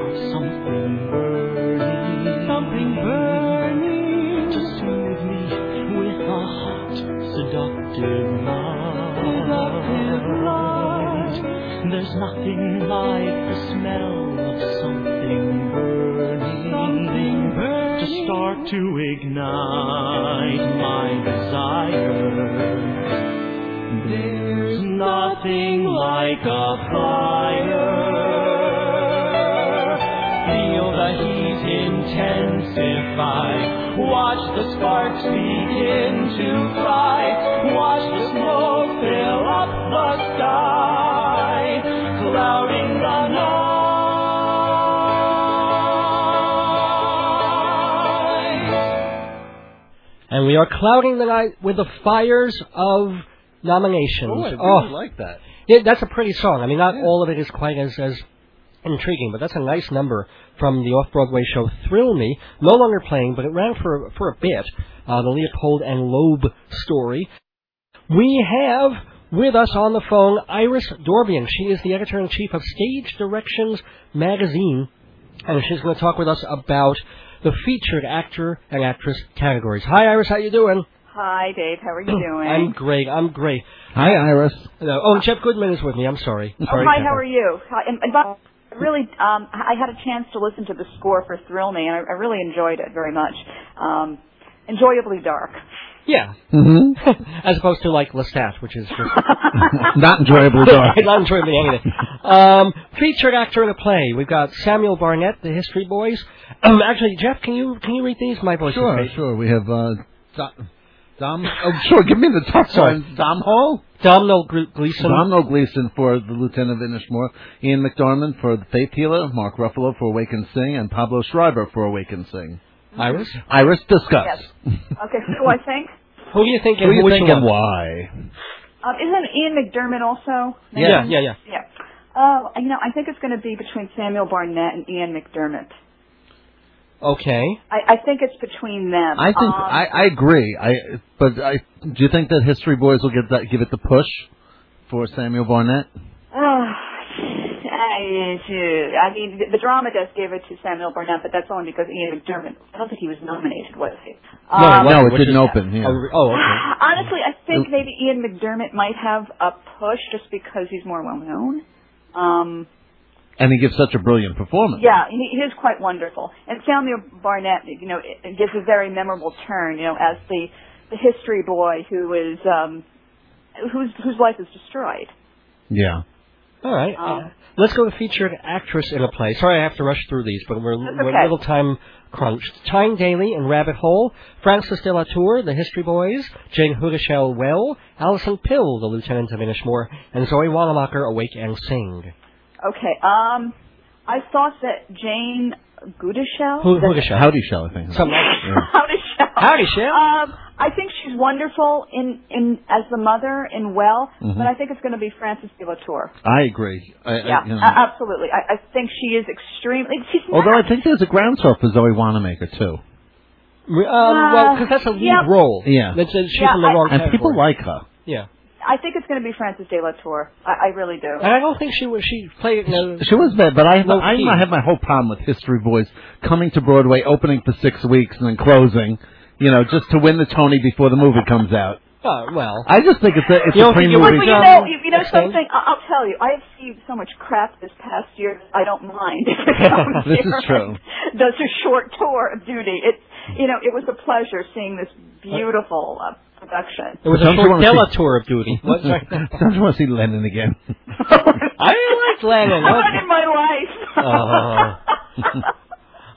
[SPEAKER 10] of something burning. Something burning to soothe me with a hot, seductive light. There's nothing like the smell of something burning, to start to ignite my desire. There's nothing like a fire. Feel the heat intensify. Watch the sparks begin to fly. Watch the smoke fill up the sky, clouding the night.
[SPEAKER 1] And we are clouding the night with the fires of nominations.
[SPEAKER 2] Oh, I really like that.
[SPEAKER 1] Yeah, that's a pretty song. I mean, not all of it is quite as as intriguing, but that's a nice number from the off-Broadway show Thrill Me. No longer playing, but it ran for for a bit. Uh, the Leopold and Loeb story. We have with us on the phone Iris Dorbian. She is the editor in chief of Stage Directions magazine, and she's going to talk with us about the featured actor and actress categories. Hi, Iris. How you doing?
[SPEAKER 11] Hi, Dave. How are you doing?
[SPEAKER 1] Oh, I'm great. I'm great.
[SPEAKER 2] Hi, Iris.
[SPEAKER 1] No, oh, and Jeff Goodman is with me. I'm sorry.
[SPEAKER 11] Oh,
[SPEAKER 1] Sorry,
[SPEAKER 11] hi.
[SPEAKER 1] Jeff.
[SPEAKER 11] How are you? Hi, and, and by- really, um, I had a chance to listen to the score for Thrill Me, and I, I really enjoyed it very much. Um, enjoyably dark.
[SPEAKER 1] Yeah,
[SPEAKER 2] Mm-hmm.
[SPEAKER 1] as opposed to like Lestat, which is just
[SPEAKER 2] Not enjoyable, dark.
[SPEAKER 1] not enjoyably anything. Um, featured actor in a play. We've got Samuel Barnett, the History Boys. Um, actually, Jeff, can you can you read these? My voice
[SPEAKER 2] Sure,
[SPEAKER 1] is great.
[SPEAKER 2] sure. We have uh, Do- Dom. Oh, sure. Give me the top
[SPEAKER 1] Sorry.
[SPEAKER 2] ones. Dom Hall,
[SPEAKER 1] Domhnall Gre- Gleeson.
[SPEAKER 2] Domhnall Gleeson for the Lieutenant of Inishmore, Ian McDormand for the Faith Healer, Mark Ruffalo for Awake and Sing, and Pablo Schreiber for Awake and Sing.
[SPEAKER 1] Iris.
[SPEAKER 2] Iris, discuss.
[SPEAKER 11] Yes. Okay, who I think?
[SPEAKER 1] Who do you think?
[SPEAKER 2] Who do
[SPEAKER 1] and
[SPEAKER 2] you
[SPEAKER 1] which
[SPEAKER 2] think and
[SPEAKER 1] one?
[SPEAKER 2] why?
[SPEAKER 11] Um, isn't Ian McDermott also?
[SPEAKER 1] Yeah,
[SPEAKER 11] mentioned?
[SPEAKER 1] yeah, yeah.
[SPEAKER 11] Yeah. Uh, you know, I think it's going to be between Samuel Barnett and Ian McDermott.
[SPEAKER 1] Okay.
[SPEAKER 11] I, I think it's between them.
[SPEAKER 2] I think
[SPEAKER 11] Um,
[SPEAKER 2] I, I agree. I but I do you think that History Boys will give that give it the push for Samuel Barnett?
[SPEAKER 11] Oh, I, I mean, the, the drama desk gave it to Samuel Barnett, but that's only because Ian McDermott. I don't think he was nominated, was he? Um,
[SPEAKER 2] no, it
[SPEAKER 1] Which is-
[SPEAKER 2] didn't open. Yeah.
[SPEAKER 1] Oh, oh, okay. Mm.
[SPEAKER 11] Honestly, I think maybe Ian McDermott might have a push just because he's more well known. Um,
[SPEAKER 2] And he gives such a brilliant
[SPEAKER 1] Oh,
[SPEAKER 2] performance.
[SPEAKER 11] yeah, he, he is quite wonderful. And Samuel Barnett, you know, it- it gives a very memorable turn, you know, as the the history boy who is um, whose whose life is destroyed.
[SPEAKER 2] Yeah.
[SPEAKER 1] All right.
[SPEAKER 11] Um,
[SPEAKER 1] uh, let's go to featured actress in a play. Sorry, I have to rush through these, but we're,
[SPEAKER 11] That's
[SPEAKER 1] we're
[SPEAKER 11] okay.
[SPEAKER 1] a little time crunched. Tyne Daly in Rabbit Hole, Francis de la Tour, The History Boys, Jane Hudishell Well, Alison Pill, The Lieutenant of Inishmore, and Zoe Wanamaker, Awake and Sing.
[SPEAKER 11] Okay. Um, I thought that Jane Goodishell.
[SPEAKER 1] Who- who
[SPEAKER 11] Oh, That's-
[SPEAKER 1] is she?
[SPEAKER 2] Howdy shall I think?
[SPEAKER 1] Something like-
[SPEAKER 11] Howdy, Shell.
[SPEAKER 1] Howdy, Shell.
[SPEAKER 11] Um, I think she's wonderful in, in as the mother in Well,
[SPEAKER 1] Mm-hmm.
[SPEAKER 2] Mhm.
[SPEAKER 11] but I think it's going to be Frances de la Tour.
[SPEAKER 2] I agree. I, I-
[SPEAKER 11] yeah, Uh,
[SPEAKER 2] you know.
[SPEAKER 11] a- absolutely. I, I think she is extremely. She's
[SPEAKER 2] Although
[SPEAKER 11] not,
[SPEAKER 2] I think there's a groundswell for Zoe Wanamaker too,
[SPEAKER 1] Um, well, because that's a
[SPEAKER 11] Uh,
[SPEAKER 1] lead
[SPEAKER 11] yeah.
[SPEAKER 1] role.
[SPEAKER 2] Yeah.
[SPEAKER 1] That's, uh, she's
[SPEAKER 11] Yeah,
[SPEAKER 1] in the
[SPEAKER 11] I-
[SPEAKER 1] wrong
[SPEAKER 2] and people
[SPEAKER 1] category.
[SPEAKER 2] like her.
[SPEAKER 1] Yeah.
[SPEAKER 11] I think it's going to be Frances de la Tour. I, I really do.
[SPEAKER 1] And I don't think she was, she played, no,
[SPEAKER 2] She was bad, but I have,
[SPEAKER 1] Low
[SPEAKER 2] I
[SPEAKER 1] key.
[SPEAKER 2] have my whole problem with History Boys coming to Broadway, opening for six weeks, and then closing. You know, just to win the Tony before the movie comes out.
[SPEAKER 1] uh, well.
[SPEAKER 2] I just think it's a it's
[SPEAKER 1] You
[SPEAKER 2] a
[SPEAKER 1] don't think it
[SPEAKER 2] pre-movie.
[SPEAKER 1] would
[SPEAKER 11] Well, you
[SPEAKER 1] Um,
[SPEAKER 11] know, you, you know
[SPEAKER 1] next
[SPEAKER 11] something. I- I'll tell you. I have seen so much crap this past year. I don't mind. if it comes
[SPEAKER 2] This
[SPEAKER 11] here
[SPEAKER 2] is true.
[SPEAKER 11] and Does a short tour of duty. It's you know, it was a pleasure seeing this beautiful uh, production.
[SPEAKER 1] It was
[SPEAKER 2] Don't
[SPEAKER 1] a
[SPEAKER 2] you
[SPEAKER 1] short
[SPEAKER 2] wanna
[SPEAKER 1] Della
[SPEAKER 2] see-
[SPEAKER 1] tour of duty. What? Sorry.
[SPEAKER 2] Don't you want to see Lennon again?
[SPEAKER 1] I liked Lennon.
[SPEAKER 11] I wanted my
[SPEAKER 1] Uh-huh.
[SPEAKER 11] life.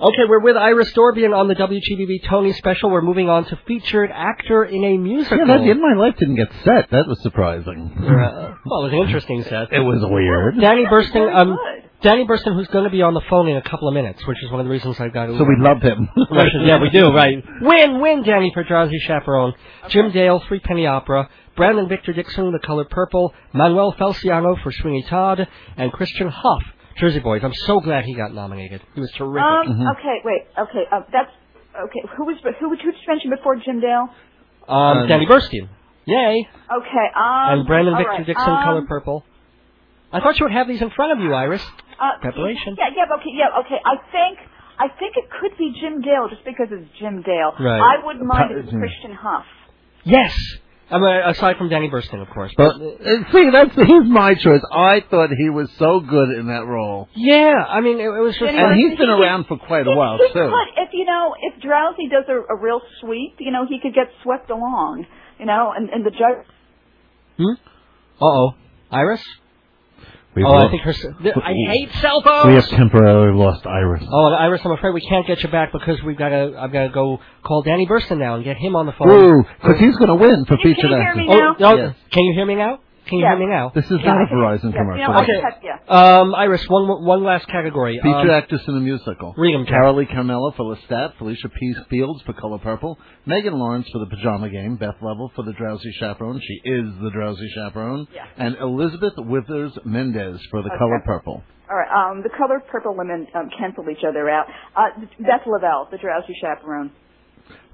[SPEAKER 1] Okay, we're with Iris Dorbian on the WGBB Tony special. We're moving on to featured actor in a musical.
[SPEAKER 2] yeah, that In My Life didn't get set. That was surprising.
[SPEAKER 1] Uh, well, it was an interesting set.
[SPEAKER 2] It was weird.
[SPEAKER 1] Danny Burston,
[SPEAKER 11] Very
[SPEAKER 1] um,
[SPEAKER 11] good.
[SPEAKER 1] Danny Burston, who's going to be on the phone in a couple of minutes, which is one of the reasons I got.
[SPEAKER 2] So we love him.
[SPEAKER 1] yeah, we do, right? Win, win, Danny for Drowsy Chaperone. Jim Dale, Three Penny Opera. Brandon Victor Dixon, The Color Purple. Manuel Felciano for Sweeney Todd, and Christian Huff, Jersey Boys. I'm so glad he got nominated. He was terrific.
[SPEAKER 11] um,
[SPEAKER 2] Mm-hmm.
[SPEAKER 11] Okay. Wait. Okay. Uh, that's okay. Who was who? Who did you mention before Jim Dale?
[SPEAKER 1] Um, Danny Burstein. Yay.
[SPEAKER 11] Okay. Um,
[SPEAKER 1] and Brandon
[SPEAKER 11] all
[SPEAKER 1] Victor
[SPEAKER 11] right,
[SPEAKER 1] Dixon,
[SPEAKER 11] um,
[SPEAKER 1] Color Purple. I thought you would have these in front of you, Iris.
[SPEAKER 11] Uh,
[SPEAKER 1] Preparation.
[SPEAKER 11] Yeah, yeah, okay, yeah, okay. I think I think it could be Jim Dale just because it's Jim Dale.
[SPEAKER 1] Right.
[SPEAKER 11] I wouldn't mind if it's
[SPEAKER 2] Hmm.
[SPEAKER 11] Christian Huff.
[SPEAKER 1] Yes. I mean, aside from Danny Burstyn, of course.
[SPEAKER 2] But uh, see, that's he's my choice. I thought he was so good in that role,
[SPEAKER 1] yeah, I mean, it, it was just.
[SPEAKER 2] and
[SPEAKER 1] like-
[SPEAKER 2] he's been around for quite a
[SPEAKER 11] He-
[SPEAKER 2] while
[SPEAKER 11] he
[SPEAKER 2] too.
[SPEAKER 11] could, if you know, if Drowsy does a, a real sweep, you know, he could get swept along, you know, and, and the judge.
[SPEAKER 1] Uh-oh. Iris?
[SPEAKER 2] We've
[SPEAKER 1] oh, I
[SPEAKER 2] lost-
[SPEAKER 1] think her... s- th- I hate cell phones!
[SPEAKER 2] we have temporarily lost Iris.
[SPEAKER 1] Oh, and Iris, I'm afraid we can't get you back because we've got to... I've got to go call Danny Burstyn now and get him on the phone.
[SPEAKER 2] Ooh, because he's going to win for
[SPEAKER 11] Can you-
[SPEAKER 2] feature
[SPEAKER 11] can you hear
[SPEAKER 2] actor.
[SPEAKER 11] me
[SPEAKER 1] Oh,
[SPEAKER 11] now?
[SPEAKER 1] oh,
[SPEAKER 2] Yes.
[SPEAKER 1] Can you hear me now? Can you
[SPEAKER 11] Yeah.
[SPEAKER 1] hear me now?
[SPEAKER 2] This is
[SPEAKER 11] Yeah,
[SPEAKER 2] not
[SPEAKER 11] I
[SPEAKER 2] a
[SPEAKER 11] think-
[SPEAKER 2] Verizon
[SPEAKER 11] yeah,
[SPEAKER 2] commercial.
[SPEAKER 11] You know, I
[SPEAKER 1] Okay.
[SPEAKER 11] protect you.
[SPEAKER 1] Um, Iris, one mo- one last category. Um,
[SPEAKER 2] Featured actress in a musical.
[SPEAKER 1] read 'em, Jack.
[SPEAKER 2] Carol Lee Carmella for Lestat, Felicia P. Fields for Color Purple, Megan Lawrence for The Pajama Game, Beth Level for The Drowsy Chaperone. She is The Drowsy Chaperone.
[SPEAKER 11] Yeah.
[SPEAKER 2] And Elizabeth Withers Mendez for The
[SPEAKER 11] Okay.
[SPEAKER 2] Color Purple.
[SPEAKER 11] All right. Um, the color purple women um, cancel each other out. Uh, Beth Lavelle, the Drowsy chaperone.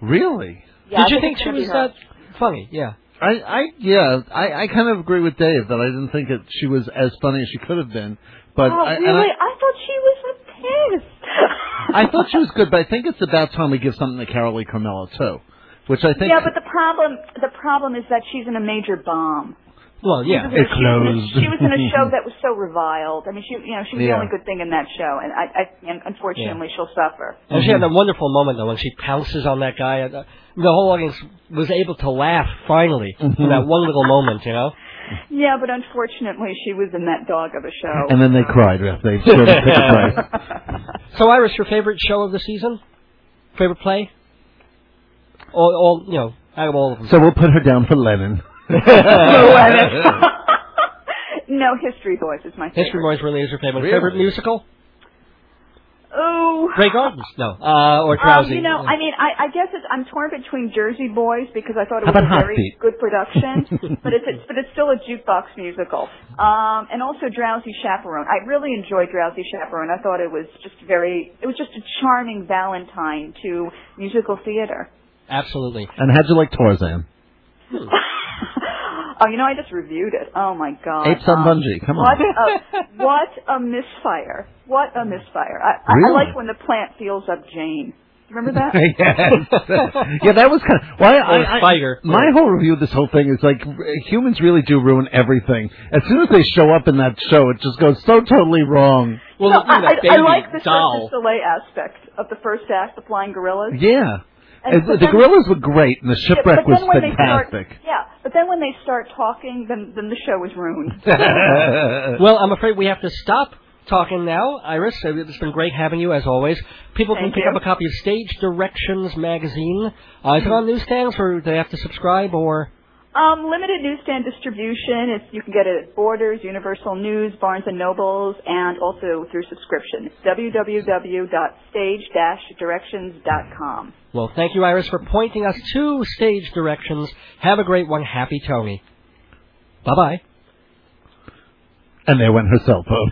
[SPEAKER 2] Really?
[SPEAKER 11] Yeah, I
[SPEAKER 1] did you
[SPEAKER 11] think
[SPEAKER 1] think
[SPEAKER 11] it's
[SPEAKER 1] she
[SPEAKER 11] gonna be
[SPEAKER 1] was
[SPEAKER 11] her.
[SPEAKER 1] that funny? Yeah.
[SPEAKER 2] I, I yeah, I, I kind of agree with Dave that I didn't think that she was as funny as she could have been. But
[SPEAKER 11] Oh,
[SPEAKER 2] I, and
[SPEAKER 11] really?
[SPEAKER 2] I,
[SPEAKER 11] I thought she was a pest.
[SPEAKER 2] I thought she was good, but I think it's about time we give something to Carolee Carmella too, which I think
[SPEAKER 11] Yeah, but the problem the problem is that she's in a major bomb.
[SPEAKER 1] Well, yeah.
[SPEAKER 2] Oh,
[SPEAKER 11] She
[SPEAKER 2] it
[SPEAKER 11] was, in a,
[SPEAKER 2] closed.
[SPEAKER 11] she was in a show that was so reviled. I mean, she you know she was
[SPEAKER 2] Yeah.
[SPEAKER 11] the only good thing in that show, and I, I and unfortunately she'll suffer.
[SPEAKER 1] And she had
[SPEAKER 2] Mm-hmm.
[SPEAKER 1] that wonderful moment though when she pounces on that guy. and, uh, The whole audience was able to laugh finally
[SPEAKER 2] Mm-hmm.
[SPEAKER 1] in that one little moment, you know.
[SPEAKER 11] Yeah, but unfortunately she was in that dog of a show.
[SPEAKER 2] and then they cried after they sort of took a break.
[SPEAKER 1] So, Iris, your favorite show of the season, favorite play, all, all you know, out of all of them.
[SPEAKER 2] So we'll put her down for Lennon.
[SPEAKER 11] no, History Boys is my favorite.
[SPEAKER 1] History Boys really is your favorite.
[SPEAKER 2] Really?
[SPEAKER 1] Favorite musical?
[SPEAKER 11] Oh.
[SPEAKER 1] Grey Gardens? No. Uh, or
[SPEAKER 11] Um,
[SPEAKER 1] Drowsy?
[SPEAKER 11] you know,
[SPEAKER 1] Yeah.
[SPEAKER 11] I mean, I, I guess it's, I'm torn between Jersey Boys because I thought it
[SPEAKER 2] How
[SPEAKER 11] was
[SPEAKER 2] about
[SPEAKER 11] a
[SPEAKER 2] Hot
[SPEAKER 11] very
[SPEAKER 2] Feet?
[SPEAKER 11] good production, but it's, it's but it's still a jukebox musical. Um, and also Drowsy Chaperone. I really enjoyed Drowsy Chaperone. I thought it was just very, it was just a charming Valentine to musical theater.
[SPEAKER 1] Absolutely.
[SPEAKER 2] And how'd you like Tarzan?
[SPEAKER 11] oh, you know, I just reviewed it. Oh my God.
[SPEAKER 2] Apes on
[SPEAKER 11] Um,
[SPEAKER 2] Bungee. Come
[SPEAKER 11] What
[SPEAKER 2] on.
[SPEAKER 11] a, what a misfire. What a misfire. I, I, I
[SPEAKER 2] Really?
[SPEAKER 11] like when the plant feels up Jane. Remember that?
[SPEAKER 2] yes. yeah, that was kind of. Why I, I,
[SPEAKER 1] Spider.
[SPEAKER 2] My
[SPEAKER 1] Yeah.
[SPEAKER 2] whole review of this whole thing is like humans really do ruin everything. As soon as they show up in that show, it just goes so totally wrong.
[SPEAKER 1] Well,
[SPEAKER 11] No,
[SPEAKER 1] look at
[SPEAKER 11] I,
[SPEAKER 1] that
[SPEAKER 11] I, I
[SPEAKER 1] baby
[SPEAKER 11] like the
[SPEAKER 1] doll.
[SPEAKER 11] Cirque du Soleil aspect of the first act, the flying gorillas.
[SPEAKER 2] Yeah.
[SPEAKER 11] And
[SPEAKER 2] the
[SPEAKER 11] but then-
[SPEAKER 2] gorillas were great, and the shipwreck
[SPEAKER 11] yeah, but
[SPEAKER 2] was
[SPEAKER 11] then when
[SPEAKER 2] fantastic.
[SPEAKER 11] They start, yeah, but then when they start talking, then then the show is ruined.
[SPEAKER 1] well, I'm afraid we have to stop talking now, Iris. So It's been great having you as always. People
[SPEAKER 11] Thank
[SPEAKER 1] can pick
[SPEAKER 11] you.
[SPEAKER 1] up a copy of Stage Directions magazine. Uh, is it on newsstands, or do they have to subscribe, or
[SPEAKER 11] Um, limited newsstand distribution. It's, you can get it at Borders, Universal News, Barnes and Nobles, and also through subscription. It's www.stage-directions.com.
[SPEAKER 1] Well, thank you, Iris, for pointing us to stage directions. Have a great one. Happy Tony. Bye bye.
[SPEAKER 2] And there went her cell phone.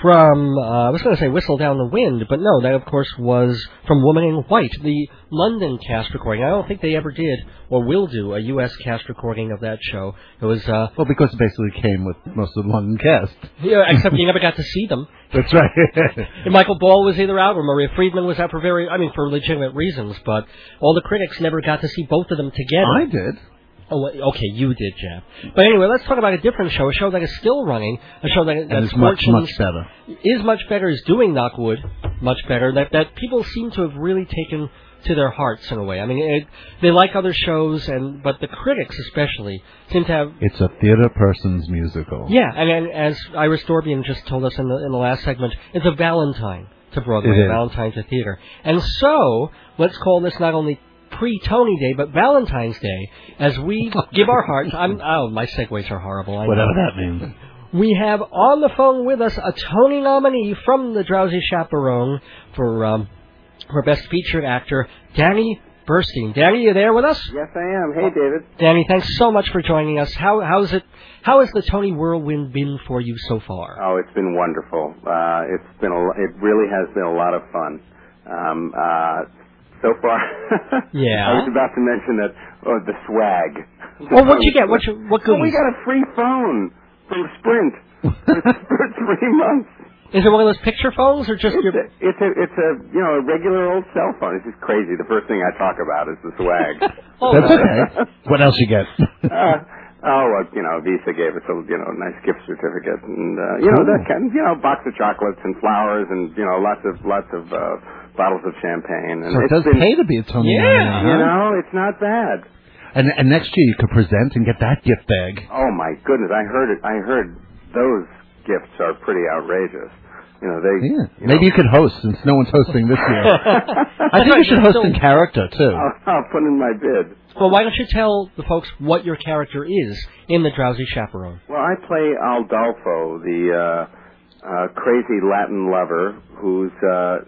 [SPEAKER 1] From, uh, I was going to say Whistle Down the Wind, but no, that of course was from Woman in White, the London cast recording. I don't think they ever did, or will do, a U.S. cast recording of that show. It was, uh,
[SPEAKER 2] well, because it basically came with most of the London cast.
[SPEAKER 1] yeah, except you never got to see them.
[SPEAKER 2] That's right.
[SPEAKER 1] And Michael Ball was either out or Maria Friedman was out for very, I mean, for legitimate reasons, but all the critics never got to see both of them together.
[SPEAKER 2] I did.
[SPEAKER 1] Oh, wait, okay, you did, Jeff. But anyway, let's talk about a different show, a show that is still running, a show that
[SPEAKER 2] And
[SPEAKER 1] that's
[SPEAKER 2] it's much,
[SPEAKER 1] fortunes-
[SPEAKER 2] much better.
[SPEAKER 1] is much better, is doing Knockwood much better, that, that people seem to have really taken to their hearts in a way. I mean, it, they like other shows, and but the critics especially seem to have
[SPEAKER 2] It's a theater person's musical.
[SPEAKER 1] yeah, and, and as Iris Dorbian just told us in the in the last segment, it's a Valentine to Broadway,
[SPEAKER 2] It
[SPEAKER 1] a
[SPEAKER 2] is.
[SPEAKER 1] Valentine to theater. And so let's call this not only pre Tony Day but Valentine's Day as we give our hearts. I'm oh my segues are horrible. I know.
[SPEAKER 2] Whatever that means.
[SPEAKER 1] We have on the phone with us a Tony nominee from The Drowsy Chaperone for um, for Best Featured Actor, Danny Burstein. Danny, you there with us?
[SPEAKER 12] Yes, I am. Hey, David.
[SPEAKER 1] Danny, thanks so much for joining us. How how's it? How has the Tony whirlwind been for you so far?
[SPEAKER 12] Oh, it's been wonderful. Uh, it's been a, lo- it really has been a lot of fun. Um, uh, so far,
[SPEAKER 1] Yeah.
[SPEAKER 12] I was about to mention that oh, the swag.
[SPEAKER 1] Well, what'd you get? What you, what
[SPEAKER 12] Well, we
[SPEAKER 1] goodies?
[SPEAKER 12] got a free phone from Sprint for, for three months.
[SPEAKER 1] Is it one of those picture phones or just
[SPEAKER 12] it's
[SPEAKER 1] your?
[SPEAKER 12] a, it's a it's a you know a regular old cell phone. It's just crazy. The first thing I talk about is the swag.
[SPEAKER 1] Oh,
[SPEAKER 2] That's okay. What else you get?
[SPEAKER 12] uh, oh, well, you know, Visa gave us a you know nice gift certificate, and uh, you know
[SPEAKER 2] Cool.
[SPEAKER 12] that kind, you know, box of chocolates and flowers, and you know, lots of lots of uh, bottles of champagne. And
[SPEAKER 2] So it
[SPEAKER 12] it's
[SPEAKER 2] does
[SPEAKER 12] been,
[SPEAKER 2] pay to be a Tony
[SPEAKER 12] Yeah,
[SPEAKER 2] nominee,
[SPEAKER 12] you
[SPEAKER 2] huh?
[SPEAKER 12] know, it's not bad.
[SPEAKER 2] And, and next year you could present and get that gift bag.
[SPEAKER 12] Oh my goodness, I heard it. I heard those gifts are pretty outrageous. You know, they.
[SPEAKER 2] Yeah. Maybe you could host since no one's hosting this year. I think you should host in character too.
[SPEAKER 12] I'll, I'll put Ah, in my bid.
[SPEAKER 1] Well, why don't you tell the folks what your character is in the Drowsy Chaperone?
[SPEAKER 12] Well, I play Aldolfo, the uh, uh, crazy Latin lover who's, uh,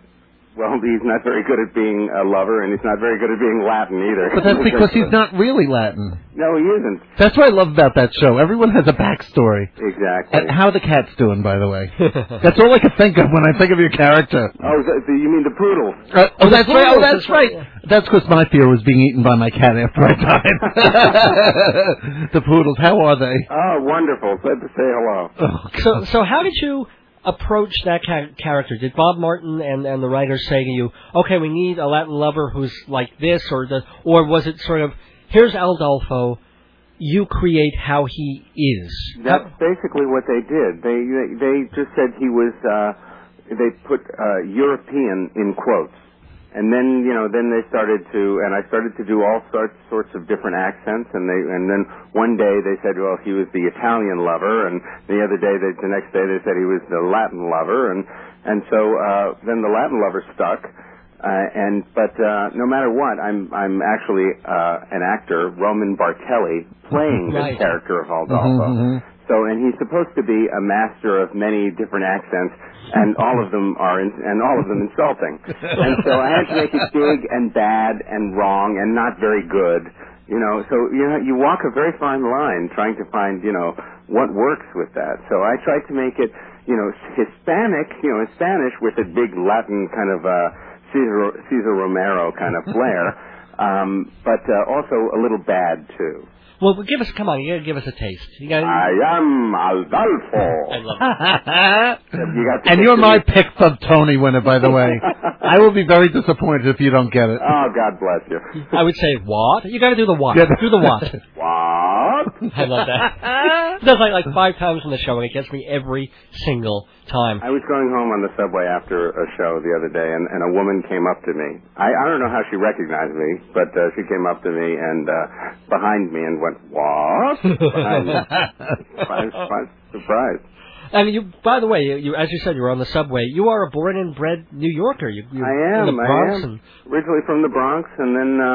[SPEAKER 12] well, he's not very good at being a lover, and he's not very good at being Latin either.
[SPEAKER 2] But that's because he's not really Latin.
[SPEAKER 12] No, he isn't.
[SPEAKER 2] That's what I love about that show. Everyone has a backstory.
[SPEAKER 12] Exactly.
[SPEAKER 2] And how the cat's doing, by the way. That's all I can think of when I think of your character.
[SPEAKER 12] oh, the, the, you mean the poodle?
[SPEAKER 2] Uh, oh, that's right. Oh,
[SPEAKER 1] poodle,
[SPEAKER 2] that's
[SPEAKER 1] that's right,
[SPEAKER 2] right. oh, That's because my fear was being eaten by my cat after I died. the poodles, how are they?
[SPEAKER 12] Oh, wonderful. Glad to say hello.
[SPEAKER 2] Oh,
[SPEAKER 1] So so how did you approach that ca- character? Did Bob Martin and and the writers say to you, okay, we need a Latin lover who's like this, or the or was it sort of here's Aldolfo, you create how he is?
[SPEAKER 12] That's basically what they did. They they, they just said he was. Uh, they put uh, European in quotes, and then you know then they started to and I started to do all sorts sorts of different accents, and they and then one day they said well he was the Italian lover, and the other day they, the next day they said he was the Latin lover, and and so uh, then the Latin lover stuck. Uh, and but uh, no matter what, I'm I'm actually uh, an actor, Roman Bartelli, playing
[SPEAKER 1] Right.
[SPEAKER 12] the character of Aldolfo.
[SPEAKER 3] Mm-hmm.
[SPEAKER 2] Mhm, mhm.
[SPEAKER 12] So, and he's supposed to be a master of many different accents, and all of them are, in, and all of them insulting. And so, I had to make it big and bad and wrong and not very good. You know, so you know, you walk a very fine line trying to find, you know, what works with that. So I tried to make it, you know, Hispanic, you know, in Spanish with a big Latin kind of uh, Cesar, Cesar Romero kind of flair, um, but uh, also a little bad too.
[SPEAKER 1] Well, give us come on, you gotta give us a taste. You gotta,
[SPEAKER 12] I am Aldolfo.
[SPEAKER 1] I love
[SPEAKER 12] You got the
[SPEAKER 2] and
[SPEAKER 12] picture.
[SPEAKER 2] you're my pick for Tony winner, by the way. I will be very disappointed if you don't get it.
[SPEAKER 12] Oh, God bless you.
[SPEAKER 1] it. I would say what? You gotta do the what?
[SPEAKER 2] Yeah.
[SPEAKER 1] Do the what?
[SPEAKER 12] What?
[SPEAKER 1] I love that. He does like like five times in the show, and it gets me every single time.
[SPEAKER 12] I was going home on the subway after a show the other day, and, and a woman came up to me. I, I don't know how she recognized me, but uh, she came up to me and uh, behind me and went, "What?" behind me. Surprise, surprise, surprise.
[SPEAKER 1] And you, by the way, you, you as you said, you were on the subway. You are a born and bred New Yorker. You, you
[SPEAKER 12] I am.
[SPEAKER 1] In the Bronx
[SPEAKER 12] I am
[SPEAKER 1] and-
[SPEAKER 12] originally from the Bronx, and then uh,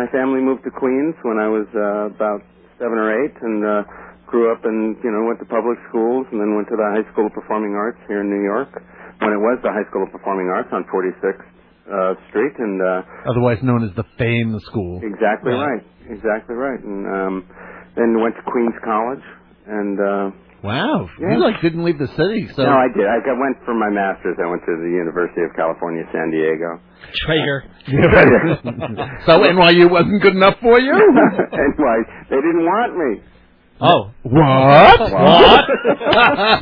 [SPEAKER 12] my family moved to Queens when I was uh, about seven or eight, and uh, grew up and you know went to public schools, and then went to the High School of Performing Arts here in New York when it was the High School of Performing Arts on 46th uh, Street, and uh,
[SPEAKER 2] Otherwise known as the Fame School.
[SPEAKER 12] Exactly
[SPEAKER 2] Yeah.
[SPEAKER 12] right. Exactly right. And um, then went to Queens College, and uh,
[SPEAKER 2] Wow,
[SPEAKER 12] Yeah.
[SPEAKER 2] you like didn't leave the city. So
[SPEAKER 12] no, I did. I got- went for my master's. I went to the University of California, San Diego.
[SPEAKER 1] Traeger.
[SPEAKER 2] so NYU wasn't good enough for you.
[SPEAKER 12] NY, they didn't want me.
[SPEAKER 1] Oh,
[SPEAKER 2] what?
[SPEAKER 12] What?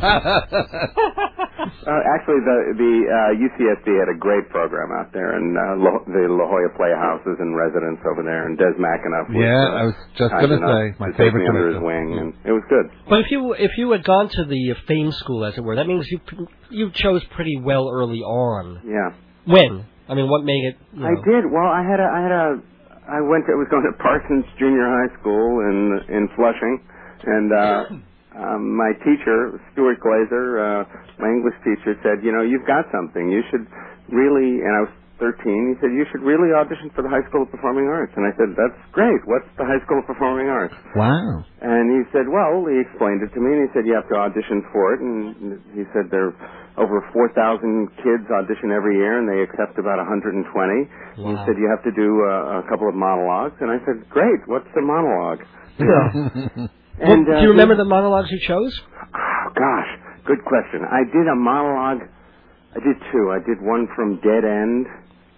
[SPEAKER 2] What?
[SPEAKER 12] Uh, actually, the the uh, UCSD had a great program out there, and uh, Lo- the La Jolla Playhouse is in residence over there, and Des McEnough. Was,
[SPEAKER 2] Yeah,
[SPEAKER 12] uh,
[SPEAKER 2] I was just
[SPEAKER 12] kind
[SPEAKER 2] gonna
[SPEAKER 12] enough
[SPEAKER 2] say, my
[SPEAKER 12] to take
[SPEAKER 2] favorite
[SPEAKER 12] me under his
[SPEAKER 2] director.
[SPEAKER 12] wing, and it was good.
[SPEAKER 1] But if you if you had gone to the fame school, as it were, that means you you chose pretty well early on.
[SPEAKER 12] Yeah.
[SPEAKER 1] When? I mean, what made it? You know,
[SPEAKER 12] I did. Well, I had a, I had a, I went. To, I was going to Parsons Junior High School in in Flushing, and uh, um, my teacher, Stuart Glazer, uh, my English teacher, said, you know, you've got something. You should really. And I was 13. He said, you should really audition for the High School of Performing Arts. And I said, that's great. What's the High School of Performing Arts?
[SPEAKER 2] wow.
[SPEAKER 12] And he said, well, he explained it to me, and he said, you have to audition for it. And he said there are over 4,000 kids audition every year, and they accept about 120. He
[SPEAKER 1] Wow.
[SPEAKER 12] said, you have to do uh, a couple of monologues. And I said, great, what's the monologue?
[SPEAKER 1] Well,
[SPEAKER 12] And, uh,
[SPEAKER 1] do you remember the monologues you chose?
[SPEAKER 12] Oh, gosh, good question. I did a monologue. I did two. I did one from Dead End,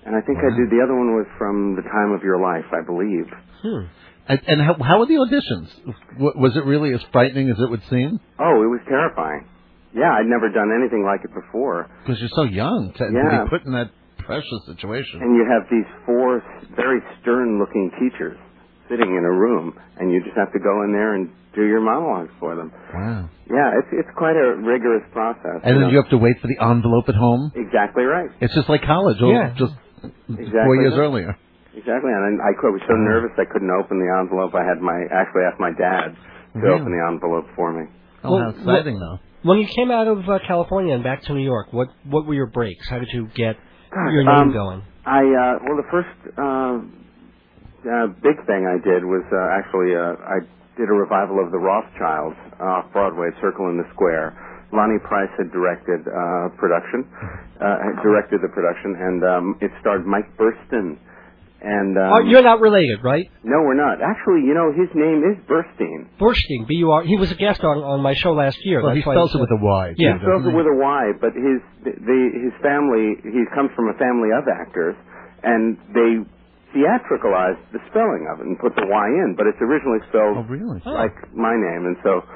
[SPEAKER 12] and I think I did the other one was from The Time of Your Life, I believe.
[SPEAKER 1] Hmm.
[SPEAKER 2] And, and how, how were the auditions? W- was it really as frightening as it would seem?
[SPEAKER 12] Oh, it was terrifying. Yeah, I'd never done anything like it before.
[SPEAKER 2] Because you're so young to, to
[SPEAKER 12] Yeah.
[SPEAKER 2] be put in that pressure situation.
[SPEAKER 12] And you have these four very stern looking teachers sitting in a room, and you just have to go in there and do your monologues for them.
[SPEAKER 2] Wow.
[SPEAKER 12] Yeah, it's it's quite a rigorous process.
[SPEAKER 2] And then
[SPEAKER 12] know.
[SPEAKER 2] you have to wait for the envelope at home.
[SPEAKER 12] exactly right.
[SPEAKER 2] It's just like college, or
[SPEAKER 12] Yeah.
[SPEAKER 2] just
[SPEAKER 12] Exactly.
[SPEAKER 2] four years Uh-huh.
[SPEAKER 12] right.
[SPEAKER 2] earlier.
[SPEAKER 12] Exactly. And I, I was so nervous I couldn't open the envelope. I had my actually asked my dad to
[SPEAKER 2] Really?
[SPEAKER 12] open the envelope for me.
[SPEAKER 2] Oh,
[SPEAKER 1] Well,
[SPEAKER 2] how exciting, though.
[SPEAKER 1] When you came out of uh, California and back to New York, what what were your breaks? How did you get your name
[SPEAKER 12] um,
[SPEAKER 1] going?
[SPEAKER 12] I uh, well, the first uh, uh, big thing I did was uh, actually uh, I did a revival of the Rothschilds off Broadway, Circle in the Square. Lonnie Price had directed uh, production, uh, had directed the production, and um, it starred Mike Burstyn. And um,
[SPEAKER 1] oh, you're not related, right?
[SPEAKER 12] no, we're not. Actually, you know, his name is Burstein.
[SPEAKER 1] Burstein, B U R. He was a guest on on my show last year.
[SPEAKER 2] Well, he
[SPEAKER 1] That's why I
[SPEAKER 2] spells it
[SPEAKER 1] said-
[SPEAKER 2] with a Y.
[SPEAKER 1] Yeah.
[SPEAKER 12] He spells it with a Y, but his the his family he comes from a family of actors, and they theatricalized the spelling of it and put the Y in, but it's originally
[SPEAKER 2] Oh,
[SPEAKER 12] spelled
[SPEAKER 2] really?
[SPEAKER 12] like my name, and so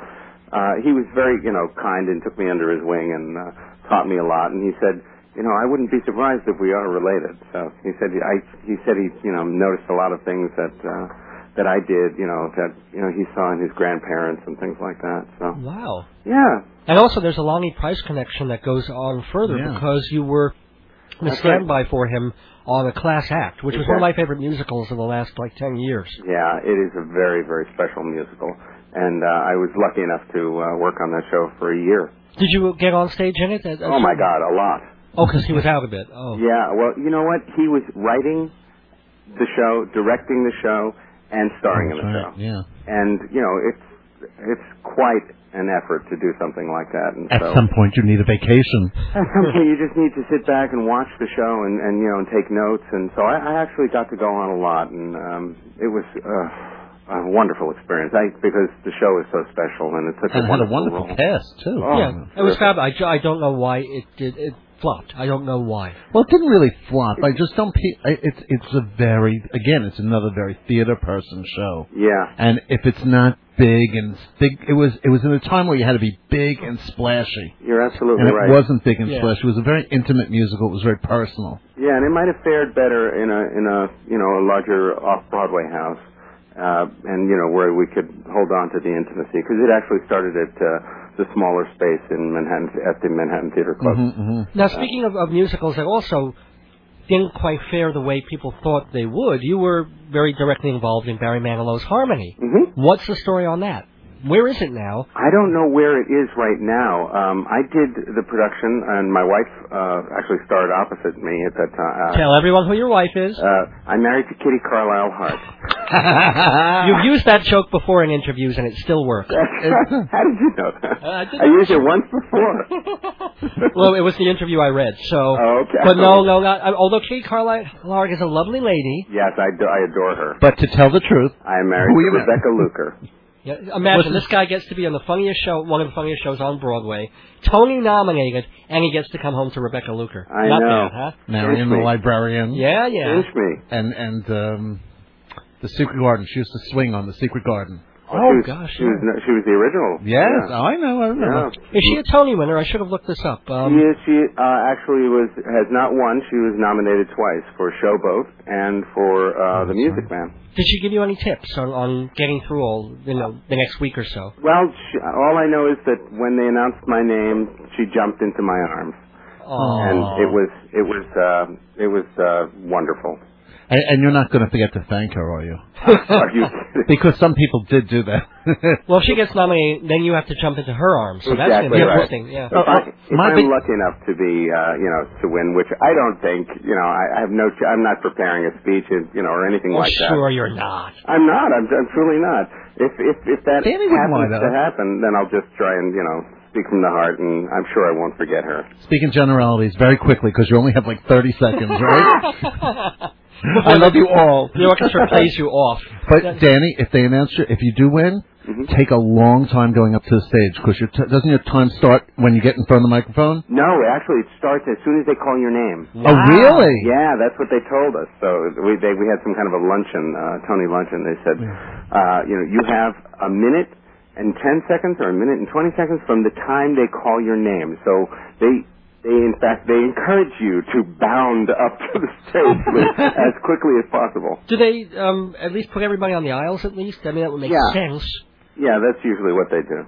[SPEAKER 12] uh, he was very you know kind and took me under his wing and uh, taught me a lot, and he said. You know, I wouldn't be surprised if we are related. So he said, I he said he you know noticed a lot of things that uh, that I did. You know that you know he saw in his grandparents and things like that. So
[SPEAKER 1] Wow.
[SPEAKER 12] yeah,
[SPEAKER 1] And also, there's a Lonnie Price connection that goes on further
[SPEAKER 2] Yeah.
[SPEAKER 1] because you were the
[SPEAKER 12] That's right.
[SPEAKER 1] standby for him on a class act, which was one of my favorite musicals of the last like ten years.
[SPEAKER 12] Yeah, it is a very, very special musical, and uh, I was lucky enough to uh, work on that show for a year.
[SPEAKER 1] Did you get on stage in it? At- at
[SPEAKER 12] Oh my
[SPEAKER 1] some-
[SPEAKER 12] God, a lot.
[SPEAKER 1] Oh, because he was out of it. Oh,
[SPEAKER 12] Yeah, well, you know what? He was writing the show, directing the show, and starring in
[SPEAKER 2] That's
[SPEAKER 12] the
[SPEAKER 2] right,
[SPEAKER 12] show.
[SPEAKER 2] Yeah.
[SPEAKER 12] And you know, it's it's quite an effort to do something like that. And
[SPEAKER 2] At
[SPEAKER 12] so
[SPEAKER 2] some point, you need a vacation.
[SPEAKER 12] at some point, you just need to sit back and watch the show and, and you know and take notes. And so I, I actually got to go on a lot, and um, it was uh, a wonderful experience. I because the show is so special and it's such a
[SPEAKER 2] And had a
[SPEAKER 12] wonderful,
[SPEAKER 2] wonderful
[SPEAKER 12] role.
[SPEAKER 2] cast, too.
[SPEAKER 12] Oh,
[SPEAKER 1] yeah, it was fab.
[SPEAKER 12] terrific.
[SPEAKER 1] I, ju- I don't know why it did it flopped. I don't know why.
[SPEAKER 2] Well, it didn't really flop. I just don't. Pe- I- it's it's a very again, it's another very theater person show.
[SPEAKER 12] Yeah,
[SPEAKER 2] And if it's not big and big, it was it was in a time where you had to be big and splashy,
[SPEAKER 12] you're absolutely
[SPEAKER 2] and
[SPEAKER 12] right.
[SPEAKER 2] it wasn't big and
[SPEAKER 1] Yeah.
[SPEAKER 2] splashy. It was a very intimate musical. It was very personal.
[SPEAKER 12] Yeah, and it might have fared better in a in a you know a larger off Broadway house. uh, and you know where we could hold on to the intimacy because it actually started at uh, the smaller space in Manhattan at the Manhattan Theater Club.
[SPEAKER 2] Mm-hmm,
[SPEAKER 1] Now, speaking of, of musicals that also didn't quite fare the way people thought they would, you were very directly involved in Barry Mangelow's Harmony.
[SPEAKER 12] Mm-hmm.
[SPEAKER 1] What's the story on that? Where is it now?
[SPEAKER 12] I don't know where it is right now. Um, I did the production, and my wife uh, actually starred opposite me at that time.
[SPEAKER 1] Tell everyone who your wife is.
[SPEAKER 12] Uh, I'm married to Kitty Carlisle Hart.
[SPEAKER 1] You've used that joke before in interviews, and it still works.
[SPEAKER 12] How did you know that?
[SPEAKER 2] Uh,
[SPEAKER 1] I didn't-
[SPEAKER 12] I used it once before. Oh,
[SPEAKER 1] well, it was the interview I read. So,
[SPEAKER 12] okay.
[SPEAKER 1] but no, no, not. Although Kate Carlisle Lark is a lovely lady,
[SPEAKER 12] Yes, I, do, I adore her.
[SPEAKER 2] But to tell the truth,
[SPEAKER 12] I'm married
[SPEAKER 2] Who
[SPEAKER 12] to
[SPEAKER 2] you married?
[SPEAKER 12] Rebecca Luker.
[SPEAKER 1] Yeah, imagine
[SPEAKER 12] Listen-
[SPEAKER 1] this guy gets to be on the funniest show, one of the funniest shows on Broadway, Tony nominated, and he gets to come home to Rebecca Luker.
[SPEAKER 12] I
[SPEAKER 1] Not
[SPEAKER 12] know.
[SPEAKER 1] bad, huh?
[SPEAKER 2] Marion the librarian.
[SPEAKER 1] Yeah, yeah. Pinch
[SPEAKER 12] me.
[SPEAKER 2] And and um, the Secret Garden. She used to swing on the Secret Garden.
[SPEAKER 12] Oh,
[SPEAKER 1] Oh,
[SPEAKER 12] she was, she was, no- she was the original.
[SPEAKER 2] Yes,
[SPEAKER 12] Yeah.
[SPEAKER 2] I know. I remember.
[SPEAKER 1] Is she a Tony winner? I should have looked this up. Um,
[SPEAKER 12] she is, she uh, actually was has not won. She was nominated twice for Showboat and for
[SPEAKER 2] Oh,
[SPEAKER 12] uh, The Music Man.
[SPEAKER 1] Did she give you any tips on, on getting through all you know the next week or so?
[SPEAKER 12] Well, she, all I know is that when they announced my name, she jumped into my arms, and it was it was uh, it was uh, wonderful.
[SPEAKER 2] And, and you're not going to forget to thank her, are you?
[SPEAKER 12] Are you
[SPEAKER 2] because some people did do that.
[SPEAKER 1] Well, if she gets nominated, then you have to jump into her arms. So that's gonna
[SPEAKER 12] exactly
[SPEAKER 1] be
[SPEAKER 12] right.
[SPEAKER 1] interesting. Yeah.
[SPEAKER 12] If, I, if I'm lucky enough to be, uh, you know, to win, which I don't think, you know, I, I have no, ch- I'm not preparing a speech, and, you know, or anything
[SPEAKER 1] Oh,
[SPEAKER 12] like
[SPEAKER 1] sure,
[SPEAKER 12] that.
[SPEAKER 1] you're not.
[SPEAKER 12] I'm not. I'm, I'm truly not. If if if that
[SPEAKER 2] Danny wouldn't
[SPEAKER 12] happens
[SPEAKER 2] mind,
[SPEAKER 12] to
[SPEAKER 2] though.
[SPEAKER 12] happen, then I'll just try and you know speak from the heart, and I'm sure I won't forget her.
[SPEAKER 2] Speaking generalities very quickly because you only have like 30 seconds, right? I love you all.
[SPEAKER 1] The orchestra plays you off.
[SPEAKER 2] But Danny, if they announce you, if you do win,
[SPEAKER 12] Mm-hmm.
[SPEAKER 2] take a long time going up to the stage because your t- doesn't your time start when you get in front of the microphone?
[SPEAKER 12] No, actually, it starts as soon as they call your name.
[SPEAKER 2] Oh, Wow. really?
[SPEAKER 12] Yeah, that's what they told us. So we they, we had some kind of a luncheon, uh, Tony luncheon. They said, uh, you know, you have a minute and ten seconds, or a minute and twenty seconds from the time they call your name. So they. They, in fact, they encourage you to bound up to the stage with, as quickly as possible.
[SPEAKER 1] Do they um, at least put everybody on the aisles? At least, I mean, that would make
[SPEAKER 12] Yeah.
[SPEAKER 1] sense.
[SPEAKER 12] Yeah, that's usually what they do.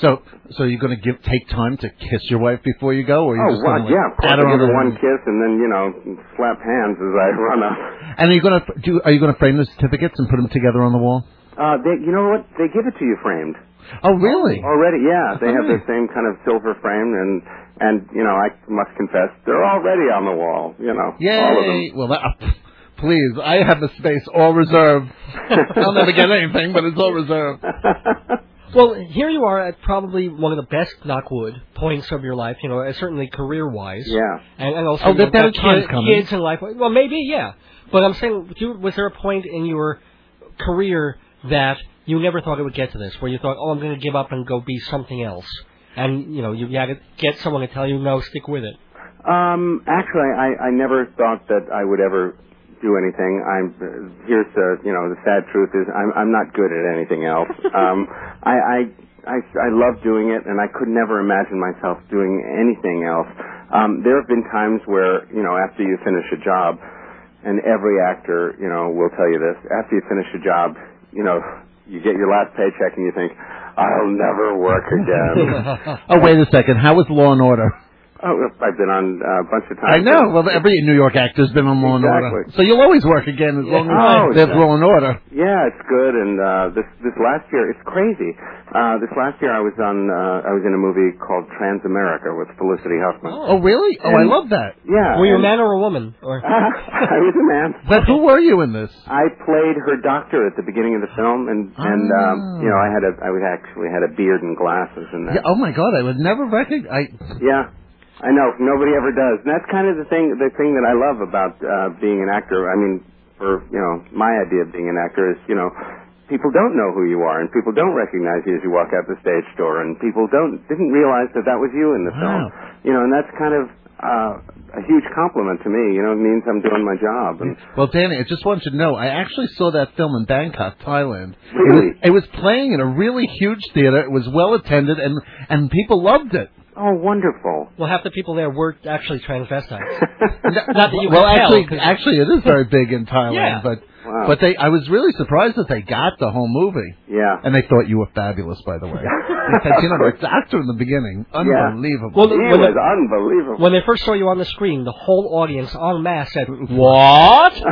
[SPEAKER 2] So, so you're going to give take time to kiss your wife before you go, or you're
[SPEAKER 12] Oh,
[SPEAKER 2] just
[SPEAKER 12] well,
[SPEAKER 2] gonna, like,
[SPEAKER 12] yeah, of course.
[SPEAKER 2] pat
[SPEAKER 12] I
[SPEAKER 2] her on
[SPEAKER 12] give
[SPEAKER 2] the
[SPEAKER 12] her one kiss and then, you know, slap hands as I run up.
[SPEAKER 2] And are you going to do? Are you going to frame the certificates and put them together on the wall?
[SPEAKER 12] Uh, they, you know what? They give it to you framed.
[SPEAKER 2] Oh, really?
[SPEAKER 12] Already, yeah. They have
[SPEAKER 2] Alright.
[SPEAKER 12] the same kind of silver frame, and and you know, I must confess, they're already on the wall. You know, all of
[SPEAKER 2] Yay!
[SPEAKER 12] them.
[SPEAKER 2] Well, that, please, I have the space all reserved. I'll never get anything, but it's all reserved.
[SPEAKER 1] Well, here you are at probably one of the best knockwood points of your life, you know, uh, certainly career wise.
[SPEAKER 12] Yeah.
[SPEAKER 1] And, and also,
[SPEAKER 2] Oh,
[SPEAKER 1] you know,
[SPEAKER 2] there- there are
[SPEAKER 1] got
[SPEAKER 2] times
[SPEAKER 1] kid-
[SPEAKER 2] coming.
[SPEAKER 1] kids in life. Well, maybe, yeah. But I'm saying, do, was there a point in your career that you never thought it would get to this, where you thought, oh, I'm going to give up and go be something else? And, you know, you got to get someone to tell you, no, stick with it.
[SPEAKER 12] Um, actually, I I never thought that I would ever do anything. I'm here's the you know the sad truth is I'm I'm not good at anything else. um, I I. I, I love doing it, and I could never imagine myself doing anything else. Um, there have been times where, you know, after you finish a job, and every actor, you know, will tell you this. After you finish a job, you know, you get your last paycheck and you think, I'll never work again.
[SPEAKER 2] oh, wait a second. How was Law and Order?
[SPEAKER 12] oh, I've been on uh, a bunch of times.
[SPEAKER 2] I know. Well, every New York actor's been on Law and Order,
[SPEAKER 12] Exactly.
[SPEAKER 2] so you'll always work again as long
[SPEAKER 12] Oh,
[SPEAKER 2] as there's
[SPEAKER 12] exactly.
[SPEAKER 2] Law and Order.
[SPEAKER 12] Yeah, it's good. And uh, this this last year, it's crazy. Uh, this last year, I was on uh, I was in a movie called Transamerica with Felicity Huffman.
[SPEAKER 2] Oh, really? Oh, I
[SPEAKER 12] And-
[SPEAKER 2] love that.
[SPEAKER 12] Yeah.
[SPEAKER 1] Were you a
[SPEAKER 12] and-
[SPEAKER 1] man or a woman? Or
[SPEAKER 12] I was a man.
[SPEAKER 2] But who were you in this?
[SPEAKER 12] I played her doctor at the beginning of the film, and and um, you know I had a I was actually had a beard and glasses and that.
[SPEAKER 2] Yeah, oh my God, I would never recognize. I,
[SPEAKER 12] Yeah, I know nobody ever does. And that's kind of the thing the thing that I love about uh, being an actor. I mean, for you know, my idea of being an actor is you know, people don't know who you are, and people don't recognize you as you walk out the stage door, and people don't didn't realize that that was you in the film.
[SPEAKER 2] Wow.
[SPEAKER 12] You know, and that's kind of uh, a huge compliment to me. You know, it means I'm doing my job. And
[SPEAKER 2] Well, Danny, I just wanted you to know I actually saw that film in Bangkok, Thailand.
[SPEAKER 12] Really?
[SPEAKER 2] It, was, it was playing in a really huge theater. It was well attended, and and people loved it.
[SPEAKER 12] oh, wonderful.
[SPEAKER 1] well, half the people there were actually transvestites.
[SPEAKER 12] wow.
[SPEAKER 1] Not that you
[SPEAKER 2] well,
[SPEAKER 1] can tell,
[SPEAKER 2] actually,
[SPEAKER 1] 'cause-
[SPEAKER 2] actually, it is very big in
[SPEAKER 1] Yeah.
[SPEAKER 2] Thailand. But
[SPEAKER 12] wow.
[SPEAKER 2] But they, I was really surprised that they got the whole movie.
[SPEAKER 12] Yeah.
[SPEAKER 2] And they thought you were fabulous, by the way. they said, you know, the doctor in the beginning, unbelievable.
[SPEAKER 1] Well, He when was the-
[SPEAKER 12] unbelievable.
[SPEAKER 1] When they first saw you on the screen, the whole audience en masse said, What?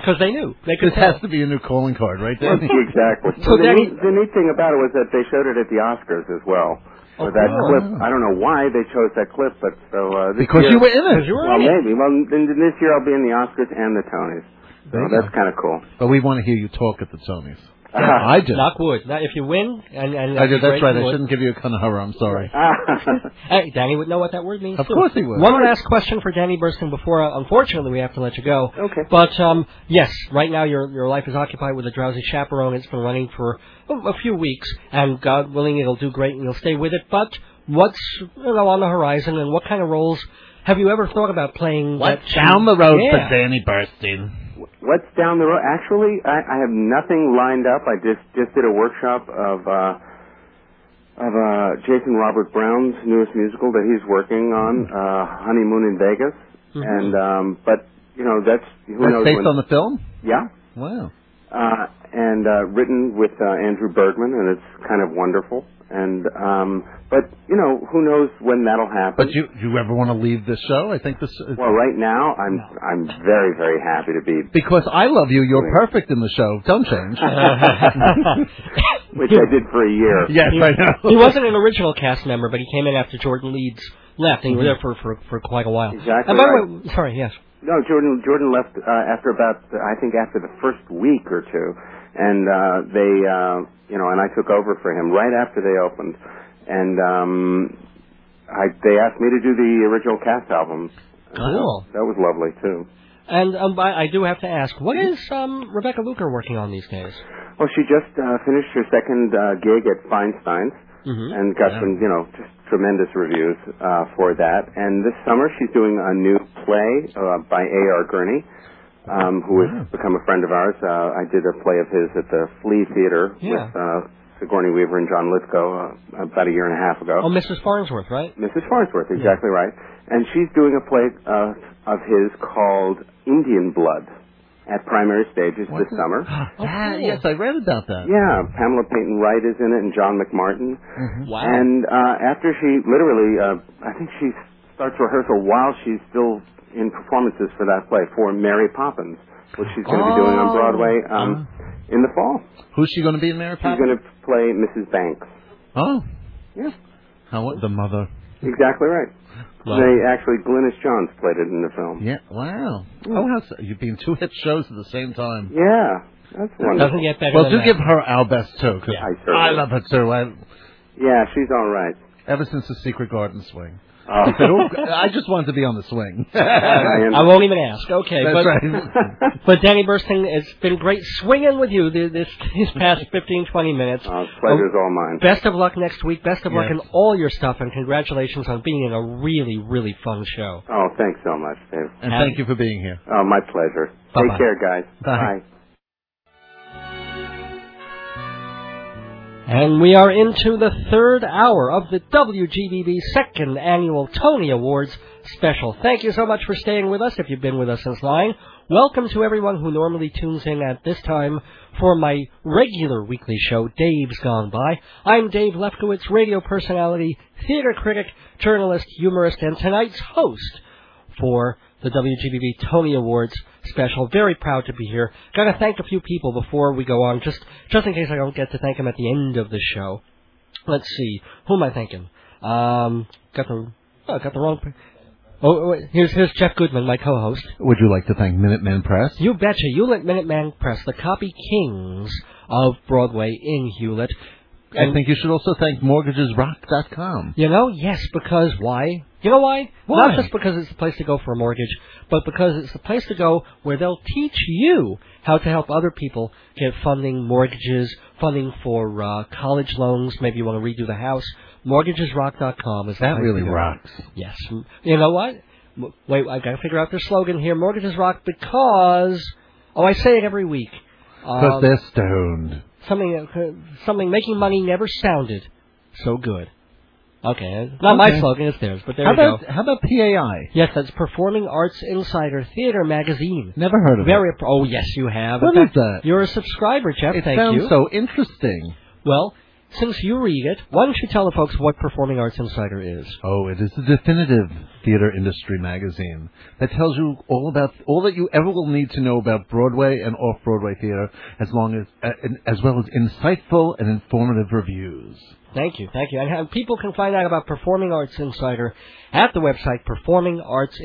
[SPEAKER 1] Because they knew. They could
[SPEAKER 2] This
[SPEAKER 1] tell.
[SPEAKER 2] has to be a new calling card, right there.
[SPEAKER 12] exactly.
[SPEAKER 1] So
[SPEAKER 12] the,
[SPEAKER 1] that
[SPEAKER 12] neat, the neat thing about it was that they showed it at the Oscars as well.
[SPEAKER 2] Oh,
[SPEAKER 12] With that
[SPEAKER 2] cool.
[SPEAKER 12] clip, I don't know why they chose that clip, but so uh, this
[SPEAKER 2] Because
[SPEAKER 12] year-
[SPEAKER 2] you were in it. Because you were
[SPEAKER 12] well,
[SPEAKER 2] in it.
[SPEAKER 12] maybe. Well, then then this year I'll be in the Oscars and the Tonys. So
[SPEAKER 2] There you
[SPEAKER 12] that's
[SPEAKER 2] go.
[SPEAKER 12] kind of cool.
[SPEAKER 2] But we want to hear you talk at the Tonys. I do.
[SPEAKER 1] Knock wood. Now, if you win, and, and
[SPEAKER 2] I did. That's
[SPEAKER 1] great,
[SPEAKER 2] right.
[SPEAKER 1] you
[SPEAKER 2] I
[SPEAKER 1] would.
[SPEAKER 2] shouldn't give you a kanahara. I'm sorry.
[SPEAKER 12] Ah.
[SPEAKER 1] Hey, Danny would know what that word means.
[SPEAKER 2] Of
[SPEAKER 1] too.
[SPEAKER 2] course he would.
[SPEAKER 1] One last question for Danny Bursting before, uh, unfortunately, we have to let you go.
[SPEAKER 12] Okay.
[SPEAKER 1] But um, yes, right now your your life is occupied with a drowsy chaperone. It's been running for a, a few weeks, and God willing, it'll do great, and you'll stay with it. But what's you know, on the horizon, and what kind of roles have you ever thought about playing? that- Yeah.
[SPEAKER 2] Danny Burstein?
[SPEAKER 12] What's down the road? Actually, I, I have nothing lined up. I just just did a workshop of uh, of uh, Jason Robert Brown's newest musical that he's working on, uh, Honeymoon in Vegas.
[SPEAKER 1] Mm-hmm.
[SPEAKER 12] And um, but you know that's who
[SPEAKER 2] Mm-hmm. That's
[SPEAKER 12] knows
[SPEAKER 2] based
[SPEAKER 12] when-
[SPEAKER 2] on the film.
[SPEAKER 12] yeah.
[SPEAKER 2] Wow.
[SPEAKER 12] uh, and uh, written with uh, Andrew Bergman, and it's kind of wonderful. And um, but you know, who knows when that'll happen?
[SPEAKER 2] But you, do you ever want to leave this show? I think this. Is,
[SPEAKER 12] well, right now I'm I'm very very happy to be,
[SPEAKER 2] because I love you. You're perfect in the show. Don't change.
[SPEAKER 12] which I did for a year.
[SPEAKER 2] yes, I know.
[SPEAKER 1] he wasn't an original cast member, but he came in after Jordan Leeds left, and you were
[SPEAKER 2] Mm-hmm.
[SPEAKER 1] there for, for, for quite a while.
[SPEAKER 12] Exactly
[SPEAKER 1] And by
[SPEAKER 12] right.
[SPEAKER 1] the way, sorry, yes.
[SPEAKER 12] No, Jordan. Jordan left uh, after about I think after the first week or two, and uh, they uh, you know, and I took over for him right after they opened, and um, I they asked me to do the original cast album.
[SPEAKER 1] Cool.
[SPEAKER 12] That was lovely too.
[SPEAKER 1] And um, I, I do have to ask, what is um, Rebecca Luker working on these days?
[SPEAKER 12] Well, she just uh, finished her second uh, gig at Feinstein's
[SPEAKER 1] Mhm.
[SPEAKER 12] and got some, you know, just tremendous reviews uh, for that. And this summer, she's doing a new play uh, by A.R. Gurney, um, who has become a friend of ours. Uh, I did a play of his at the Flea Theater
[SPEAKER 1] Yeah.
[SPEAKER 12] with uh, Sigourney Weaver and John Lithgow uh, about a year and a half ago.
[SPEAKER 1] Oh, Mrs. Farnsworth, right?
[SPEAKER 12] Mrs. Farnsworth, exactly right. And she's doing a play uh, of his called Indian Blood at Primary Stages
[SPEAKER 2] What's
[SPEAKER 12] this
[SPEAKER 2] it?
[SPEAKER 12] summer.
[SPEAKER 2] Ah, yes, I read about that.
[SPEAKER 12] Yeah, Pamela Payton Wright is in it, and John McMartin.
[SPEAKER 2] Mm-hmm.
[SPEAKER 1] Wow.
[SPEAKER 12] And uh, after she literally, uh, I think she starts rehearsal while she's still in performances for that play for Mary Poppins, which she's going to be doing on
[SPEAKER 2] Oh. Uh-huh.
[SPEAKER 12] Broadway um, in the fall.
[SPEAKER 2] Who's she going to be in Mary
[SPEAKER 12] She's
[SPEAKER 2] Poppins?
[SPEAKER 12] going to play Mrs. Banks.
[SPEAKER 2] Oh,
[SPEAKER 12] Yeah,
[SPEAKER 2] how the mother?
[SPEAKER 12] exactly right.
[SPEAKER 2] Wow.
[SPEAKER 12] They actually, Glynis Johns played it in the film.
[SPEAKER 2] Yeah. Wow. Oh, how so- you've been two hit shows at the same time.
[SPEAKER 12] Yeah, that's
[SPEAKER 1] Doesn't
[SPEAKER 12] wonderful.
[SPEAKER 1] get better
[SPEAKER 2] Well,
[SPEAKER 1] than
[SPEAKER 2] do
[SPEAKER 1] that.
[SPEAKER 2] give her our best too, 'cause
[SPEAKER 12] Yeah, I certainly-
[SPEAKER 2] I love her too. I,
[SPEAKER 12] Yeah, she's all right.
[SPEAKER 2] ever since the Secret Garden swing,
[SPEAKER 12] Oh.
[SPEAKER 2] But, oh, I just wanted to be on the swing.
[SPEAKER 12] I am-
[SPEAKER 1] I won't even ask. Okay,
[SPEAKER 2] That's
[SPEAKER 1] but
[SPEAKER 2] right.
[SPEAKER 1] but Danny Bursting, it's been great swinging with you th- this these past 15, 20 minutes.
[SPEAKER 12] Uh, pleasure's all mine.
[SPEAKER 1] Best of luck next week. Best of luck
[SPEAKER 2] Yes.
[SPEAKER 1] in all your stuff, and congratulations on being in a really, really fun show.
[SPEAKER 12] Oh, thanks so much, Dave.
[SPEAKER 2] And thank you for being here.
[SPEAKER 12] Oh, my pleasure.
[SPEAKER 1] Bye-bye.
[SPEAKER 12] Take care, guys.
[SPEAKER 2] Bye.
[SPEAKER 12] Bye.
[SPEAKER 1] And we are into the third hour of the WGBB second annual Tony Awards special. Thank you so much for staying with us if you've been with us since nine. Welcome to everyone who normally tunes in at this time for my regular weekly show, Dave's Gone By. I'm Dave Lefkowitz, radio personality, theater critic, journalist, humorist, and tonight's host for the WGBB Tony Awards special. Very proud to be here. Got to thank a few people before we go on, just just in case I don't get to thank them at the end of the show. Let's see, who am I thanking? Um, got the oh, got the wrong. pe- Oh, wait, here's here's Jeff Goodman, my co-host.
[SPEAKER 2] Would you like to thank Minutemen Press?
[SPEAKER 1] You betcha. Hewlett Minuteman Press, the copy kings of Broadway in Hewlett.
[SPEAKER 2] I think you should also thank MortgagesRock.com.
[SPEAKER 1] You know, yes, because why? You know why?
[SPEAKER 2] Why?
[SPEAKER 1] Not just because it's the place to go for a mortgage, but because it's the place to go where they'll teach you how to help other people get funding, mortgages, funding for uh, college loans. Maybe you want to redo the house. MortgagesRock.com is the
[SPEAKER 2] That
[SPEAKER 1] place
[SPEAKER 2] really
[SPEAKER 1] to go.
[SPEAKER 2] rocks.
[SPEAKER 1] Yes. You know what? M- Wait, I got to figure out their slogan here. Mortgages rock because. Oh, I say it every week.
[SPEAKER 2] Because
[SPEAKER 1] Um, uh,
[SPEAKER 2] they're stoned.
[SPEAKER 1] something, something making money never sounded so good. Okay, not my
[SPEAKER 2] Okay.
[SPEAKER 1] slogan, it's theirs, but there
[SPEAKER 2] how
[SPEAKER 1] you
[SPEAKER 2] about
[SPEAKER 1] go.
[SPEAKER 2] how about PAI?
[SPEAKER 1] Yes, that's Performing Arts Insider Theater Magazine.
[SPEAKER 2] Never heard of
[SPEAKER 1] Very. appro- Oh yes, you have. In
[SPEAKER 2] What is
[SPEAKER 1] fact,
[SPEAKER 2] that?
[SPEAKER 1] You're a subscriber, Jeff.
[SPEAKER 2] it. It
[SPEAKER 1] thank
[SPEAKER 2] sounds
[SPEAKER 1] you.
[SPEAKER 2] so interesting.
[SPEAKER 1] Well, since you read it, why don't you tell the folks what Performing Arts Insider is?
[SPEAKER 2] Oh, it is the definitive theater industry magazine that tells you all about all that you ever will need to know about Broadway and off-Broadway theater, as long as uh, and- as well as insightful and informative reviews.
[SPEAKER 1] Thank you, thank you. And how- people can find out about Performing Arts Insider at the website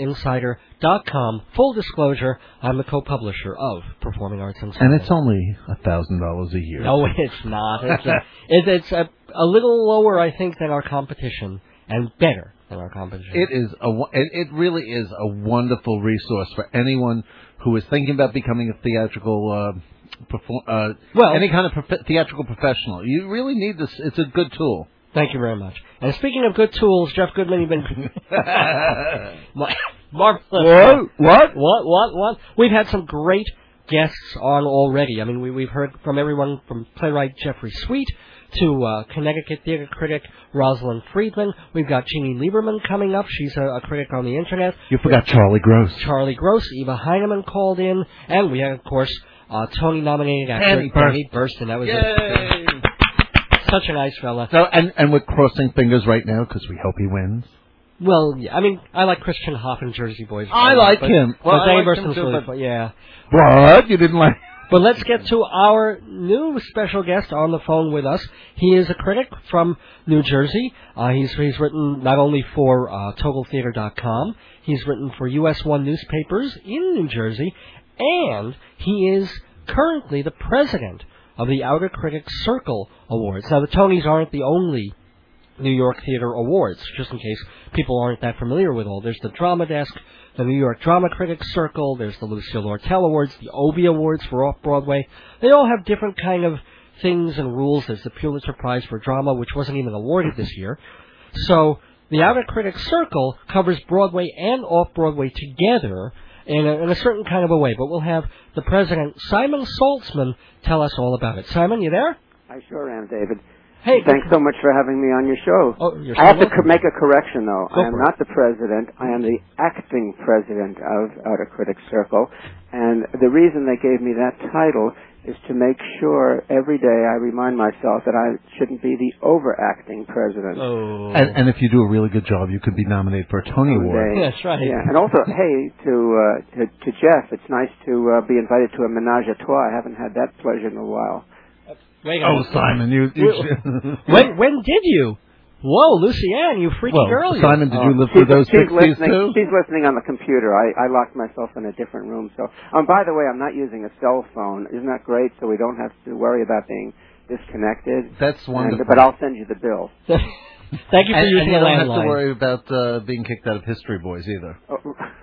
[SPEAKER 1] performingartsinsider.com. Full disclosure, I'm the co-publisher of Performing Arts Insider.
[SPEAKER 2] And it's only a thousand dollars a year.
[SPEAKER 1] No, it's not. It's a, it, it's a, a little lower, I think, than our competition, and better than our competition.
[SPEAKER 2] It is a wo- it, it really is a wonderful resource for anyone who is thinking about becoming a theatrical uh, perform uh,
[SPEAKER 1] Well-
[SPEAKER 2] any kind of prof- theatrical professional. You really need this. It's a good tool.
[SPEAKER 1] Thank you very much. And speaking of good tools, Jeff Goodman, you've been Mar- marvelous.
[SPEAKER 2] What? What?
[SPEAKER 1] What? What? What? We've had some great guests on already. I mean, we, we've heard from everyone from playwright Jeffrey Sweet to uh, Connecticut theater critic Rosalind Friedman. We've got Jeannie Lieberman coming up. She's a, a critic on the internet.
[SPEAKER 2] You forgot Charlie Gross.
[SPEAKER 1] Charlie Gross, Eva Heineman called in, and we had, of course, uh, Tony-nominated actor
[SPEAKER 2] Danny Burst.
[SPEAKER 1] Burston. That was it.
[SPEAKER 2] Yay!
[SPEAKER 1] such a nice fella.
[SPEAKER 2] So and and we're crossing fingers right now because we hope he wins.
[SPEAKER 1] Well, yeah, I mean, I like Christian Hoff and Jersey Boys.
[SPEAKER 2] I like
[SPEAKER 1] but,
[SPEAKER 2] him. Well,
[SPEAKER 1] but
[SPEAKER 2] I
[SPEAKER 1] Danny
[SPEAKER 2] like him
[SPEAKER 1] Burston's
[SPEAKER 2] too,
[SPEAKER 1] really
[SPEAKER 2] but-
[SPEAKER 1] fun- Yeah.
[SPEAKER 2] What? You didn't like?
[SPEAKER 1] But let's get to our new special guest on the phone with us. He is a critic from New Jersey. Uh, he's, he's written not only for uh, TogleTheater.com, he's written for US1 newspapers in New Jersey, and he is currently the president of the Outer Critics Circle Awards. Now, the Tonys aren't the only New York Theater Awards, just in case people aren't that familiar with all. There's the Drama Desk, the New York Drama Critics Circle, there's the Lucille Lortel Awards, the Obie Awards for Off Broadway. They all have different kind of things and rules. There's the Pulitzer Prize for Drama, which wasn't even awarded this year. So the Outer Critics Circle covers Broadway and Off Broadway together in a, in a certain kind of a way. But we'll have the president, Simon Saltzman, tell us all about it. Simon, you there?
[SPEAKER 13] I sure am, David.
[SPEAKER 1] Hey,
[SPEAKER 13] Thanks so much for having me on your show.
[SPEAKER 1] Oh, you're
[SPEAKER 13] I have
[SPEAKER 1] so
[SPEAKER 13] to co- make a correction, though.
[SPEAKER 1] Go
[SPEAKER 13] I am
[SPEAKER 1] for it.
[SPEAKER 13] not the president. I am the acting president of Outer Critics Circle. And the reason they gave me that title is to make sure every day I remind myself that I shouldn't be the overacting president.
[SPEAKER 1] Oh.
[SPEAKER 2] And, and if you do a really good job, you could be nominated for a Tony Award.
[SPEAKER 13] Someday.
[SPEAKER 1] That's right.
[SPEAKER 13] Yeah, and also, hey, to uh, to, to Jeff, it's nice to uh, be invited to a menage a trois. I haven't had that pleasure in a while.
[SPEAKER 1] Wait a
[SPEAKER 2] Oh,
[SPEAKER 1] minute.
[SPEAKER 2] Simon, you. you
[SPEAKER 1] When when did you? Whoa, Lucianne, you freaky
[SPEAKER 2] well,
[SPEAKER 1] girl! you.
[SPEAKER 2] Simon, did you live through
[SPEAKER 13] Oh. She's,
[SPEAKER 2] those
[SPEAKER 13] she's
[SPEAKER 2] sixties
[SPEAKER 13] listening,
[SPEAKER 2] too?
[SPEAKER 13] She's listening on the computer. I, I locked myself in a different room. So, um, by the way, I'm not using a cell phone. Isn't that great? So we don't have to worry about being disconnected.
[SPEAKER 2] That's
[SPEAKER 13] And-
[SPEAKER 2] wonderful.
[SPEAKER 13] but I'll send you the bill.
[SPEAKER 1] Thank you for
[SPEAKER 2] and, and
[SPEAKER 1] using
[SPEAKER 2] you
[SPEAKER 1] the
[SPEAKER 2] don't have to
[SPEAKER 1] landline.
[SPEAKER 2] worry about uh, being kicked out of History Boys either.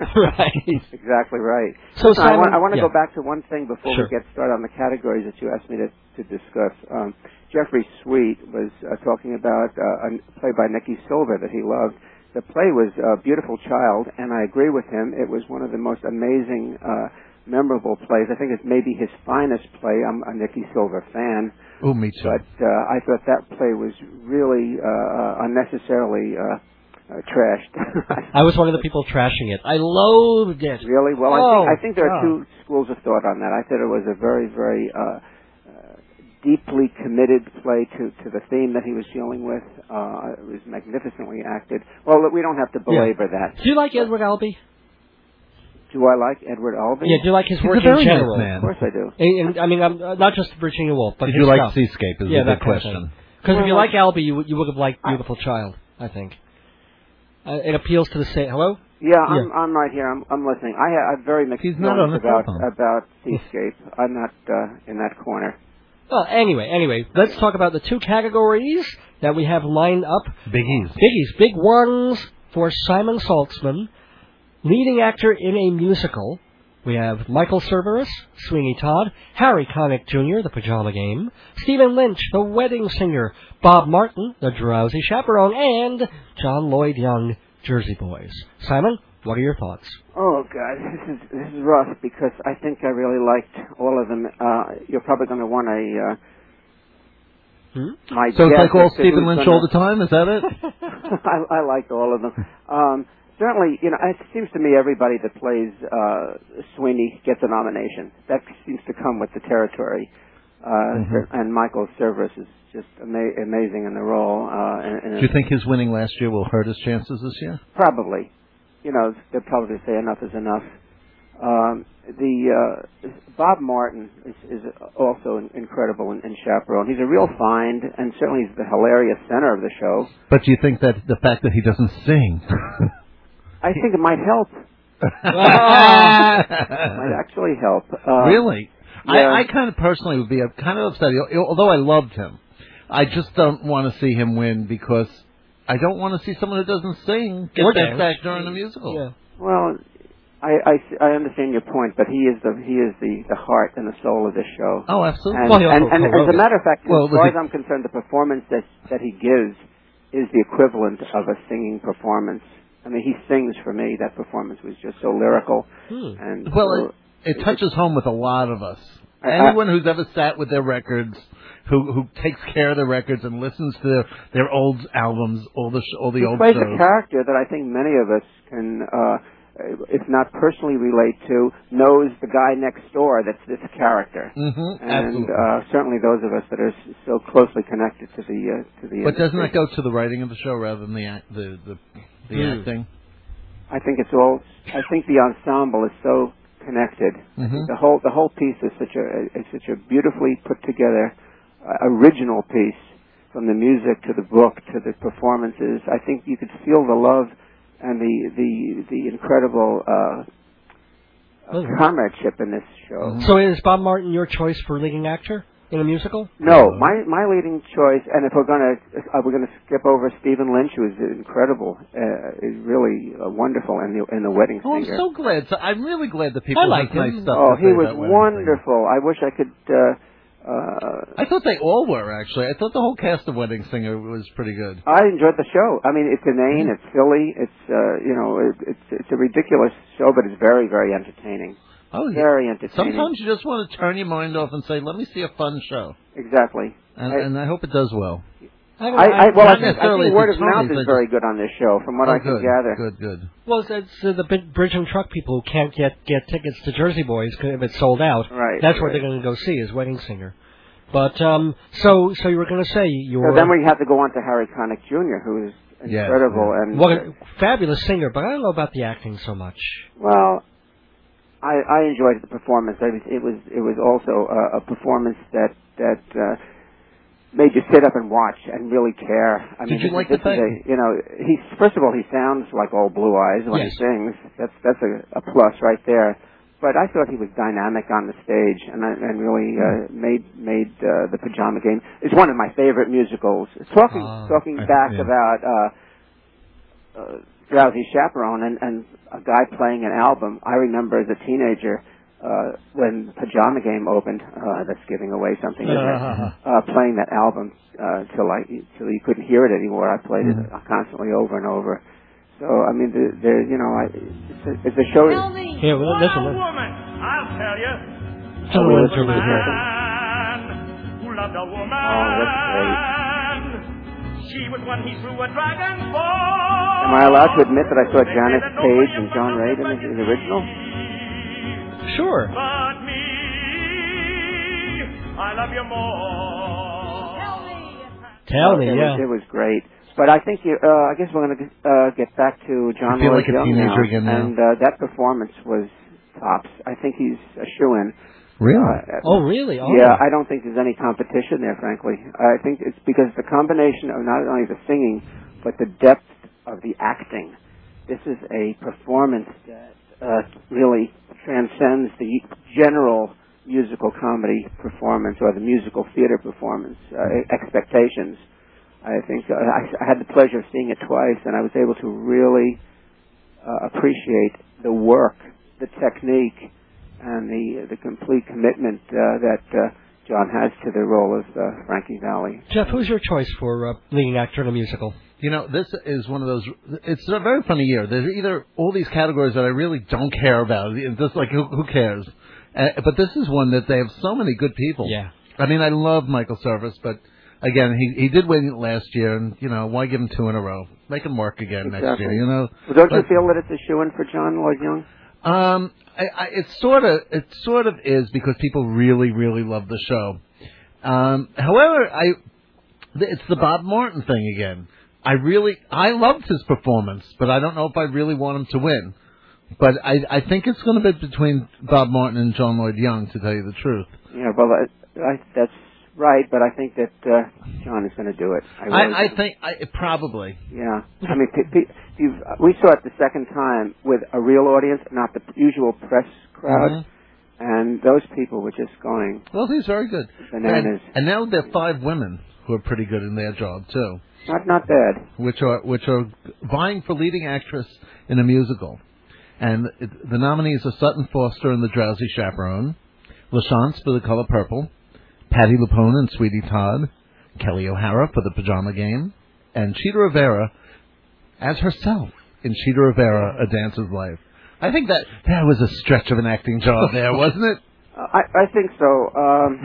[SPEAKER 13] Oh,
[SPEAKER 1] Right.
[SPEAKER 13] exactly right.
[SPEAKER 1] So,
[SPEAKER 13] Listen, I, want,
[SPEAKER 1] Simon-
[SPEAKER 13] I want to
[SPEAKER 1] yeah.
[SPEAKER 13] go back to one thing before
[SPEAKER 1] Sure.
[SPEAKER 13] we get started on the categories that you asked me to, to discuss. Um, Jeffrey Sweet was uh, talking about uh, a play by Nicky Silva that he loved. The play was uh, Beautiful Child, and I agree with him. It was one of the most amazing, uh, memorable plays. I think it's maybe his finest play. I'm a Nicky Silva fan.
[SPEAKER 2] Oh, me too.
[SPEAKER 13] But uh, I thought that play was really uh, uh, unnecessarily uh, uh, trashed.
[SPEAKER 1] I was one of the people trashing it. I loathed it.
[SPEAKER 13] Really? Well,
[SPEAKER 1] Oh,
[SPEAKER 13] I, think, I think there are
[SPEAKER 1] God.
[SPEAKER 13] two schools of thought on that. I thought it was a very, very uh, uh, deeply committed play to, to the theme that he was dealing with. Uh, it was magnificently acted. Well, we don't have to belabor that.
[SPEAKER 1] Do you like Edward Albee?
[SPEAKER 13] Do I like Edward Albee?
[SPEAKER 1] Yeah, do you like his
[SPEAKER 2] He's
[SPEAKER 1] work
[SPEAKER 2] a very
[SPEAKER 1] in general?
[SPEAKER 2] nice
[SPEAKER 13] Of
[SPEAKER 2] man.
[SPEAKER 13] course I do.
[SPEAKER 1] And, and, I mean, I'm, uh, not just Virginia Woolf, but
[SPEAKER 2] Did
[SPEAKER 1] his
[SPEAKER 2] you like
[SPEAKER 1] stuff.
[SPEAKER 2] Seascape? Is
[SPEAKER 1] Yeah,
[SPEAKER 2] a
[SPEAKER 1] that kind
[SPEAKER 2] good
[SPEAKER 1] of
[SPEAKER 2] question.
[SPEAKER 1] Because if
[SPEAKER 13] Well,
[SPEAKER 1] you like Albee, you would you would have liked Beautiful Child. I think uh, it appeals to the same. Hello.
[SPEAKER 13] Yeah, I'm, I'm right here. I'm, I'm listening. I ha- I'm very mixed
[SPEAKER 2] He's not on
[SPEAKER 13] feelings
[SPEAKER 2] the
[SPEAKER 13] about
[SPEAKER 2] telephone.
[SPEAKER 13] about Seascape. I'm not uh, in that corner.
[SPEAKER 1] Well, anyway, anyway, let's talk about the two categories that we have lined up.
[SPEAKER 2] Biggies.
[SPEAKER 1] Biggies, big ones for Simon Saltzman, leading actor in a musical. We have Michael Cerveris, Sweeney Todd, Harry Connick Jr., The Pajama Game, Stephen Lynch, The Wedding Singer, Bob Martin, The Drowsy Chaperone, and John Lloyd Young, Jersey Boys. Simon, what are your thoughts?
[SPEAKER 13] Oh God, this is this is rough because I think I really liked all of them. Uh, you're probably going to want a uh,
[SPEAKER 2] Hmm?
[SPEAKER 13] My
[SPEAKER 2] so it's
[SPEAKER 13] guess
[SPEAKER 2] like all
[SPEAKER 13] is that
[SPEAKER 2] Stephen
[SPEAKER 13] who's
[SPEAKER 2] Lynch
[SPEAKER 13] gonna-
[SPEAKER 2] all the time. Is that it?
[SPEAKER 13] I, I liked all of them. Um, certainly, you know, it seems to me everybody that plays uh, Sweeney gets a nomination. That seems to come with the territory. Uh,
[SPEAKER 2] Mhm.
[SPEAKER 13] cer- And Michael Cerveris is just ama- amazing in the role. Uh, and, and
[SPEAKER 2] Do you think his winning last year will hurt his chances this year?
[SPEAKER 13] Probably. You know, they'll probably say enough is enough. Um, the uh, Bob Martin is, is also in- incredible in, in Chaperone. He's a real find, and certainly he's the hilarious center of the show.
[SPEAKER 2] But do you think that the fact that he doesn't sing?
[SPEAKER 13] I think it might help. might actually help. Uh,
[SPEAKER 2] really?
[SPEAKER 13] yeah.
[SPEAKER 2] I, I kind of personally would be uh, kind of upset. You know, Although I loved him, I just don't want to see him win because I don't want to see someone who doesn't sing get
[SPEAKER 13] Or
[SPEAKER 2] that
[SPEAKER 13] dance.
[SPEAKER 2] back during the musical.
[SPEAKER 13] Well, I, I I understand your point, but he is the he is the the heart and the soul of this show.
[SPEAKER 2] Oh, absolutely.
[SPEAKER 13] And,
[SPEAKER 2] Well, he
[SPEAKER 13] and,
[SPEAKER 2] also
[SPEAKER 13] and as
[SPEAKER 2] co-wrote
[SPEAKER 13] a
[SPEAKER 2] it.
[SPEAKER 13] matter of fact,
[SPEAKER 2] Well,
[SPEAKER 13] as far
[SPEAKER 2] the-
[SPEAKER 13] as I'm concerned, the performance that that he gives is the equivalent of a singing performance. I mean, he sings for me. That performance was just so lyrical. And so-
[SPEAKER 2] well, it, it touches home with a lot of us.
[SPEAKER 13] I-
[SPEAKER 2] Anyone who's ever sat with their records, who who takes care of their records and listens to their, their old albums, all the sh- all the
[SPEAKER 13] he
[SPEAKER 2] old
[SPEAKER 13] plays a
[SPEAKER 2] shows.
[SPEAKER 13] character that I think many of us can, uh, if not personally relate to, knows the guy next door that's this character.
[SPEAKER 2] Mhm,
[SPEAKER 13] and
[SPEAKER 2] absolutely.
[SPEAKER 13] uh, certainly those of us that are s- so closely connected to the uh, to the.
[SPEAKER 2] but doesn't
[SPEAKER 13] industry.
[SPEAKER 2] that go to the writing of the show rather than the act, the the, the
[SPEAKER 13] Hmm.
[SPEAKER 2] acting?
[SPEAKER 13] I think it's all. I think the ensemble is so connected.
[SPEAKER 2] Mhm.
[SPEAKER 13] The whole the whole piece is such a is such a beautifully put together, uh, original piece from the music to the book to the performances. I think you could feel the love and the the the incredible uh,
[SPEAKER 1] Oh.
[SPEAKER 13] comradeship in this show.
[SPEAKER 2] Mm-hmm.
[SPEAKER 1] So is Bob Martin your choice for leading actor in a musical?
[SPEAKER 13] No, my my leading choice, and if we're gonna if we're gonna skip over Stephen Lynch, who is incredible, uh, is really uh, wonderful in the in the wedding
[SPEAKER 2] Oh, I'm
[SPEAKER 13] singer.
[SPEAKER 2] so glad. So I'm really glad that people
[SPEAKER 13] I like
[SPEAKER 2] have nice
[SPEAKER 13] him.
[SPEAKER 2] stuff.
[SPEAKER 13] Oh,
[SPEAKER 2] to
[SPEAKER 13] he
[SPEAKER 2] say
[SPEAKER 13] was
[SPEAKER 2] about women.
[SPEAKER 13] wonderful. I wish I could. Uh, uh,
[SPEAKER 2] I thought they all were actually. I thought the whole cast of Wedding Singer was pretty good.
[SPEAKER 13] I enjoyed the show. I mean, it's inane.
[SPEAKER 2] Mm-hmm.
[SPEAKER 13] It's silly. It's uh, you know, it, it's it's a ridiculous show, but it's very very entertaining.
[SPEAKER 2] Oh, yeah.
[SPEAKER 13] very entertaining.
[SPEAKER 2] Sometimes you just want to turn your mind off and say, "Let me see a fun show,"
[SPEAKER 13] exactly.
[SPEAKER 2] and
[SPEAKER 13] I-
[SPEAKER 2] I, and I hope it does well.
[SPEAKER 13] I, I well, I
[SPEAKER 2] Not
[SPEAKER 13] think, I
[SPEAKER 2] necessarily
[SPEAKER 13] think
[SPEAKER 2] if
[SPEAKER 13] word
[SPEAKER 2] it's
[SPEAKER 13] of mouth
[SPEAKER 2] Tony's, I
[SPEAKER 13] is
[SPEAKER 2] just-
[SPEAKER 13] very good on this show, from what
[SPEAKER 2] Oh,
[SPEAKER 13] I can
[SPEAKER 2] good,
[SPEAKER 13] gather.
[SPEAKER 2] Good, good.
[SPEAKER 1] Well, it's, it's uh, the Bid- Bridge and Truck people who can't get get tickets to Jersey Boys 'cause if it's sold out.
[SPEAKER 13] Right,
[SPEAKER 1] That's what
[SPEAKER 13] right.
[SPEAKER 1] they're going to go see is Wedding Singer. But um, so so you were going to say you
[SPEAKER 13] So
[SPEAKER 1] were
[SPEAKER 13] then we have to go on to Harry Connick Jr., who is incredible and
[SPEAKER 1] what a fabulous singer, but I don't know about the acting so much.
[SPEAKER 13] Well, I, I enjoyed the performance. I was, it was it was also a, a performance that that uh, made you sit up and watch and really care. I
[SPEAKER 2] Did
[SPEAKER 13] mean,
[SPEAKER 2] you
[SPEAKER 13] this-
[SPEAKER 2] like
[SPEAKER 13] this
[SPEAKER 2] the
[SPEAKER 13] is a- you know, he first of all he sounds like old Blue Eyes when
[SPEAKER 2] Yes.
[SPEAKER 13] he sings. That's that's a, a plus right there. But I thought he was dynamic on the stage, and I, and really uh,
[SPEAKER 2] Hmm.
[SPEAKER 13] made made uh, the Pajama Game. It's one of my favorite musicals. Talking
[SPEAKER 1] Oh,
[SPEAKER 2] Ah,
[SPEAKER 13] talking
[SPEAKER 2] I-
[SPEAKER 13] back
[SPEAKER 2] yeah.
[SPEAKER 13] about. Uh, uh, Drowsy Chaperone and, and a guy playing an album. I remember as a teenager uh, when Pajama Game opened. Uh, that's giving away something. isn't it?
[SPEAKER 3] Uh-huh.
[SPEAKER 13] Uh, playing that album uh, till I till you couldn't hear it anymore. I played it uh, constantly over and over. So I mean, the, the, you know, I, it's, a, it's a show.
[SPEAKER 1] Yeah, well, that's a little.
[SPEAKER 9] woman, I'll tell you.
[SPEAKER 1] That's a little interlude here.
[SPEAKER 9] Who loved
[SPEAKER 13] Oh,
[SPEAKER 9] a woman. She was one he threw a dragon for.
[SPEAKER 13] Am I allowed to admit that I saw Janet Page and John Ray in the, in the original?
[SPEAKER 1] Sure.
[SPEAKER 9] But me, I love you more.
[SPEAKER 1] Tell me,
[SPEAKER 13] it,
[SPEAKER 1] yeah.
[SPEAKER 13] was, it was great. But I think you, uh, I guess we're going to uh, get back to John
[SPEAKER 2] I feel
[SPEAKER 13] Lloyd
[SPEAKER 2] like a
[SPEAKER 13] Young now,
[SPEAKER 2] teenager again now.
[SPEAKER 13] and uh, that performance was tops. I think he's a Uh, shoe in.
[SPEAKER 2] Really?
[SPEAKER 1] Oh, really? Oh.
[SPEAKER 13] Yeah, I don't think there's any competition there, frankly. I think it's because the combination of not only the singing, but the depth of the acting. This is a performance that uh, really transcends the general musical comedy performance or the musical theater performance uh, expectations. I think uh, I, I had the pleasure of seeing it twice, and I was able to really uh, appreciate the work, the technique, and the the complete commitment uh, that uh, John has to the role of uh, Frankie Valley.
[SPEAKER 1] Jeff, who's your choice for uh, leading actor in a musical?
[SPEAKER 2] You know, this is one of those. It's a very funny year. There's either all these categories that I really don't care about. It's just like who, who cares? Uh, but this is one that they have so many good people.
[SPEAKER 1] Yeah.
[SPEAKER 2] I mean, I love Michael Service, but again, he he did win last year, and you know why give him two in a row? Make him work again next
[SPEAKER 13] Exactly.
[SPEAKER 2] year. You know.
[SPEAKER 13] Well, don't you
[SPEAKER 2] But-
[SPEAKER 13] feel that it's a shoe in for John Lloyd Young?
[SPEAKER 2] Um, I, I, it sort of it sort of is because people really really love the show. Um, however, I th- it's the Bob Martin thing again. I really I loved his performance, but I don't know if I really want him to win. But I I think it's going to be between Bob Martin and John Lloyd Young, to tell you the truth.
[SPEAKER 13] Yeah, well, I, I, that's right, but I think that uh, John is going to do it.
[SPEAKER 2] I,
[SPEAKER 13] really
[SPEAKER 2] I
[SPEAKER 13] do.
[SPEAKER 2] think I probably.
[SPEAKER 13] Yeah, I mean, pe- pe- you've, we saw it the second time with a real audience, not the usual press crowd,
[SPEAKER 2] Mhm.
[SPEAKER 13] and those people were just going
[SPEAKER 2] Well, he's very good.
[SPEAKER 13] bananas.
[SPEAKER 2] And, and now there are five women who are pretty good in their job too.
[SPEAKER 13] Not not bad.
[SPEAKER 2] Which are which are vying for leading actress in a musical, and it, the nominees are Sutton Foster in The Drowsy Chaperone, LaChance for The Color Purple, Patty Lapone in Sweetie Todd, Kelly O'Hara for The Pajama Game, and Cheetah Rivera as herself in Cheetah Rivera: A Dancer's Life. I think that that was a stretch of an acting job there, wasn't it?
[SPEAKER 13] Uh, I I think so. Um,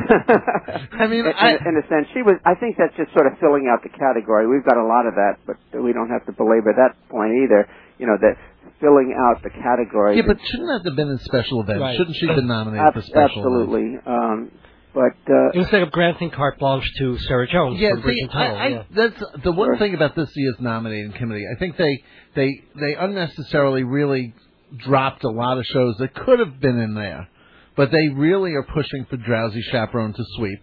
[SPEAKER 2] I mean,
[SPEAKER 13] in,
[SPEAKER 2] I-
[SPEAKER 13] in a sense, she was. I think that's just sort of filling out the category. We've got a lot of that, but we don't have to belabor that point either. You know, that filling out the category.
[SPEAKER 2] Yeah, but shouldn't that have been a special event?
[SPEAKER 1] Right.
[SPEAKER 2] Shouldn't she have been nominated for
[SPEAKER 13] Ab-
[SPEAKER 2] special? event?
[SPEAKER 13] absolutely. Um, but uh,
[SPEAKER 1] Instead of granting carte blanche to Sarah Jones
[SPEAKER 2] Yeah,
[SPEAKER 1] from
[SPEAKER 2] see,
[SPEAKER 1] Bridget
[SPEAKER 2] I,
[SPEAKER 1] Tunnel,
[SPEAKER 2] I,
[SPEAKER 1] yeah.
[SPEAKER 2] that's the one
[SPEAKER 13] Sure.
[SPEAKER 2] thing about this year's nominating committee. I think they they they unnecessarily really dropped a lot of shows that could have been in there, but they really are pushing for Drowsy Chaperone to sweep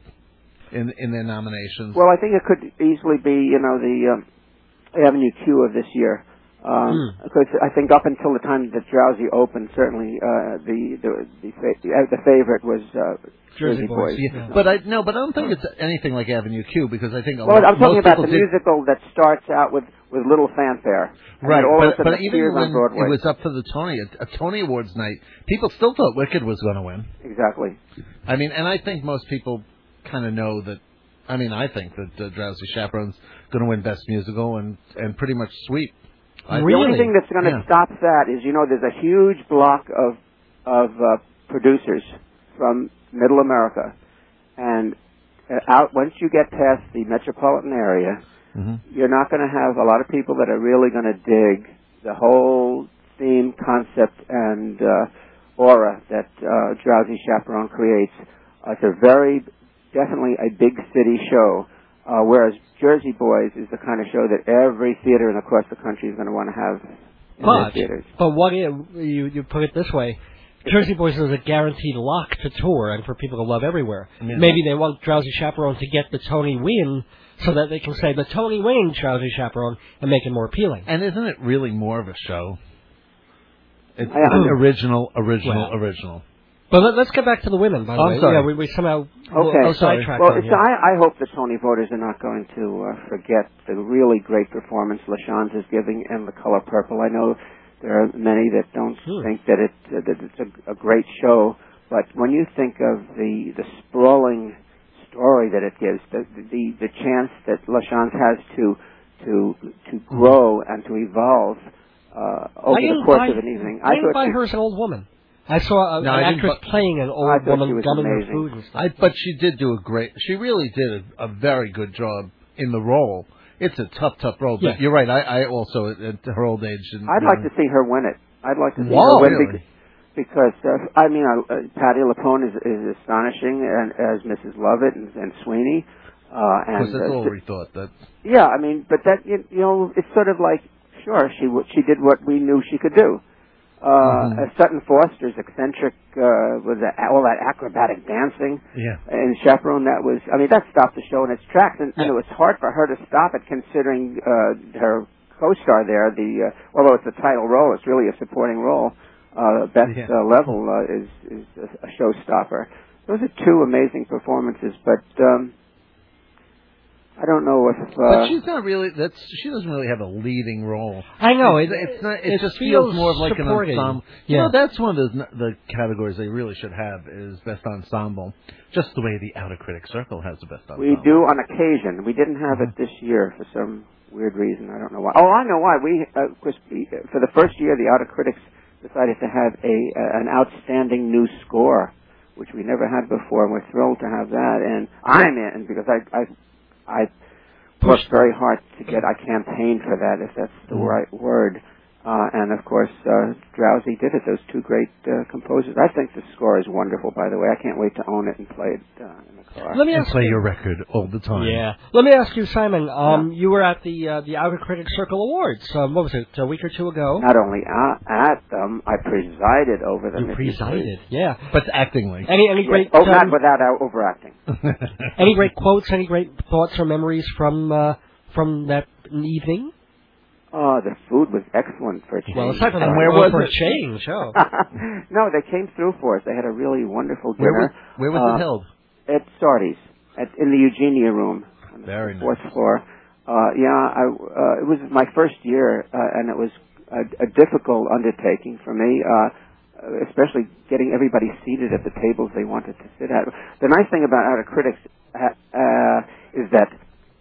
[SPEAKER 2] in in their nominations.
[SPEAKER 13] Well, I think it could easily be, you know, the um, Avenue Q of this year. Um,
[SPEAKER 2] Hmm.
[SPEAKER 13] Because I think up until the time that Drowsy opened, certainly uh, the the the, fa- the, uh, the favorite was uh, Jersey, Boys.
[SPEAKER 2] Yeah. But I no, but I don't think it's anything like Avenue Q because I think a
[SPEAKER 13] well,
[SPEAKER 2] lot,
[SPEAKER 13] I'm talking
[SPEAKER 2] most
[SPEAKER 13] about
[SPEAKER 2] people
[SPEAKER 13] the
[SPEAKER 2] did,
[SPEAKER 13] musical that starts out with with little fanfare, and
[SPEAKER 2] right.
[SPEAKER 13] then all
[SPEAKER 2] But,
[SPEAKER 13] of a sudden
[SPEAKER 2] but even
[SPEAKER 13] appears
[SPEAKER 2] when
[SPEAKER 13] on Broadway.
[SPEAKER 2] it was up for the Tony a, a Tony Awards night, people still thought Wicked was going to win.
[SPEAKER 13] exactly.
[SPEAKER 2] I mean, and I think most people kind of know that. I mean, I think that uh, Drowsy Chaperone's going to win Best Musical and and pretty much sweep. I
[SPEAKER 13] The only thing that's going to
[SPEAKER 2] Yeah.
[SPEAKER 13] stop that is, you know, there's a huge block of of uh, producers from Middle America, and uh, out once you get past the metropolitan area, you're not going to have a lot of people that are really going to dig the whole theme, concept, and uh, aura that uh, Drowsy Chaperone creates. Uh, it's a very, definitely a big city show, uh, whereas Jersey Boys is the kind of show that every theater in across the country is going to want to have in their
[SPEAKER 1] But
[SPEAKER 13] theaters.
[SPEAKER 1] but what you you you put it this way, Jersey Boys is a guaranteed lock to tour and for people to love everywhere.
[SPEAKER 2] Yeah.
[SPEAKER 1] Maybe they want Drowsy Chaperone to get the Tony win so that they can say the Tony win Drowsy Chaperone and make it more appealing.
[SPEAKER 2] And isn't it really more of a show? It's
[SPEAKER 13] I- I'm-
[SPEAKER 2] an original, original,
[SPEAKER 1] Well,
[SPEAKER 2] original.
[SPEAKER 1] But let, let's get back to the women, by the
[SPEAKER 2] I'm
[SPEAKER 1] way.
[SPEAKER 2] sorry.
[SPEAKER 1] Yeah, we, we somehow
[SPEAKER 13] Oh, Okay.
[SPEAKER 1] we're sidetracked
[SPEAKER 13] Well,
[SPEAKER 1] on
[SPEAKER 13] it's,
[SPEAKER 1] here.
[SPEAKER 13] I, I hope the Tony voters are not going to uh, forget the really great performance LaShans is giving in The Color Purple. I know there are many that don't
[SPEAKER 1] Sure.
[SPEAKER 13] think that, it, uh, that it's a, a great show, but when you think of the, the sprawling story that it gives, the, the, the chance that LaShans has to, to, to grow and to evolve uh, over the
[SPEAKER 1] Mm-hmm. I didn't
[SPEAKER 13] course
[SPEAKER 1] buy-
[SPEAKER 13] of an evening,
[SPEAKER 1] I didn't
[SPEAKER 13] thought
[SPEAKER 1] buy
[SPEAKER 13] she-
[SPEAKER 1] her as an old woman. I saw a,
[SPEAKER 2] No, I
[SPEAKER 1] an
[SPEAKER 2] didn't
[SPEAKER 1] actress
[SPEAKER 2] bu-
[SPEAKER 1] playing an old
[SPEAKER 13] I thought she
[SPEAKER 1] woman
[SPEAKER 13] was
[SPEAKER 1] gumming her
[SPEAKER 13] amazing.
[SPEAKER 1] food and stuff.
[SPEAKER 2] I, but she did do a great. She really did a, a very good job in the role. It's a tough, tough role. But
[SPEAKER 1] Yeah.
[SPEAKER 2] you're right. I, I also at at her old age. didn't
[SPEAKER 13] I'd like
[SPEAKER 2] really-
[SPEAKER 13] to see her win it. I'd like to see
[SPEAKER 2] Mm-hmm. Whoa,
[SPEAKER 13] her win
[SPEAKER 2] really?
[SPEAKER 13] bec- because uh, I mean, uh, uh, Patty Lapone is, is astonishing and, as Mrs. Lovett and, and Sweeney. Uh, and
[SPEAKER 2] Because that's
[SPEAKER 13] uh,
[SPEAKER 2] all we thought. That
[SPEAKER 13] yeah, I mean, but that you, you know, it's sort of like sure she w- she did what we knew she could do. Uh,
[SPEAKER 2] Mhm.
[SPEAKER 13] uh, Sutton Foster's eccentric uh, with the, all that acrobatic dancing
[SPEAKER 2] yeah.
[SPEAKER 13] and Chaperone. That was I mean that stopped the show in its tracks, and, and it was hard for her to stop it considering uh, her co-star there. The uh, although it's a title role, it's really a supporting role. Uh, best
[SPEAKER 2] Yeah.
[SPEAKER 13] uh, level uh, is is a, a showstopper. Those are two amazing performances, but um, I don't know if. Uh,
[SPEAKER 2] But she's not really. That's she doesn't really have a leading role.
[SPEAKER 1] I know
[SPEAKER 2] it's,
[SPEAKER 1] it.
[SPEAKER 2] it's not. It,
[SPEAKER 1] it
[SPEAKER 2] just feels,
[SPEAKER 1] feels
[SPEAKER 2] more of like
[SPEAKER 1] supporting.
[SPEAKER 2] an ensemble.
[SPEAKER 1] Yeah.
[SPEAKER 2] You know, that's one of the the categories they really should have is best ensemble, just the way the outer critic circle has the best ensemble.
[SPEAKER 13] We do on occasion. We didn't have it this year for some weird reason. I don't know why. Oh, I know why. We, uh, of course, we, uh, for the first year, the Outer Critics decided to have a uh, an outstanding new score, which we never had before, and we're thrilled to have that. And I'm in because I I I worked very hard to get. I campaigned for that, if that's the right word. Uh, and of course, uh, Drowsy did it. Those two great uh, composers. I think the score is wonderful. By the way, I can't wait to own it and play it uh, in the car.
[SPEAKER 1] Let me
[SPEAKER 2] and
[SPEAKER 1] ask
[SPEAKER 2] play
[SPEAKER 1] you-
[SPEAKER 2] your record all the time.
[SPEAKER 1] Yeah. Let me ask you, Simon. Um, you were at the uh, the Outer Critics Circle Awards. Um, what was it? A week or two
[SPEAKER 2] Oh.
[SPEAKER 1] ago.
[SPEAKER 13] Not only at, at them, I presided over them.
[SPEAKER 1] You
[SPEAKER 13] if please.
[SPEAKER 1] presided, yeah.
[SPEAKER 2] But actingly.
[SPEAKER 1] Any any
[SPEAKER 13] Yeah.
[SPEAKER 1] great
[SPEAKER 13] Oh,
[SPEAKER 1] um,
[SPEAKER 13] not without our overacting.
[SPEAKER 1] any great quotes? Any great thoughts or memories from uh, from that evening?
[SPEAKER 13] Oh, the food was excellent for a change.
[SPEAKER 1] Well, aside from that,
[SPEAKER 13] Uh,
[SPEAKER 1] well, for a change? Oh.
[SPEAKER 13] no, they came through for us. They had a really wonderful
[SPEAKER 2] Where
[SPEAKER 13] dinner. Uh,
[SPEAKER 2] was- where was it held?
[SPEAKER 13] At Sardi's, at, in the Eugenia room,
[SPEAKER 2] Very nice.
[SPEAKER 13] fourth floor. Uh, yeah, I, uh, it was my first year, uh, and it was a, a difficult undertaking for me. Uh, especially getting everybody seated at the tables they wanted to sit at. The nice thing about outer critics uh, uh, is that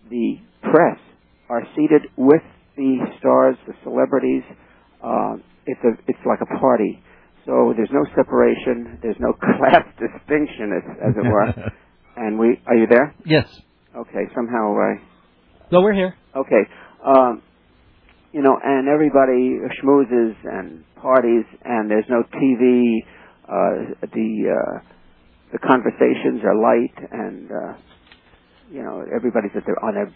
[SPEAKER 13] the press are seated with the stars, the celebrities. Uh, it's a it's like a party. So there's no separation, there's no class distinction, as, as it were. and we are you there?
[SPEAKER 2] Yes.
[SPEAKER 13] Okay, somehow I
[SPEAKER 1] No, we're here.
[SPEAKER 13] Okay. Um, you know, and everybody schmoozes and parties, and there's no TV. Uh, the uh, the conversations are light, and uh, you know everybody's at their on their.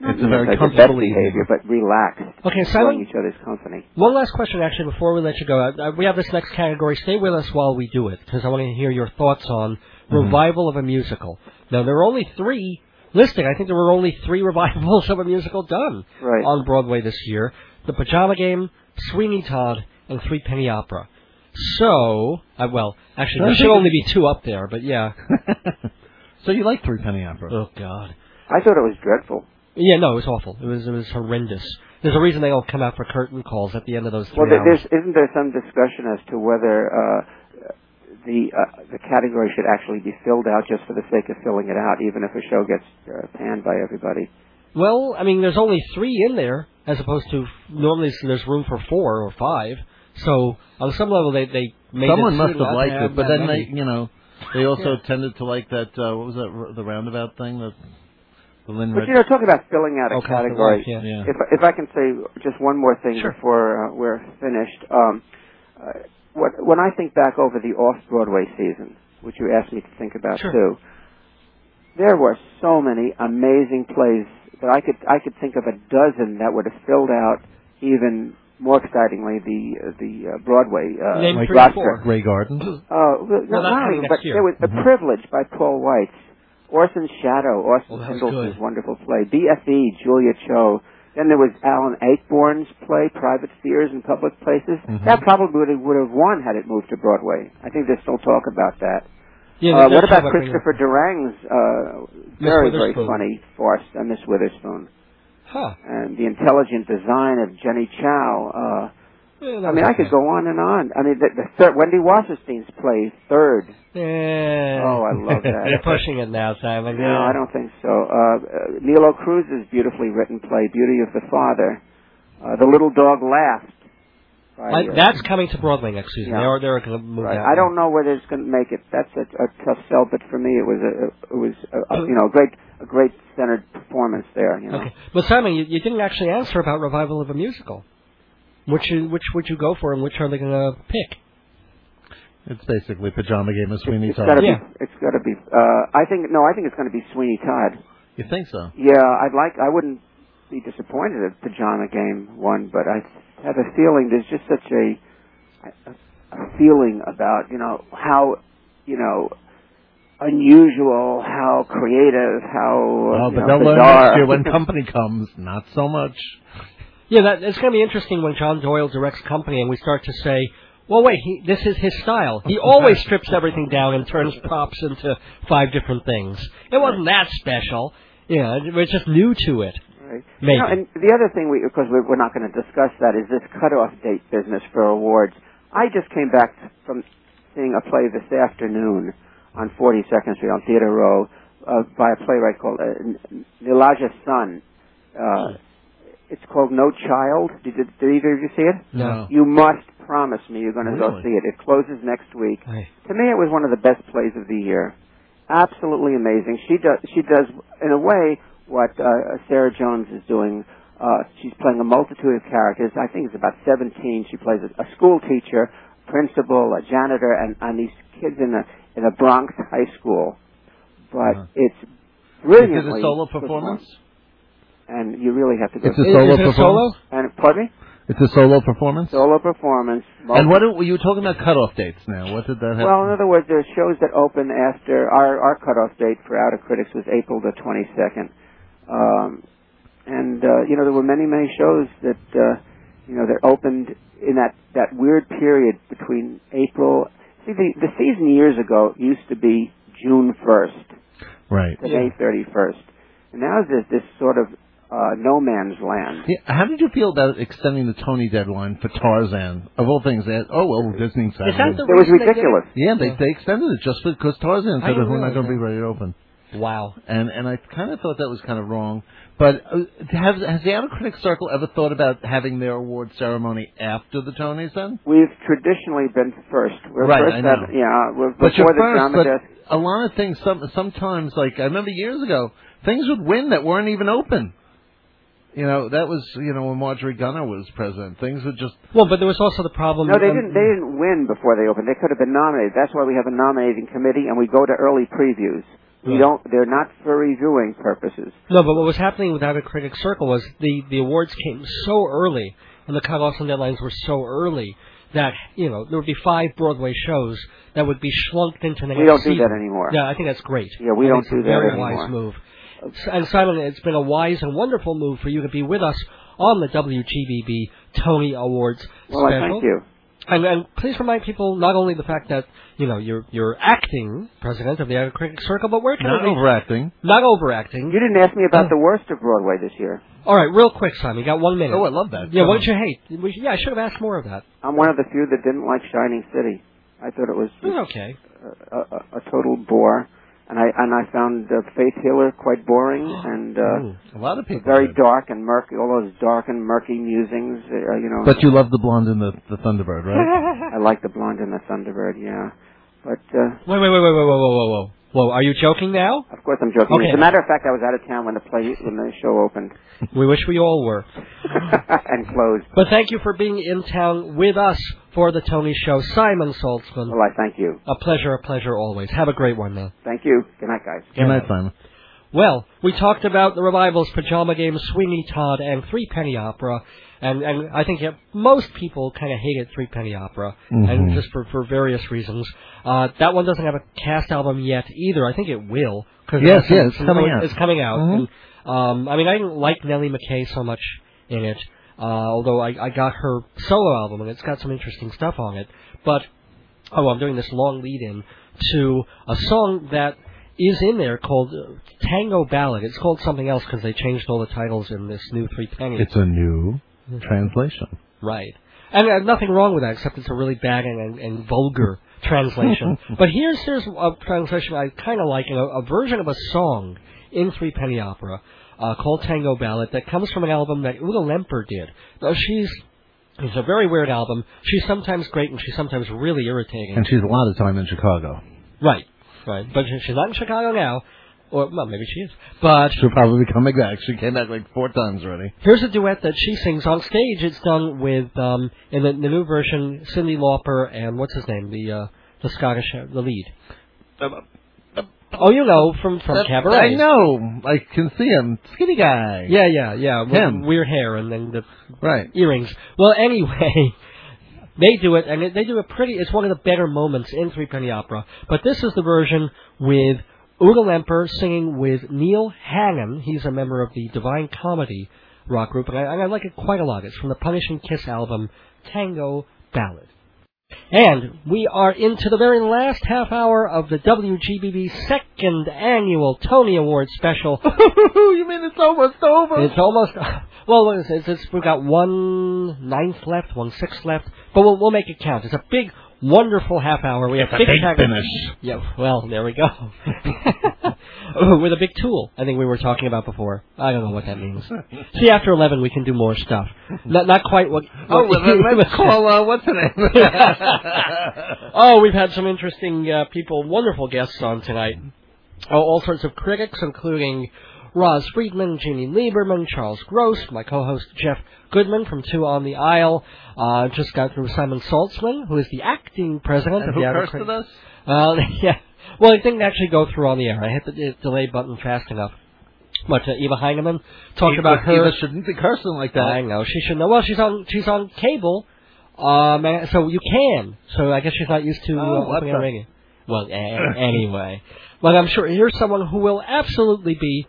[SPEAKER 13] not
[SPEAKER 1] It's a very
[SPEAKER 13] necessarily their
[SPEAKER 1] comfortable
[SPEAKER 13] best behavior, but relaxed.
[SPEAKER 1] Okay,
[SPEAKER 13] enjoying
[SPEAKER 1] Simon?
[SPEAKER 13] each other's company.
[SPEAKER 1] One last question, actually, before we let you go. Uh, uh, we have this next category. Stay with us while we do it, because I want to hear your thoughts on
[SPEAKER 2] Mm-hmm.
[SPEAKER 1] revival of a musical. Now, there are only three listing. I think there were only three revivals of a musical done
[SPEAKER 13] Right.
[SPEAKER 1] on Broadway this year: The Pajama Game, Sweeney Todd, and Three Penny Opera. So, uh, well, actually, there
[SPEAKER 2] Don't
[SPEAKER 1] should
[SPEAKER 2] think-
[SPEAKER 1] only be two up there, but yeah.
[SPEAKER 2] So you like Three Penny Opera?
[SPEAKER 1] Oh God.
[SPEAKER 13] I thought it was dreadful.
[SPEAKER 1] Yeah, no, it was awful. It was it was horrendous. There's a reason they all come out for curtain calls at the end of those three
[SPEAKER 13] Well, there-
[SPEAKER 1] hours.
[SPEAKER 13] there's isn't there some discussion as to whether uh, the uh, the category should actually be filled out just for the sake of filling it out, even if a show gets uh, panned by everybody?
[SPEAKER 1] Well, I mean, there's only three in there as opposed to normally s- there's room for four or five. So on some level, they they made
[SPEAKER 2] Someone
[SPEAKER 1] it
[SPEAKER 2] must
[SPEAKER 1] seem
[SPEAKER 2] have
[SPEAKER 1] not to
[SPEAKER 2] liked
[SPEAKER 1] have
[SPEAKER 2] it,
[SPEAKER 1] that
[SPEAKER 2] but then
[SPEAKER 1] many.
[SPEAKER 2] they, you know, they also tended to like that. Uh, what was that? r- The roundabout thing. The the Lynn.
[SPEAKER 13] But you know, talk about filling out a
[SPEAKER 2] Oh, Captain
[SPEAKER 13] category.
[SPEAKER 2] Life, yeah. Yeah.
[SPEAKER 13] If if I can say just one more thing before uh, we're finished, um, uh, what, when I think back over the off Broadway season, which you asked me to think about too, there were so many amazing plays that I could I could think of a dozen that would have filled out even more excitingly the uh, the uh, Broadway uh,
[SPEAKER 2] like
[SPEAKER 13] roster.
[SPEAKER 2] Grey Garden.
[SPEAKER 13] Uh, well,
[SPEAKER 2] Well, that's
[SPEAKER 13] not
[SPEAKER 2] coming
[SPEAKER 13] only,
[SPEAKER 2] next
[SPEAKER 13] but
[SPEAKER 2] year.
[SPEAKER 13] there was a privilege by Paul White, Orson's Shadow, Orson
[SPEAKER 2] that was
[SPEAKER 13] Pendleton's wonderful play, BFE, Julia Cho. Then there was Alan Ayckbourn's play, Private Fears in Public Places.
[SPEAKER 2] Mhm.
[SPEAKER 13] That probably would have, would have won had it moved to Broadway. I think there's still talk about that.
[SPEAKER 1] Yeah,
[SPEAKER 13] uh,
[SPEAKER 1] they're-
[SPEAKER 13] what
[SPEAKER 1] they're
[SPEAKER 13] about
[SPEAKER 1] talking about
[SPEAKER 13] Christopher Durang's uh,
[SPEAKER 1] Miss
[SPEAKER 13] very, very
[SPEAKER 1] Witherspoon.
[SPEAKER 13] funny farce, uh, Miss Witherspoon?
[SPEAKER 1] Huh.
[SPEAKER 13] And the intelligent design of Jenny Chow. Uh,
[SPEAKER 1] Yeah, that
[SPEAKER 13] I mean, I
[SPEAKER 1] was
[SPEAKER 13] could go on and on. I mean, the, the third, Wendy Wasserstein's play, Third,
[SPEAKER 1] Yeah.
[SPEAKER 13] Oh, I love that.
[SPEAKER 1] You're pushing it now, Simon.
[SPEAKER 13] No, I don't think so. Uh, Uh, Nilo Cruz's beautifully written play, Beauty of the Father, uh, The Little Dog Laughed. by,
[SPEAKER 1] I-
[SPEAKER 13] uh,
[SPEAKER 1] that's coming to Broadway next season.
[SPEAKER 13] Yeah.
[SPEAKER 1] They are they're going to move
[SPEAKER 13] right.
[SPEAKER 1] that
[SPEAKER 13] I
[SPEAKER 1] one.
[SPEAKER 13] don't know whether it's going to make it. That's a, a tough sell, but for me, it was a, it was a, a, you know a great a great centered performance there. You know,
[SPEAKER 1] Okay, but Simon, you, you didn't actually answer about revival of a musical. Which you, which would you go for, and which are they going to pick?
[SPEAKER 2] It's basically pajama game of Sweeney
[SPEAKER 13] it's
[SPEAKER 2] Todd.
[SPEAKER 13] got to be. It's got to be. Uh, I think no. I think it's going to be Sweeney Todd.
[SPEAKER 2] You think so?
[SPEAKER 13] Yeah, I'd like. I wouldn't be disappointed if Pajama Game won, but I have a feeling there's just such a a, a feeling about you know how you know unusual, how creative, how
[SPEAKER 1] Oh,
[SPEAKER 2] Well,
[SPEAKER 13] you
[SPEAKER 2] Oh, but
[SPEAKER 13] know,
[SPEAKER 2] they'll learn
[SPEAKER 13] bizarre.
[SPEAKER 2] next year when company comes. Not so much.
[SPEAKER 1] Yeah, that, it's going to be interesting when John Doyle directs Company, and we start to say, "Well, wait, he, this is his style. He always strips everything down and turns props into five different things. It wasn't that special. Yeah, it was just new to it.
[SPEAKER 13] Right.
[SPEAKER 1] Maybe.
[SPEAKER 13] You know, and the other thing, we, of course, we're, we're not going to discuss that is this cutoff date business for awards. I just came back from seeing a play this afternoon on 42nd Street on Theater Row uh, by a playwright called uh, N- Nilaja Sun. Uh, it's called No Child. Did, did, did either of you see it?
[SPEAKER 2] No.
[SPEAKER 13] You must promise me you're going to go
[SPEAKER 2] Really?
[SPEAKER 13] see it. It closes next week.
[SPEAKER 1] Hey.
[SPEAKER 13] To me, it was one of the best plays of the year. Absolutely amazing. She does. She does in a way what uh, Sarah Jones is doing. Uh, she's playing a multitude of characters. I think it's about 17. She plays a, a school teacher, principal, a janitor, and, and these kids in a in a Bronx high school. But it's brilliantly.
[SPEAKER 2] Is Uh-huh. it a solo
[SPEAKER 13] performed,
[SPEAKER 2] performance?
[SPEAKER 13] And you really have to go.
[SPEAKER 2] It's a Is- solo is it a performance?
[SPEAKER 13] And pardon me.
[SPEAKER 2] It's a solo performance.
[SPEAKER 13] Solo performance.
[SPEAKER 2] And what do- you were talking about cutoff dates now? What did that happen?
[SPEAKER 13] Well, in other words, there's shows that open after our our cutoff date for Outer Critics was April the 22nd, um, and uh, you know there were many many shows that uh, you know that opened in that that weird period between April. See, the the season years ago used to be June 1st
[SPEAKER 2] right.
[SPEAKER 13] to May 31st, and now there's this sort of uh, no man's land.
[SPEAKER 2] Yeah, how did you feel about extending the Tony deadline for Tarzan? Of all things, that oh well, Disney decided
[SPEAKER 13] that the It was reason they did ridiculous.
[SPEAKER 2] It? Yeah, they they extended it just because Tarzan
[SPEAKER 1] I
[SPEAKER 2] said
[SPEAKER 1] didn't
[SPEAKER 2] we're not
[SPEAKER 1] realize
[SPEAKER 2] going to be ready to open. Wow. And and I kind of thought that was kind of wrong. But uh, have, has the Outer Critics Circle ever thought about having their award ceremony after the Tonys? Then
[SPEAKER 13] We've traditionally been first. We're
[SPEAKER 2] Right,
[SPEAKER 13] first
[SPEAKER 2] I know.
[SPEAKER 13] at- yeah, we're
[SPEAKER 2] but you're
[SPEAKER 13] before the
[SPEAKER 2] first,
[SPEAKER 13] drama
[SPEAKER 2] but
[SPEAKER 13] desk.
[SPEAKER 2] a lot of things. Some sometimes, like I remember years ago, things would win that weren't even open. You know, that was you know when Marjorie Gunner was president, things would just.
[SPEAKER 1] Well, but there was also the problem.
[SPEAKER 13] No, they didn't. They didn't win before they opened. They could have been nominated. That's why we have a nominating committee, and we go to early previews. We
[SPEAKER 1] Right.
[SPEAKER 13] don't. They're not for reviewing purposes.
[SPEAKER 1] No, but what was happening with Outer Critics Circle was the, the awards came so early, and the cutoffs and deadlines were so early that you know there would be five Broadway shows that would be schlunked into the next.
[SPEAKER 13] We don't do
[SPEAKER 1] season.
[SPEAKER 13] that anymore.
[SPEAKER 1] Yeah, I think that's great.
[SPEAKER 13] Yeah, we
[SPEAKER 1] I
[SPEAKER 13] don't
[SPEAKER 1] think it's a
[SPEAKER 13] do that
[SPEAKER 1] very
[SPEAKER 13] anymore.
[SPEAKER 1] wise move. S- And Simon, it's been a wise and wonderful move for you to be with us on the WGBB Tony Awards
[SPEAKER 13] Well, I
[SPEAKER 1] special.
[SPEAKER 13] thank you.
[SPEAKER 1] And, and please remind people not only the fact that you know you're you're acting president of the Outer Critics Circle, but where can
[SPEAKER 2] Not
[SPEAKER 1] they reach
[SPEAKER 2] overacting.
[SPEAKER 1] not overacting.
[SPEAKER 13] You didn't ask me about the worst of Broadway this year.
[SPEAKER 1] All right, real quick, Simon. You got one minute.
[SPEAKER 13] Oh, I love that.
[SPEAKER 1] Yeah,
[SPEAKER 13] Come
[SPEAKER 1] what
[SPEAKER 13] on.
[SPEAKER 1] did you hate? We should- yeah, I should have asked more of that.
[SPEAKER 13] I'm one of the few that didn't like Shining City. I thought it was
[SPEAKER 1] It was okay.
[SPEAKER 13] a, a, a total bore, and I and I found uh, Faith Healer quite boring and uh,
[SPEAKER 2] a lot of people.
[SPEAKER 13] very
[SPEAKER 2] did.
[SPEAKER 13] dark and murky. All those dark and murky musings, uh, you know.
[SPEAKER 2] But you love the blonde and the, the Thunderbird, right?
[SPEAKER 13] I like the blonde and the Thunderbird. Yeah, but. Uh,
[SPEAKER 1] Wait, wait, wait, wait, wait, whoa, whoa, whoa, whoa. Whoa, are you joking now?
[SPEAKER 13] Of course, I'm joking.
[SPEAKER 1] Okay.
[SPEAKER 13] As a matter of fact, I was out of town when the play when the show opened
[SPEAKER 1] We wish we all were.
[SPEAKER 13] and closed.
[SPEAKER 1] But thank you for being in town with us for the Tony Show. Simon Saltzman.
[SPEAKER 13] Well, I thank you.
[SPEAKER 1] A pleasure, a pleasure always. Have a great one, man.
[SPEAKER 13] Thank you. Good night, guys.
[SPEAKER 2] Good night, Simon.
[SPEAKER 1] Well, we talked about the revivals, Pajama Game, Sweeney Todd, and Three Penny Opera, and and I think yeah, most people kind of hated Three Penny Opera, and
[SPEAKER 2] Mhm.
[SPEAKER 1] just for for various reasons. Uh, that one doesn't have a cast album yet either. I think it will. 'cause it
[SPEAKER 2] Yes,
[SPEAKER 1] has some-
[SPEAKER 2] yes, it's
[SPEAKER 1] some
[SPEAKER 2] coming
[SPEAKER 1] really-
[SPEAKER 2] out.
[SPEAKER 1] It's coming out.
[SPEAKER 2] Mhm.
[SPEAKER 1] And, um, I mean, I didn't like Nellie McKay so much in it, uh, although I, I got her solo album and it's got some interesting stuff on it. But oh, I'm doing this long lead-in to a song that is in there called uh, Tango Ballad. It's called something else because they changed all the titles in this new Three Penny.
[SPEAKER 2] It's a new translation.
[SPEAKER 1] Right. And uh, nothing wrong with that, except it's a really bad and, and, and vulgar translation. but here's here's a translation I kind of like, you know, a version of a song in Three Penny Opera uh, called Tango Ballad that comes from an album that Uta Lemper did. Now, she's it's a very weird album. She's sometimes great and she's sometimes really irritating.
[SPEAKER 2] And she's a lot of time in Chicago.
[SPEAKER 1] Right, right. But she- she's not in Chicago now. Or, well, maybe she is. But
[SPEAKER 2] She'll probably be coming back. She came back like four times already.
[SPEAKER 1] Here's a duet that she sings on stage. It's done with um, in the, the new version, Cindy Lauper and what's his name, the uh, the Scottish the lead.
[SPEAKER 2] Um,
[SPEAKER 1] Oh, you know from from
[SPEAKER 2] That-
[SPEAKER 1] Cabaret.
[SPEAKER 2] I know. I can see him. Skinny guy.
[SPEAKER 1] Yeah, yeah, yeah. With
[SPEAKER 2] Him.
[SPEAKER 1] weird hair and then the
[SPEAKER 2] Right.
[SPEAKER 1] earrings. Well, anyway, they do it, and it, they do it pretty. It's one of the better moments in Three Penny Opera. But this is the version with Uta Lemper singing with Neil Hannon. He's a member of the Divine Comedy rock group, and I, and I like it quite a lot. It's from the Punishing Kiss album, Tango Ballad. And we are into the very last half hour of the WGBB second annual Tony Award special.
[SPEAKER 2] you mean it's almost over?
[SPEAKER 1] It's almost well. What is it? It's, we've got one ninth left, one sixth left, but we'll we'll make it count. It's a big, wonderful half hour. We have
[SPEAKER 2] a
[SPEAKER 1] big,
[SPEAKER 2] big
[SPEAKER 1] tag-
[SPEAKER 2] finish.
[SPEAKER 1] Yeah. Well, there we go. With a big tool, I think we were talking about before. I don't know what that means. See, after eleven, we can do more stuff. Not not quite what.
[SPEAKER 2] Oh,
[SPEAKER 1] what
[SPEAKER 2] well,
[SPEAKER 1] you-
[SPEAKER 2] then let's call, uh, what's her name?
[SPEAKER 1] oh, we've had some interesting uh, people, wonderful guests on tonight. Oh, all sorts of critics, including Roz Friedman, Jeannie Lieberman, Charles Gross, my co-host Jeff Goodman from Two on the Aisle. Uh, just got through Simon Saltzman, who is the acting president
[SPEAKER 2] And
[SPEAKER 1] of
[SPEAKER 2] who
[SPEAKER 1] the
[SPEAKER 2] cursed
[SPEAKER 1] Abercrombie-
[SPEAKER 2] at us?
[SPEAKER 1] Uh, yeah. Well, it didn't actually go through on the air. I hit the d- delay button fast enough. But uh, Eva Heineman talked
[SPEAKER 2] Eva-
[SPEAKER 1] about her.
[SPEAKER 2] Eva shouldn't be cursing like that.
[SPEAKER 1] I know she should know. Well, she's on she's on cable, um, and- so you can. So I guess she's not used to
[SPEAKER 2] Oh,
[SPEAKER 1] uh,
[SPEAKER 2] what's
[SPEAKER 1] opening a
[SPEAKER 2] up?
[SPEAKER 1] radio. Well, a- anyway, but I'm sure here's someone who will absolutely be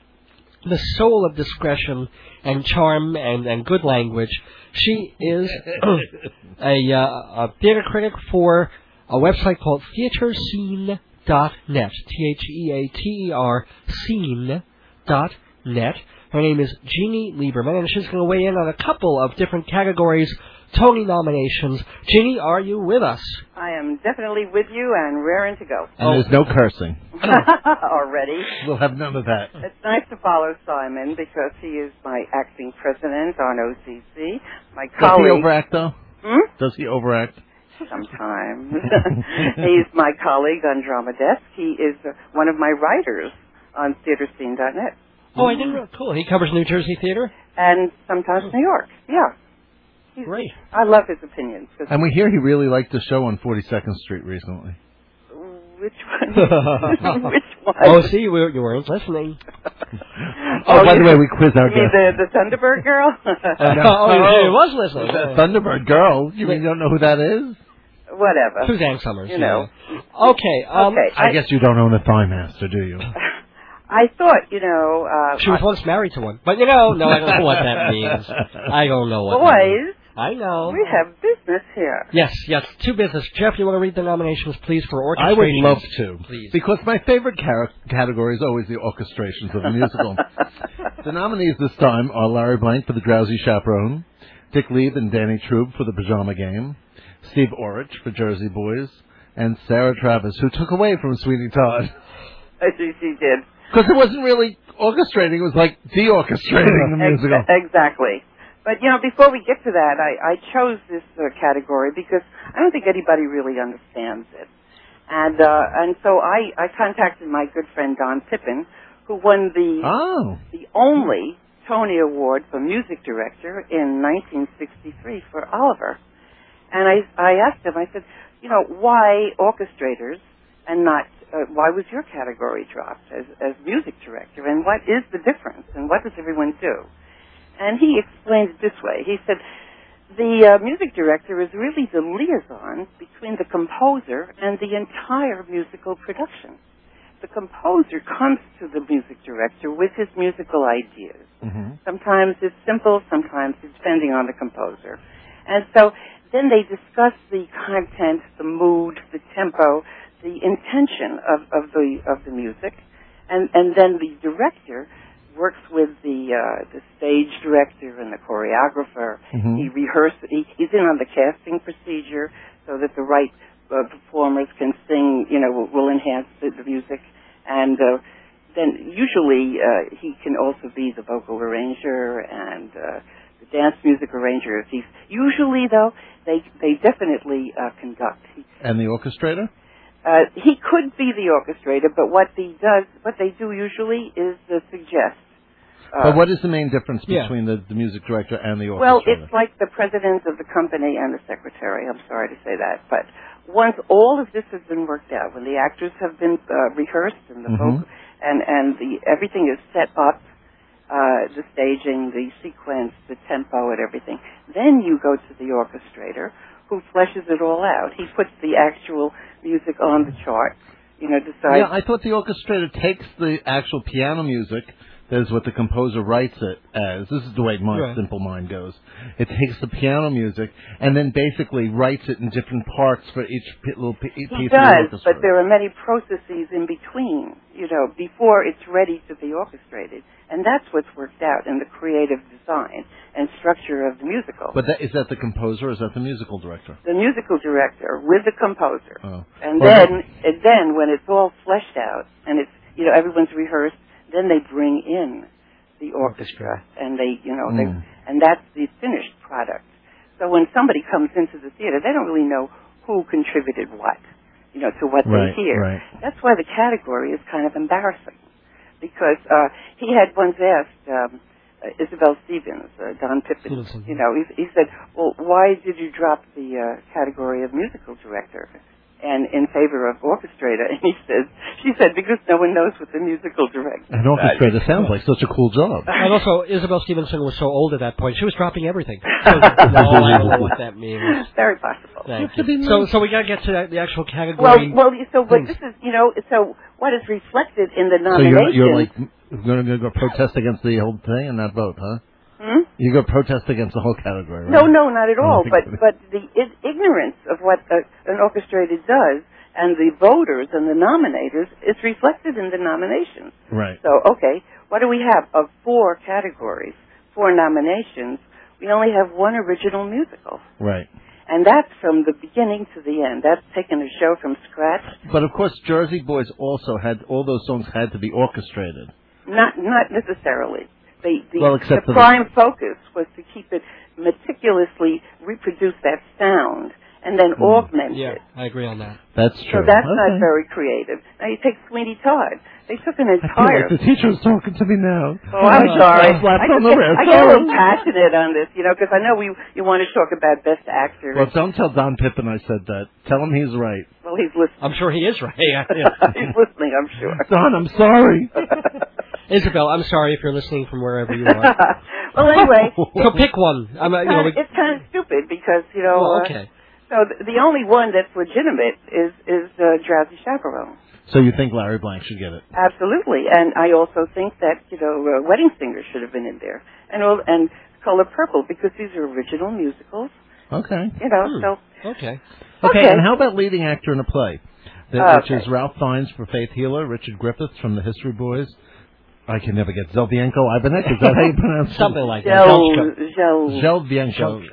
[SPEAKER 1] the soul of discretion and charm and, and good language. She is a, uh, a theater critic for a website called theaterscene.net. T H E A T E R scene dot net. Her name is Jeannie Lieberman, and she's going to weigh in on a couple of different categories, Tony nominations. Jeannie, are you with us?
[SPEAKER 14] I am definitely with you and raring to go. Oh.
[SPEAKER 2] And there's no
[SPEAKER 1] Oh,
[SPEAKER 2] cursing.
[SPEAKER 14] Already.
[SPEAKER 2] We'll have none of that.
[SPEAKER 14] It's nice to follow Simon because he is my acting president on OCC. My
[SPEAKER 2] Does he
[SPEAKER 14] colleague.
[SPEAKER 2] overact though?
[SPEAKER 14] Hmm?
[SPEAKER 2] Does he overact?
[SPEAKER 14] Sometimes. He's my colleague on Drama Desk. He is uh, one of my writers on theaterscene.net.
[SPEAKER 1] Oh, I didn't. Really, cool. He covers New Jersey theater.
[SPEAKER 14] And sometimes New York. Yeah. He's,
[SPEAKER 1] Great.
[SPEAKER 14] I love his opinions. 'cause-
[SPEAKER 2] And we hear he really liked the show on 42nd Street recently.
[SPEAKER 14] Which one? Which one?
[SPEAKER 1] Oh, see, you weren't, you weren't listening.
[SPEAKER 2] Oh, by the way, we quiz our
[SPEAKER 14] You mean
[SPEAKER 2] guests.
[SPEAKER 14] the, the Thunderbird girl?
[SPEAKER 1] Oh, you was listening.
[SPEAKER 2] The Thunderbird girl. You mean you don't know who that is?
[SPEAKER 14] Whatever.
[SPEAKER 1] Suzanne Summers.
[SPEAKER 14] You know.
[SPEAKER 1] Okay. Um,
[SPEAKER 14] Okay,
[SPEAKER 2] I, guess you don't own a thigh master, do you?
[SPEAKER 14] I thought, you know, uh,
[SPEAKER 1] She was once married to one, but you know, no, I don't know what that means. I don't know what. that means.
[SPEAKER 14] boys,
[SPEAKER 1] I know.
[SPEAKER 14] we have business here.
[SPEAKER 1] Yes, yes. Two business. Jeff, you want to read the nominations, please, for
[SPEAKER 2] I
[SPEAKER 1] orchestration?
[SPEAKER 2] would love to,
[SPEAKER 1] Please.
[SPEAKER 2] because my favorite car- category is always the orchestrations of a musical. the nominees this time are Larry Blank for The Drowsy Chaperone, Dick Leave and Danny Troub for The Pajama Game, Steve Orich for Jersey Boys, and Sarah Travis, who took away from Sweeney Todd.
[SPEAKER 14] I see she did.
[SPEAKER 2] Because it wasn't really orchestrating, it was like deorchestrating the
[SPEAKER 14] Ex-
[SPEAKER 2] musical.
[SPEAKER 14] exactly. But, you know, before we get to that, I, I chose this uh, category because I don't think anybody really understands it. And, uh, and so I, I contacted my good friend Don Pippin, who won the
[SPEAKER 1] Ah.
[SPEAKER 2] Oh.
[SPEAKER 14] the only Tony Award for Music Director in 1963 for Oliver. And I, I asked him, I said, you know, why orchestrators and not, uh, why was your category dropped as, as music director? And what is the difference? And what does everyone do? And he explained it this way. He said, the uh, music director is really the liaison between the composer and the entire musical production. The composer comes to the music director with his musical ideas. Sometimes it's simple, sometimes it's depending on the composer. And so then they discuss the content, the mood, the tempo, the intention of, of the of the music, and and then the director works with the uh, the stage director and the choreographer.
[SPEAKER 2] Mm-hmm.
[SPEAKER 3] Mhm.
[SPEAKER 14] He rehearses. He, he's in on the casting procedure so that the right uh, performers can sing. You know, will, will enhance the, the music and. Uh, then usually uh, he can also be the vocal arranger and uh, the dance music arranger. If he's usually though, they they definitely uh, conduct. He,
[SPEAKER 2] And the orchestrator?
[SPEAKER 14] uh, he could be the orchestrator, but what he does, what they do usually is uh, suggest. Uh,
[SPEAKER 2] but what is the main difference
[SPEAKER 14] yeah.
[SPEAKER 2] between the, the music director and the orchestrator?
[SPEAKER 14] well, it's like the president of the company and the secretary. I'm sorry to say that, but once all of this has been worked out, when the actors have been uh, rehearsed and the
[SPEAKER 2] Mm-hmm.
[SPEAKER 14] vocal
[SPEAKER 3] Mhm.
[SPEAKER 14] and and the everything is set up, uh, the staging, the sequence, the tempo, and everything. Then you go to the orchestrator, who fleshes it all out. He puts the actual music on the chart. You know, decides
[SPEAKER 2] Yeah, I thought the orchestrator takes the actual piano music. That is what the composer writes it as. This is the way my
[SPEAKER 1] Right.
[SPEAKER 2] simple mind goes. It takes the piano music and then basically writes it in different parts for each pi- little pi- piece
[SPEAKER 14] He
[SPEAKER 2] of the
[SPEAKER 14] does,
[SPEAKER 2] orchestra.
[SPEAKER 14] but there are many processes in between, you know, before it's ready to be orchestrated. And that's what's worked out in the creative design and structure of the musical.
[SPEAKER 2] But that, is that the composer or is that the musical director?
[SPEAKER 14] the musical director with the composer.
[SPEAKER 2] Oh.
[SPEAKER 14] And
[SPEAKER 2] Well,
[SPEAKER 14] then and then when it's all fleshed out and it's you know, everyone's rehearsed, then they bring in the orchestra and they you know, they
[SPEAKER 3] Mm.
[SPEAKER 14] and that's the finished product. So when somebody comes into the theater they don't really know who contributed what, you know, to what
[SPEAKER 3] Right,
[SPEAKER 14] they hear.
[SPEAKER 3] right.
[SPEAKER 14] That's why the category is kind of embarrassing. because uh, he had once asked um, uh, Isabel Stevens, uh, Don Pippen,
[SPEAKER 2] Hmm.
[SPEAKER 3] Stevenson.
[SPEAKER 14] you know, he, he said, "Well, why did you drop the uh, category of musical director?" And in favor of orchestrator, and he says, she said, because no one knows what the musical director.
[SPEAKER 2] An orchestrator sounds like such a cool job.
[SPEAKER 1] And also, Isabel Stevenson was so old at that point; she was dropping everything. So, no, I don't know what that means.
[SPEAKER 14] Very possible.
[SPEAKER 1] Thank you. So, so we gotta get to that- the actual
[SPEAKER 14] Well,
[SPEAKER 1] category.
[SPEAKER 14] well, so but
[SPEAKER 1] things.
[SPEAKER 14] this is, you know, so what is reflected in the
[SPEAKER 2] Hmm. So
[SPEAKER 14] nomination?
[SPEAKER 2] you're you're like going to go protest against the whole thing and not vote, huh?
[SPEAKER 14] Hmm?
[SPEAKER 2] You go protest against the whole category, right?
[SPEAKER 14] No, no, not at all.
[SPEAKER 2] Oh,
[SPEAKER 14] But
[SPEAKER 2] okay.
[SPEAKER 14] but the I- ignorance of what a, an orchestrator does, and the voters and the nominators, is reflected in the nominations.
[SPEAKER 2] Right.
[SPEAKER 14] So okay, what do we have of four categories, four nominations? We only have one original musical,
[SPEAKER 2] Right.
[SPEAKER 14] and that's from the beginning to the end. That's taken a show from scratch.
[SPEAKER 2] But of course, Jersey Boys also had all those songs had to be orchestrated.
[SPEAKER 14] Not not necessarily. The the,
[SPEAKER 2] Well, except
[SPEAKER 14] the
[SPEAKER 2] for the-
[SPEAKER 14] prime focus was to keep it meticulously reproduce that sound and then
[SPEAKER 2] Hmm.
[SPEAKER 1] Mm.
[SPEAKER 14] augment
[SPEAKER 1] yeah,
[SPEAKER 14] it.
[SPEAKER 1] I agree on that.
[SPEAKER 2] That's
[SPEAKER 14] So that's not very creative. Now you take Sweeney Todd. They took an entire.
[SPEAKER 2] the teacher's talking to me now.
[SPEAKER 14] Oh, I'm sorry.
[SPEAKER 2] I
[SPEAKER 14] I,
[SPEAKER 2] slapped on
[SPEAKER 14] just
[SPEAKER 2] the
[SPEAKER 14] get,
[SPEAKER 2] wrist.
[SPEAKER 14] I get a
[SPEAKER 1] Oh.
[SPEAKER 14] little
[SPEAKER 2] Sorry.
[SPEAKER 14] passionate on this, you know, because I know we you want to talk about best actor.
[SPEAKER 2] Well, don't tell Don Pippen I said that. Tell him he's right.
[SPEAKER 14] well, he's listening.
[SPEAKER 1] I'm sure he is right. Yeah,
[SPEAKER 14] he's listening. I'm sure.
[SPEAKER 2] Don, I'm sorry.
[SPEAKER 1] Isabel, I'm sorry if you're listening from wherever you are.
[SPEAKER 14] well, anyway,
[SPEAKER 1] so pick one. I'm, uh, you know, we,
[SPEAKER 14] it's kind of stupid because you know.
[SPEAKER 1] well,
[SPEAKER 14] uh,
[SPEAKER 1] okay.
[SPEAKER 14] So th- the only one that's legitimate is is uh, Drowsy Chaperone.
[SPEAKER 2] So you think Larry Blank should get it?
[SPEAKER 14] Absolutely, and I also think that you know uh, Wedding Singer should have been in there, and all, and Color Purple because these are original musicals.
[SPEAKER 2] Okay.
[SPEAKER 14] You know,
[SPEAKER 2] Hmm.
[SPEAKER 14] so
[SPEAKER 1] Okay.
[SPEAKER 2] Okay,
[SPEAKER 14] Okay. Oh,
[SPEAKER 2] and how about leading actor in a play? That,
[SPEAKER 14] Okay.
[SPEAKER 2] Which is Ralph Fiennes for Faith Healer, Richard Griffiths from The History Boys. I can never get Zelvienko Ivanek. Is that how you pronounce it?
[SPEAKER 1] Something like that.
[SPEAKER 14] Zell,
[SPEAKER 1] Zelchko.
[SPEAKER 14] Zell.
[SPEAKER 2] Zelvienko.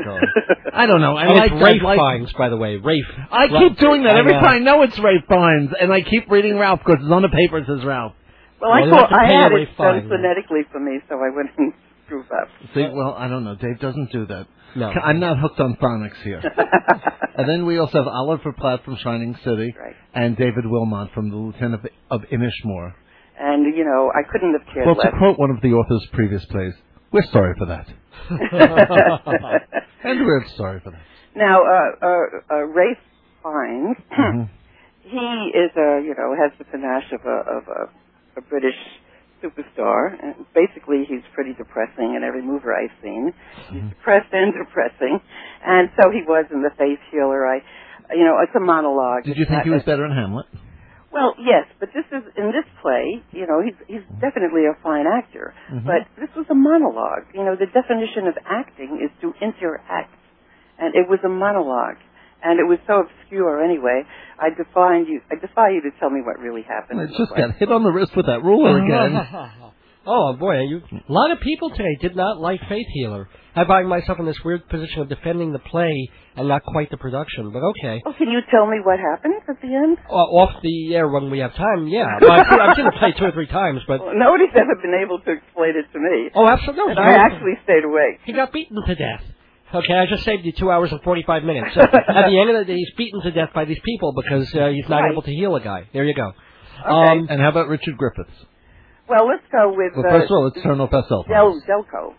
[SPEAKER 2] I don't know. I
[SPEAKER 1] and
[SPEAKER 2] like
[SPEAKER 1] it's Rafe
[SPEAKER 2] I like-
[SPEAKER 1] Fiennes, by the way. Rafe.
[SPEAKER 2] I
[SPEAKER 1] Ra-
[SPEAKER 2] keep doing that
[SPEAKER 1] I uh,
[SPEAKER 2] every
[SPEAKER 1] know.
[SPEAKER 2] time I know it's Ray Fiennes, and I keep reading Ralph because it's on the paper it says Ralph.
[SPEAKER 14] Well,
[SPEAKER 1] Well,
[SPEAKER 14] I
[SPEAKER 1] you
[SPEAKER 14] call,
[SPEAKER 1] have to
[SPEAKER 14] I
[SPEAKER 1] pay
[SPEAKER 14] had
[SPEAKER 1] away
[SPEAKER 14] it done
[SPEAKER 1] fine.
[SPEAKER 14] phonetically for me, so I wouldn't screw up.
[SPEAKER 2] See, well, I don't know. Dave doesn't do that.
[SPEAKER 1] No.
[SPEAKER 2] I'm not hooked on phonics here. and then we also have Oliver Platt from Shining City
[SPEAKER 14] Right.
[SPEAKER 2] and David Wilmot from The Lieutenant of, of Inishmore.
[SPEAKER 14] And you know, I couldn't have cared
[SPEAKER 2] Well, to
[SPEAKER 14] less.
[SPEAKER 2] quote one of the author's previous plays, we're sorry for that. and we're sorry for that.
[SPEAKER 14] now, uh, uh, uh, Ray Fiennes,
[SPEAKER 2] Mm-hmm.
[SPEAKER 14] he is a you know has the panache of a of a, a British superstar. And basically, he's pretty depressing in every mover I've seen.
[SPEAKER 2] Mm-hmm.
[SPEAKER 14] He's depressed and depressing, and so he was in the Faith Healer. I, you know, it's a monologue.
[SPEAKER 2] Did
[SPEAKER 14] It's
[SPEAKER 2] you
[SPEAKER 14] not
[SPEAKER 2] think he was
[SPEAKER 14] a-
[SPEAKER 2] better in Hamlet?
[SPEAKER 14] Well, yes, but this is in this play. You know, he's he's definitely a fine actor,
[SPEAKER 2] Mhm.
[SPEAKER 14] but this was a monologue. You know, the definition of acting is to interact, and it was a monologue, and it was so obscure. Anyway, I defy you. I defy you to tell me what really happened.
[SPEAKER 2] I
[SPEAKER 14] in the
[SPEAKER 2] just
[SPEAKER 14] play.
[SPEAKER 2] got hit on the wrist with that ruler again.
[SPEAKER 1] Uh-huh. oh boy, you, a lot of people today did not like Faith Healer. I find myself in this weird position of defending the play and not quite the production, but okay.
[SPEAKER 14] Well, can you tell me what happened at the end?
[SPEAKER 1] Uh, off the air when we have time, yeah. But I've, seen- I've seen the play two or three times, but
[SPEAKER 14] Well, nobody's ever been able to explain it to me,
[SPEAKER 1] oh, absolutely,
[SPEAKER 14] and I actually stayed awake.
[SPEAKER 1] he got beaten to death. Okay, I just saved you two hours and forty-five minutes. So at the end of the day, he's beaten to death by these people because uh, he's not
[SPEAKER 14] Right.
[SPEAKER 1] able to heal a guy. There you go.
[SPEAKER 14] Okay.
[SPEAKER 1] Um,
[SPEAKER 2] And how about Richard Griffiths?
[SPEAKER 14] well, let's go with
[SPEAKER 2] Well,
[SPEAKER 14] uh,
[SPEAKER 2] first of all, let's turn off our cell
[SPEAKER 14] Del
[SPEAKER 2] phones.
[SPEAKER 14] Delco.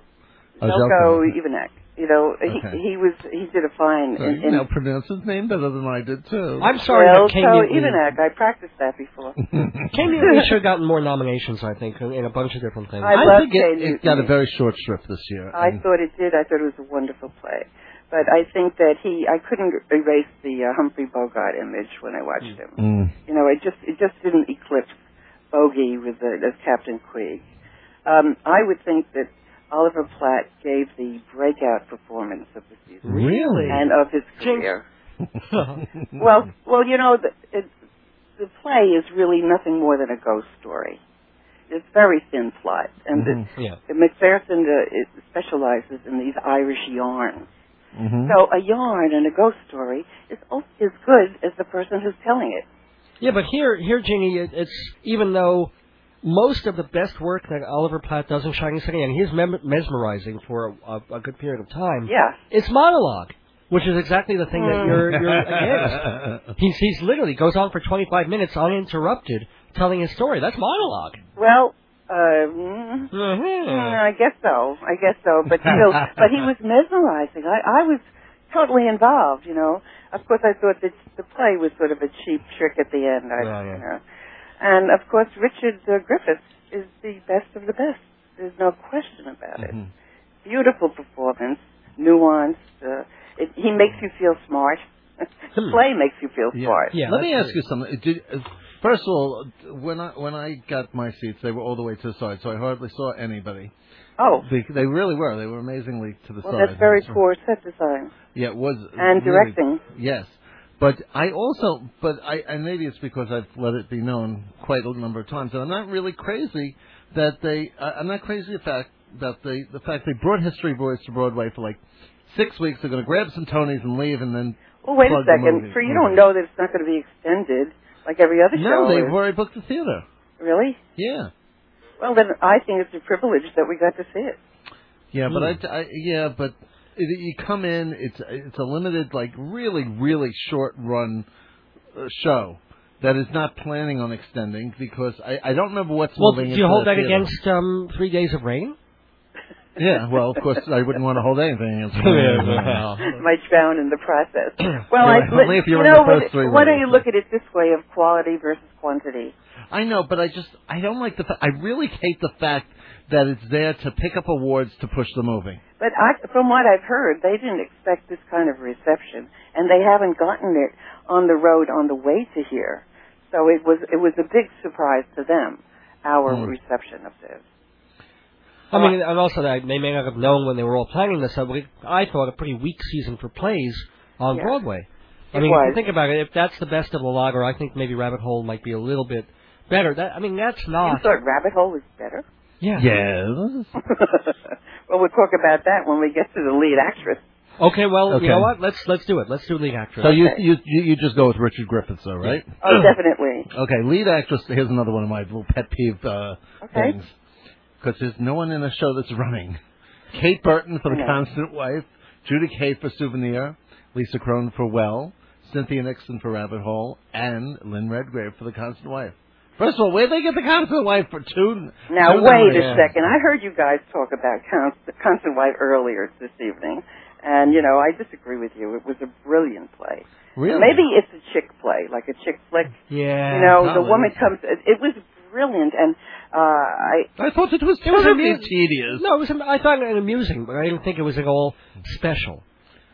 [SPEAKER 2] Oh,
[SPEAKER 14] Delco
[SPEAKER 2] Zelko.
[SPEAKER 14] Ivanek. You know,
[SPEAKER 2] Okay.
[SPEAKER 14] he, he was he did a fine
[SPEAKER 2] So
[SPEAKER 14] in,
[SPEAKER 2] you
[SPEAKER 14] in
[SPEAKER 2] now pronounce his name better than I did, too.
[SPEAKER 1] I'm sorry
[SPEAKER 14] well,
[SPEAKER 1] that King
[SPEAKER 14] so
[SPEAKER 1] Newton-
[SPEAKER 14] even that, I practiced that before.
[SPEAKER 1] Ken Newton should have gotten more nominations, I think, in in a bunch of different things.
[SPEAKER 14] I
[SPEAKER 2] I
[SPEAKER 14] love
[SPEAKER 2] think
[SPEAKER 14] Jane
[SPEAKER 2] it, it got a
[SPEAKER 14] Newton.
[SPEAKER 2] very short shrift this year.
[SPEAKER 14] I
[SPEAKER 2] and-
[SPEAKER 14] thought it did. I thought it was a wonderful play, but I think that he, I couldn't erase the uh, Humphrey Bogart image when I watched
[SPEAKER 1] Hmm.
[SPEAKER 14] him.
[SPEAKER 2] Mm.
[SPEAKER 14] You know, it just it just didn't eclipse Bogey with the, as Captain Queeg. Um, I would think that Oliver Platt gave the breakout performance of the season
[SPEAKER 2] Really?
[SPEAKER 14] and of his
[SPEAKER 1] Jinx.
[SPEAKER 14] career. Well, well, you know, the, it, the play is really nothing more than a ghost story. It's very thin plot, and
[SPEAKER 2] Mhm.
[SPEAKER 1] yeah.
[SPEAKER 14] the, Macpherson uh, it specializes in these Irish yarns.
[SPEAKER 1] Mm-hmm.
[SPEAKER 2] Mhm.
[SPEAKER 14] So a yarn and a ghost story is al- as good as the person who's telling it.
[SPEAKER 1] Yeah, but here, here, Jeannie, it, it's even though most of the best work that Oliver Platt does in Shining City, and he's mem- mesmerizing for a, a, a good period of time,
[SPEAKER 14] Yeah,
[SPEAKER 1] it's monologue, which is exactly the thing
[SPEAKER 2] Mm.
[SPEAKER 1] that you're, you're against. He's, he's literally goes on for 25 minutes uninterrupted telling his story. That's monologue.
[SPEAKER 14] Well, uh, Uh, mm, I guess so. I guess so. But still, but he was mesmerizing. I, I was totally involved. You know. Of course, I thought that the play was sort of a cheap trick at the end. I,
[SPEAKER 3] Yeah, yeah.
[SPEAKER 14] you know. And of course, Richard uh, Griffiths is the best of the best. There's no question about it.
[SPEAKER 2] Mm-hmm.
[SPEAKER 14] Beautiful performance, nuanced. Uh, it, he makes you feel smart. the
[SPEAKER 2] Hmm.
[SPEAKER 14] play makes you feel smart.
[SPEAKER 2] Let me ask you something. Did, uh, first of all, when I when I got my seats, they were all the way to the side, so I hardly saw anybody.
[SPEAKER 14] Oh.
[SPEAKER 2] They, they really were. They were amazingly to the
[SPEAKER 14] Well,
[SPEAKER 2] side.
[SPEAKER 14] that's very poor set design.
[SPEAKER 2] Yeah, it was.
[SPEAKER 14] And
[SPEAKER 2] really-
[SPEAKER 14] directing.
[SPEAKER 2] Yes. But I also, but I, and maybe it's because I've let it be known quite a number of times, and I'm not really crazy that they, I I'm not crazy the fact that they, the fact they brought History Boys to Broadway for like six weeks. They're going to grab some Tonys and leave, and then.
[SPEAKER 14] Well, Oh, wait a
[SPEAKER 2] plug the
[SPEAKER 14] second.
[SPEAKER 2] movie- Mm-hmm.
[SPEAKER 14] For you
[SPEAKER 2] movie.
[SPEAKER 14] don't know that it's not going to be extended like every other show.
[SPEAKER 2] No, they've
[SPEAKER 14] is.
[SPEAKER 2] already booked the theater.
[SPEAKER 14] Really?
[SPEAKER 2] Yeah.
[SPEAKER 14] Well, then I think it's a privilege that we got to see it.
[SPEAKER 2] Yeah, but
[SPEAKER 14] Hmm.
[SPEAKER 2] I, I yeah, but it, you come in, it's it's a limited, like really, really short run uh, show that is not planning on extending because I, I don't remember what's
[SPEAKER 1] Well,
[SPEAKER 2] moving.
[SPEAKER 1] do
[SPEAKER 2] into
[SPEAKER 1] you hold
[SPEAKER 2] the
[SPEAKER 1] that
[SPEAKER 2] theater.
[SPEAKER 1] against um, Three Days of Rain?
[SPEAKER 2] Yeah, well, of course, I wouldn't want to hold anything against.
[SPEAKER 1] Yeah,
[SPEAKER 14] Might drown in the process. Well,
[SPEAKER 2] Yeah,
[SPEAKER 14] I,
[SPEAKER 2] only
[SPEAKER 14] but,
[SPEAKER 2] if you were in
[SPEAKER 14] know,
[SPEAKER 2] the first
[SPEAKER 14] what-
[SPEAKER 2] three
[SPEAKER 14] why don't
[SPEAKER 2] rows.
[SPEAKER 14] you look at it this way of quality versus quantity?
[SPEAKER 2] I know, but I just I don't like the fa- I really hate the fact that it's there to pick up awards to push the movie.
[SPEAKER 14] But I, from what I've heard, they didn't expect this kind of reception, and they haven't gotten it on the road on the way to here. So it was it was a big surprise to them, our
[SPEAKER 1] Hmm.
[SPEAKER 14] reception of this.
[SPEAKER 1] I mean, and also that they may not have known when they were all planning this. uh, we- I thought a pretty weak season for plays on
[SPEAKER 14] Yeah.
[SPEAKER 1] Broadway. I
[SPEAKER 14] It
[SPEAKER 1] mean, if
[SPEAKER 14] was.
[SPEAKER 1] you think about it, if that's the best of the lager, I think maybe Rabbit Hole might be a little bit better. That I mean, that's
[SPEAKER 14] You
[SPEAKER 1] not.
[SPEAKER 14] thought Rabbit Hole was better?
[SPEAKER 1] Yeah.
[SPEAKER 14] well, we'll talk about that when we get to the lead actress.
[SPEAKER 1] Okay. Well,
[SPEAKER 2] Okay.
[SPEAKER 1] you know what? Let's let's do it. Let's do lead actress.
[SPEAKER 2] So you you you you just go with Richard Griffiths, though, right?
[SPEAKER 14] Oh, definitely.
[SPEAKER 2] Okay, lead actress. Here's another one of my little pet peeve uh,
[SPEAKER 14] Okay.
[SPEAKER 2] things. Because there's no one in the show that's running. Kate Burton for The
[SPEAKER 14] No.
[SPEAKER 2] Constant Wife, Judy Kay for Souvenir, Lisa Crone for Well, Cynthia Nixon for Rabbit Hole, and Lynn Redgrave for The Constant Wife. First of all, where'd they get The Constant Wife for two?
[SPEAKER 14] Now,
[SPEAKER 2] two
[SPEAKER 14] wait a
[SPEAKER 2] nominations?
[SPEAKER 14] second. I heard you guys talk about Const- Constant White earlier this evening, and, you know, I disagree with you. It was a brilliant play.
[SPEAKER 2] Really?
[SPEAKER 14] Maybe it's a chick play, like a chick flick.
[SPEAKER 1] Yeah.
[SPEAKER 14] you know, the
[SPEAKER 2] probably.
[SPEAKER 14] woman comes. It, it was brilliant, and uh, I.
[SPEAKER 2] I thought it was
[SPEAKER 1] It was
[SPEAKER 2] terribly
[SPEAKER 1] amusing.
[SPEAKER 2] tedious.
[SPEAKER 1] No, it was. am- I thought it amusing, but I didn't think it was at all special.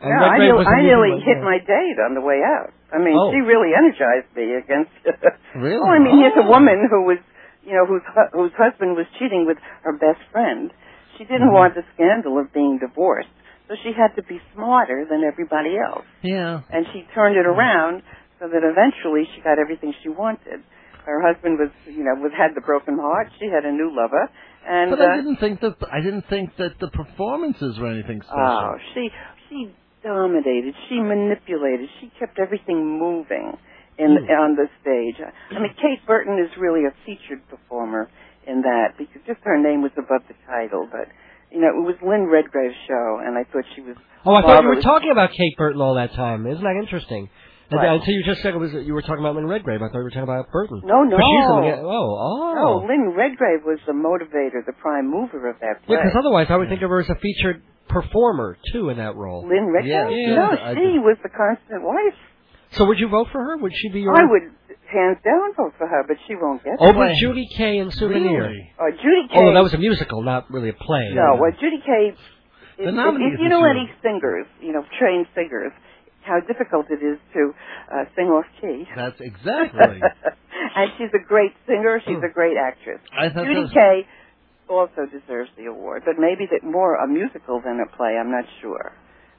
[SPEAKER 1] And
[SPEAKER 14] No,
[SPEAKER 1] Red
[SPEAKER 14] I,
[SPEAKER 1] Grave
[SPEAKER 14] nearly-
[SPEAKER 1] was
[SPEAKER 14] I
[SPEAKER 1] amusing,
[SPEAKER 14] nearly
[SPEAKER 1] but,
[SPEAKER 14] hit
[SPEAKER 1] yeah.
[SPEAKER 14] my date on the way out. I mean,
[SPEAKER 1] Oh.
[SPEAKER 14] she really energized me against.
[SPEAKER 2] Really? Oh.
[SPEAKER 14] Well, Oh, I mean, here's a woman who was, you know, whose hu- whose husband was cheating with her best friend. She didn't
[SPEAKER 2] Mhm.
[SPEAKER 14] want the scandal of being divorced, so she had to be smarter than everybody else.
[SPEAKER 2] Yeah.
[SPEAKER 14] And she turned it
[SPEAKER 2] Mm-hmm.
[SPEAKER 14] around so that eventually she got everything she wanted. Her husband was, you know, was had the broken heart. She had a new lover, and
[SPEAKER 2] But
[SPEAKER 14] uh,
[SPEAKER 2] I didn't think that I didn't think that the performances were anything special.
[SPEAKER 14] Oh, she she dominated. She manipulated. She kept everything moving in
[SPEAKER 2] Hmm.
[SPEAKER 14] on the stage. I mean, Kate Burton is really a featured performer in that because just her name was above the title. But you know, it was Lynn Redgrave's show, and I thought she was.
[SPEAKER 1] Oh, I thought you were
[SPEAKER 14] marvelous.
[SPEAKER 1] talking about Kate Burton all that time. Isn't that interesting? And
[SPEAKER 14] What?
[SPEAKER 1] Until you just said it was you were talking about Lynn Redgrave. I thought you were talking about Burton.
[SPEAKER 14] No, no.
[SPEAKER 1] But she's gonna get- oh,
[SPEAKER 14] No,
[SPEAKER 1] oh.
[SPEAKER 14] Lynn Redgrave was the motivator, the prime mover of that play.
[SPEAKER 1] yeah, because otherwise I would think of her as a featured performer too in that role.
[SPEAKER 14] Lynn Redgrave? no, she was the constant wife.
[SPEAKER 1] So would you vote for her? Would she be your?
[SPEAKER 14] I would hands down vote for her, but she won't get
[SPEAKER 1] Over
[SPEAKER 14] it.
[SPEAKER 1] Oh, Judy Kay and Souvenir.
[SPEAKER 14] Really? Uh, Judy Kay.
[SPEAKER 1] Although that was a musical, not really a play.
[SPEAKER 14] No, well, Judy Kay.
[SPEAKER 1] The
[SPEAKER 14] If, if,
[SPEAKER 1] nominees
[SPEAKER 14] if you
[SPEAKER 1] this
[SPEAKER 14] know
[SPEAKER 1] year.
[SPEAKER 14] any singers, you know trained singers, how difficult it is to uh, sing off key.
[SPEAKER 2] That's exactly.
[SPEAKER 14] and she's a great singer. She's a great actress.
[SPEAKER 2] I thought
[SPEAKER 14] Judy
[SPEAKER 2] that-
[SPEAKER 14] Kay also deserves the award, but maybe that more a musical than a play. I'm not sure,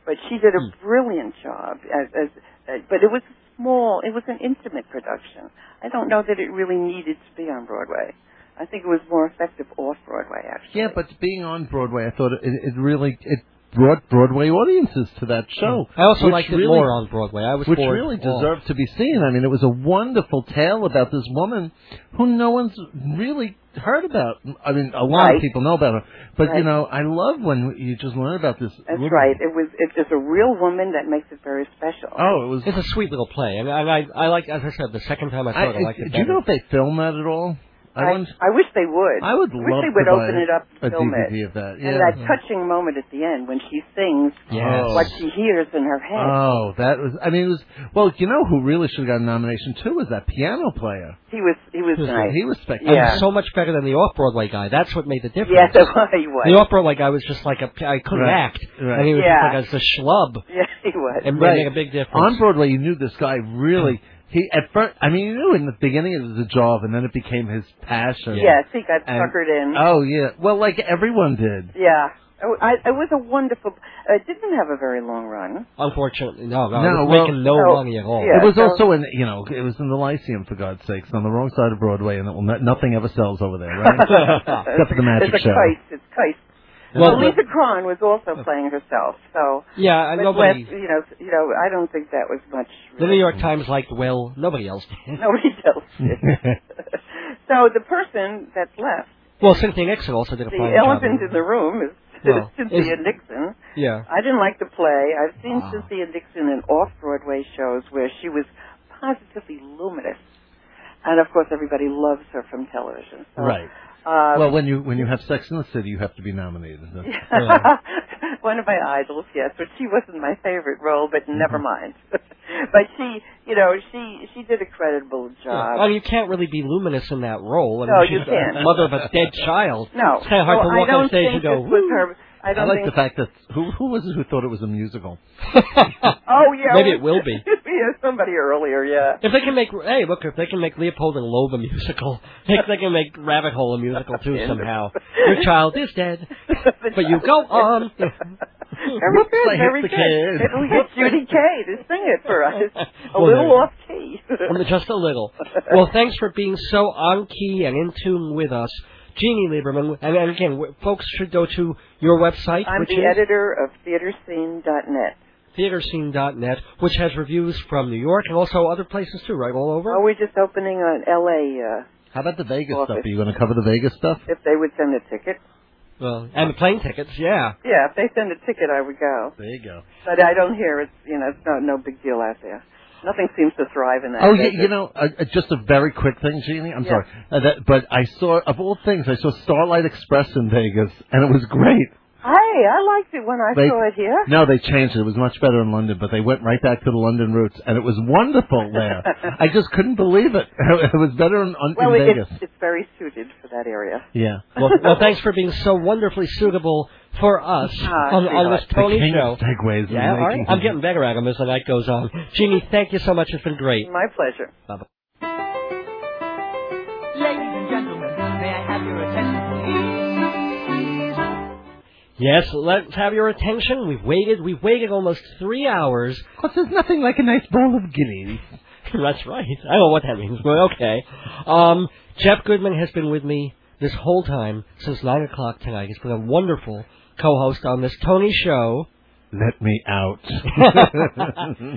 [SPEAKER 14] but she did
[SPEAKER 2] Hmm.
[SPEAKER 14] a brilliant job. As, as, as but it was small. It was an intimate production. I don't know that it really needed to be on Broadway. I think it was more effective off Broadway, actually.
[SPEAKER 2] Yeah, but being on Broadway, I thought it, it really it brought Broadway audiences to that show.
[SPEAKER 1] Mm. I also
[SPEAKER 2] which
[SPEAKER 1] liked it
[SPEAKER 2] really-
[SPEAKER 1] more on Broadway. I was
[SPEAKER 2] which
[SPEAKER 1] bored
[SPEAKER 2] really
[SPEAKER 1] all.
[SPEAKER 2] deserved to be seen. I mean, it was a wonderful tale about this woman who no one's really heard about. I mean, a lot
[SPEAKER 14] Right.
[SPEAKER 2] of people know about her, but you
[SPEAKER 14] Right.
[SPEAKER 2] know, I love when you just learn about this.
[SPEAKER 14] That's
[SPEAKER 2] woman.
[SPEAKER 14] right. It was it is a real woman that makes it very special.
[SPEAKER 2] Oh, it was.
[SPEAKER 1] It's a sweet little play, and, and I I like as I said the second time I saw it, I liked it
[SPEAKER 2] do
[SPEAKER 1] better.
[SPEAKER 2] you know if they film that at all? I want-
[SPEAKER 14] I wish they would.
[SPEAKER 2] I would
[SPEAKER 14] wish
[SPEAKER 2] love
[SPEAKER 14] they would
[SPEAKER 2] to buy
[SPEAKER 14] open it up
[SPEAKER 2] a
[SPEAKER 14] and film
[SPEAKER 2] DVD
[SPEAKER 14] it.
[SPEAKER 2] of that.
[SPEAKER 14] And
[SPEAKER 2] Yeah.
[SPEAKER 14] that touching moment at the end when she sings
[SPEAKER 2] Yes.
[SPEAKER 14] what she hears in her head.
[SPEAKER 2] Oh, that was. I mean, it was. Well, you know who really should have gotten a nomination too was that piano player.
[SPEAKER 14] he was he was nice.
[SPEAKER 2] He was spectacular.
[SPEAKER 14] Yeah.
[SPEAKER 1] And so much better than the off Broadway guy. That's what made the difference.
[SPEAKER 14] Yes, it was- he was.
[SPEAKER 1] The off Broadway guy was just like a I couldn't
[SPEAKER 2] Right,
[SPEAKER 1] act,
[SPEAKER 2] right.
[SPEAKER 1] and he was
[SPEAKER 2] Yeah.
[SPEAKER 1] just like a, a schlub.
[SPEAKER 14] Yeah, he was.
[SPEAKER 1] It made
[SPEAKER 2] Right.
[SPEAKER 1] a big difference.
[SPEAKER 2] On Broadway, you knew this guy really.
[SPEAKER 14] Hmm.
[SPEAKER 2] He at first, I mean, you knew in the beginning it was a job, and then it became his passion.
[SPEAKER 14] Yes, he got
[SPEAKER 2] And-
[SPEAKER 14] suckered in.
[SPEAKER 2] Oh yeah, well, like everyone did.
[SPEAKER 14] Yeah. Oh, I, it was a wonderful. uh, It didn't have a very long run.
[SPEAKER 1] Unfortunately, no, no,
[SPEAKER 2] No,
[SPEAKER 1] it was
[SPEAKER 2] well-
[SPEAKER 1] making no
[SPEAKER 14] No,
[SPEAKER 1] money at all.
[SPEAKER 2] it was also in, you know, it was in the Lyceum for God's sakes, on the wrong side of Broadway, and it will, nothing ever sells over there, right? Except for the magic
[SPEAKER 14] it's a
[SPEAKER 2] show.
[SPEAKER 14] Christ. It's Christ.
[SPEAKER 2] Well,
[SPEAKER 14] Well, Lisa Cron was also playing herself, so
[SPEAKER 1] Yeah, I-
[SPEAKER 14] with
[SPEAKER 1] nobody-
[SPEAKER 14] less- you know, you know, I don't think that was much.
[SPEAKER 1] The New York Times liked Will. Nobody else did.
[SPEAKER 14] Nobody else did. So the person that's left,
[SPEAKER 1] well, Cynthia Nixon also did a
[SPEAKER 14] the
[SPEAKER 1] fine job.
[SPEAKER 14] elephant in the room, is
[SPEAKER 1] Well,
[SPEAKER 14] Cynthia
[SPEAKER 1] is-
[SPEAKER 14] Nixon.
[SPEAKER 1] Yeah.
[SPEAKER 14] I didn't like the play. I've seen Cynthia Nixon in off-Broadway shows where she was positively luminous, and of course, everybody loves her from television. So,
[SPEAKER 2] Right.
[SPEAKER 14] Uh,
[SPEAKER 2] well, when you when you have Sex in the City, you have to be nominated.
[SPEAKER 14] One of my idols, yes, but she wasn't my favorite role, but never mind. but she, you know, she she did a creditable
[SPEAKER 1] Yeah.
[SPEAKER 14] job.
[SPEAKER 1] Well, you can't really be luminous in that role. I
[SPEAKER 14] No,
[SPEAKER 1] mean,
[SPEAKER 14] you
[SPEAKER 1] she's
[SPEAKER 14] can't.
[SPEAKER 1] the mother of a dead child.
[SPEAKER 14] No,
[SPEAKER 1] It's kind of hard
[SPEAKER 14] no,
[SPEAKER 1] to
[SPEAKER 14] I
[SPEAKER 1] walk on
[SPEAKER 14] don't
[SPEAKER 1] stage
[SPEAKER 14] think
[SPEAKER 1] and go,
[SPEAKER 14] this was
[SPEAKER 1] "Woo."
[SPEAKER 14] her. I don't
[SPEAKER 2] like
[SPEAKER 14] think.
[SPEAKER 2] the fact that who who was it who thought it was a musical?
[SPEAKER 14] oh yeah,
[SPEAKER 1] Maybe it will be.
[SPEAKER 14] yeah, somebody earlier, yeah.
[SPEAKER 1] If they can make, hey, look, if they can make Leopold and Loeb a musical, they, they can make Rabbit Hole a musical too somehow. Your child is dead, but you go on.
[SPEAKER 14] Very
[SPEAKER 1] Whoops, I
[SPEAKER 14] good,
[SPEAKER 1] hit
[SPEAKER 14] very
[SPEAKER 1] the
[SPEAKER 14] good.
[SPEAKER 1] kid.
[SPEAKER 14] It'll get Judy Kay to sing it for us. A
[SPEAKER 1] Well,
[SPEAKER 14] little
[SPEAKER 1] there-
[SPEAKER 14] off key.
[SPEAKER 1] Um, just a little. Well, thanks for being so on key and in tune with us, Jeannie Lieberman. And, and again, w- folks should go to your website,
[SPEAKER 14] I'm
[SPEAKER 1] which
[SPEAKER 14] the
[SPEAKER 1] is
[SPEAKER 14] editor of theaterscene.net.
[SPEAKER 1] theaterscene.net, which has reviews from New York and also other places too, right? All over.
[SPEAKER 14] Oh, we're just opening an LA. Uh,
[SPEAKER 2] How about the Vegas
[SPEAKER 14] Well,
[SPEAKER 2] stuff?
[SPEAKER 14] if-
[SPEAKER 2] Are you going to cover the Vegas stuff?
[SPEAKER 14] if they would send a ticket.
[SPEAKER 1] Well, and the plane tickets, yeah.
[SPEAKER 14] Yeah, if they send a ticket, I would go.
[SPEAKER 2] There you go.
[SPEAKER 14] But I don't hear it's you know it's no no big deal out there. Nothing seems to thrive in that.
[SPEAKER 2] Oh, yeah,
[SPEAKER 14] desert.
[SPEAKER 2] you know, uh, uh, just a very quick thing, Jeannie. I'm
[SPEAKER 14] Yeah.
[SPEAKER 2] sorry, uh, that, but I saw of all things, I saw Starlight Express in Vegas, and it was great.
[SPEAKER 14] Hey, I liked it when I
[SPEAKER 2] They-
[SPEAKER 14] saw it here.
[SPEAKER 2] No, they changed it. It was much better in London, but they went right back to the London roots, and it was wonderful there. I just couldn't believe it. It was better in, on,
[SPEAKER 14] Well,
[SPEAKER 2] in
[SPEAKER 14] it,
[SPEAKER 2] Vegas.
[SPEAKER 14] it's it's very suited for that area.
[SPEAKER 2] Yeah.
[SPEAKER 1] Well, well, thanks for being so wonderfully suitable for us
[SPEAKER 14] Ah,
[SPEAKER 1] on, on this
[SPEAKER 2] The
[SPEAKER 1] Tony
[SPEAKER 2] king
[SPEAKER 1] show.
[SPEAKER 2] of segues in
[SPEAKER 1] yeah, all right.
[SPEAKER 2] making-
[SPEAKER 1] I'm getting better at them as the night goes on. Jeannie, thank you so much. It's been great.
[SPEAKER 14] My pleasure.
[SPEAKER 1] Bye-bye.
[SPEAKER 3] Ladies and gentlemen, may I have your attention, please?
[SPEAKER 1] Yes, let's have your attention. We've waited. We've waited almost three hours.
[SPEAKER 2] Because there's nothing like a nice bowl of guineas.
[SPEAKER 1] That's right. I don't know what that means, but okay. Um, Jeff Goodman has been with me this whole time since nine o'clock tonight. He's been a wonderful co-host on this Tony show.
[SPEAKER 2] Let me out.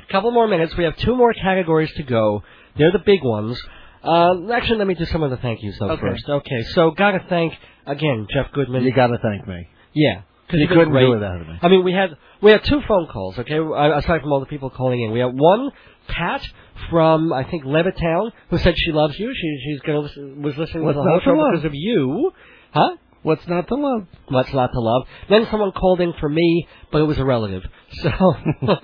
[SPEAKER 1] couple more minutes. We have two more categories to go. They're the big ones. Um, actually, let me do some of the thank yous though
[SPEAKER 2] Okay.
[SPEAKER 1] first. Okay, so gotta thank again Jeff Goodman.
[SPEAKER 2] you got to thank me.
[SPEAKER 1] Yeah, because
[SPEAKER 2] You couldn't do without me.
[SPEAKER 1] I mean, we had we had two phone calls. Okay, uh, aside from all the people calling in, we had one Pat from I think Levittown who said she loves you. She she's gonna listen, was listening
[SPEAKER 2] What's
[SPEAKER 1] to the whole
[SPEAKER 2] not to
[SPEAKER 1] show
[SPEAKER 2] love?
[SPEAKER 1] because of you, huh?
[SPEAKER 2] What's not to love?
[SPEAKER 1] What's not to love? Then someone called in for me, but it was a relative. So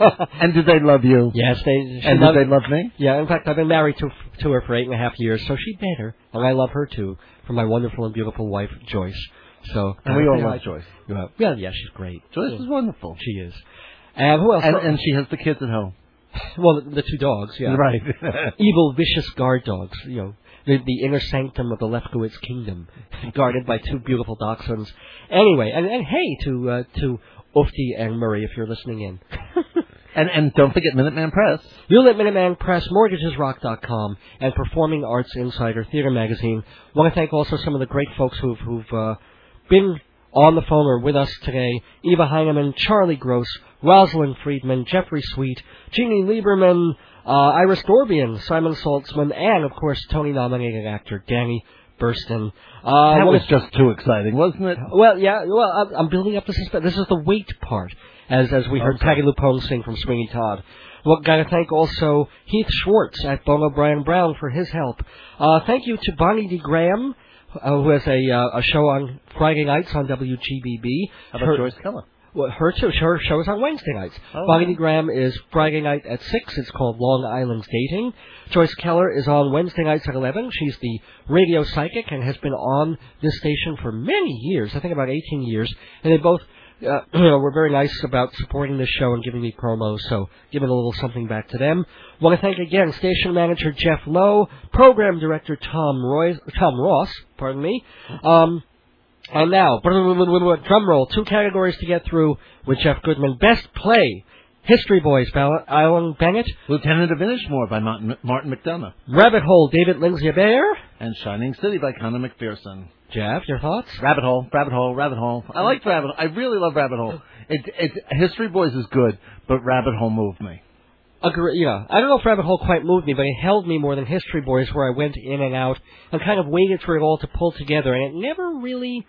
[SPEAKER 2] and did they love you?
[SPEAKER 1] Yes, they. she
[SPEAKER 2] And
[SPEAKER 1] loved-
[SPEAKER 2] did they love me?
[SPEAKER 1] Yeah, in fact, I've been married to to her for eight and a half years, so she better, and I love her too, for my wonderful and beautiful wife Joyce. So uh,
[SPEAKER 2] And we all
[SPEAKER 1] Yeah,
[SPEAKER 2] love
[SPEAKER 1] I-
[SPEAKER 2] Joyce.
[SPEAKER 1] Yeah, yeah, yeah, she's great.
[SPEAKER 2] Joyce
[SPEAKER 1] Yeah.
[SPEAKER 2] is wonderful.
[SPEAKER 1] She is. And who else?
[SPEAKER 2] And, and she has the kids at home.
[SPEAKER 1] well, the, the two dogs, yeah,
[SPEAKER 2] Right.
[SPEAKER 1] Evil, vicious guard dogs. You know, the, the inner sanctum of the Lefkowitz kingdom, guarded by two beautiful dachshunds. Anyway, and, and hey to uh, to Ufti and Murray, if you're listening in.
[SPEAKER 2] And and don't forget Minuteman Press.
[SPEAKER 1] You'll at Minuteman Press, MortgagesRock.com, and Performing Arts Insider Theater Magazine. want to thank also some of the great folks who've, who've uh, been on the phone or with us today. Eva Heineman, Charlie Gross, Rosalind Friedman, Jeffrey Sweet, Jeannie Lieberman, uh, Iris Dorbian, Simon Saltzman, and, of course, Tony-nominated actor Danny Burstyn. Uh,
[SPEAKER 2] that
[SPEAKER 1] wanna
[SPEAKER 2] was just too exciting, wasn't it?
[SPEAKER 1] well, yeah. Well, I'm, I'm building up the suspense. This is the wait part, as as we heard Peggy Lupone sing from Swinging Todd. Well, got to thank also Heath Schwartz at Bone O'Brien Brown for his help. Uh, thank you to Bonnie D. Graham, uh, who has a uh, a show on Friday nights on WGBB.
[SPEAKER 2] How about Joyce Keller?
[SPEAKER 1] Well, her too. Her show is on Wednesday nights.
[SPEAKER 2] Oh,
[SPEAKER 1] Bonnie
[SPEAKER 2] yeah.
[SPEAKER 1] D. Graham is Friday night at six. It's called Long Island's Dating. Joyce Keller is on Wednesday nights at eleven. She's the radio psychic and has been on this station for many years. I think about eighteen years. And they both uh, were very nice about supporting this show and giving me promos. So giving a little something back to them. Want to thank again station manager Jeff Lowe, program director Tom Roy, Tom Ross, pardon me. Um, and now, drum roll, two categories to get through with Jeff Goodman. Best play, History Boys by Alan Bennett.
[SPEAKER 2] Lieutenant of Inishmore by Martin, Martin McDonough.
[SPEAKER 1] Rabbit Hole, David Lindsay Bear.
[SPEAKER 2] And Shining City by Connor McPherson.
[SPEAKER 1] Jeff, your thoughts?
[SPEAKER 2] Rabbit Hole, Rabbit Hole, Rabbit Hole. I liked Rabbit I really love Rabbit
[SPEAKER 1] Oh.
[SPEAKER 2] Hole. It, it, History Boys is good, but Rabbit Hole moved me.
[SPEAKER 1] Agree, yeah. I don't know if Rabbit Hole quite moved me, but it held me more than History Boys, where I went in and out and kind of waited for it all to pull together, and it never really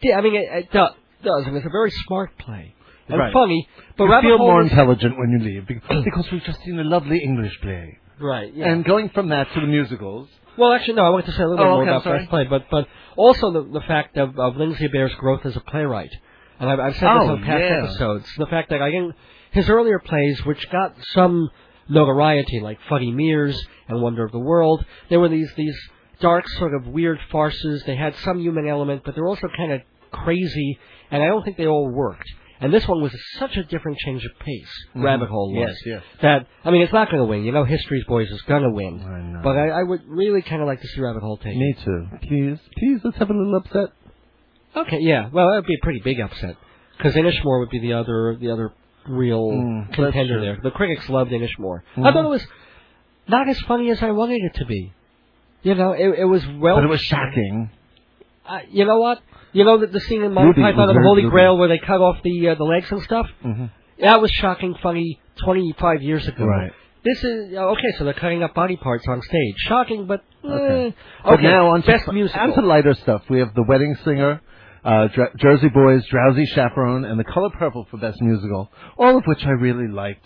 [SPEAKER 1] did. I mean, it, it do- does, and it's a very smart play. And
[SPEAKER 2] Right.
[SPEAKER 1] funny, but
[SPEAKER 2] you
[SPEAKER 1] Rabbit
[SPEAKER 2] feel
[SPEAKER 1] Hole
[SPEAKER 2] more
[SPEAKER 1] is-
[SPEAKER 2] intelligent when you leave because, because we've just seen a lovely English play.
[SPEAKER 1] Right, yeah.
[SPEAKER 2] And going from that to the musicals.
[SPEAKER 1] Well, actually, no. I wanted to say a little
[SPEAKER 2] Oh,
[SPEAKER 1] bit more
[SPEAKER 2] okay,
[SPEAKER 1] about
[SPEAKER 2] sorry.
[SPEAKER 1] Best Play, but but also the, the fact of, of Lindsay Bear's growth as a playwright, and I've, I've said this
[SPEAKER 2] Oh,
[SPEAKER 1] on past
[SPEAKER 2] yeah.
[SPEAKER 1] episodes. The fact that I didn't his earlier plays, which got some notoriety, like Funny Mears and Wonder of the World, they were these these dark sort of weird farces. They had some human element, but they're also kind of crazy, and I don't think they all worked. And this one was such a different change of pace.
[SPEAKER 2] Mhm.
[SPEAKER 1] Rabbit Hole was
[SPEAKER 2] Yes, yes.
[SPEAKER 1] that I mean, it's not going to win. You know, History's Boys is going to win. But I, I would really kind of like to see Rabbit Hole take.
[SPEAKER 2] Me too. Please, please, let's have a little upset.
[SPEAKER 1] Okay, yeah. Well, that would be a pretty big upset because Inishmore would be the other the other real
[SPEAKER 2] Mm, that's
[SPEAKER 1] contender
[SPEAKER 2] true.
[SPEAKER 1] there. The critics loved Inishmore. I
[SPEAKER 2] Mhm.
[SPEAKER 1] thought it was not as funny as I wanted it to be. You know, it, it was well.
[SPEAKER 2] but it was shocking.
[SPEAKER 1] Uh, you know what? You know that the scene in Monty
[SPEAKER 2] Rudy
[SPEAKER 1] Python
[SPEAKER 2] was
[SPEAKER 1] and the
[SPEAKER 2] very
[SPEAKER 1] Holy
[SPEAKER 2] Rudy.
[SPEAKER 1] Grail where they cut off the uh, the legs and stuff.
[SPEAKER 2] Mm-hmm.
[SPEAKER 1] That was shocking, funny, 25 years ago.
[SPEAKER 2] Right.
[SPEAKER 1] This is okay. So they're cutting up body parts on stage. Shocking, but eh. okay.
[SPEAKER 2] But now on
[SPEAKER 1] best
[SPEAKER 2] to,
[SPEAKER 1] musical.
[SPEAKER 2] on to lighter stuff. We have The Wedding Singer, uh, Dr- Jersey Boys, Drowsy Chaperone, and The Color Purple for Best Musical, all of which I really liked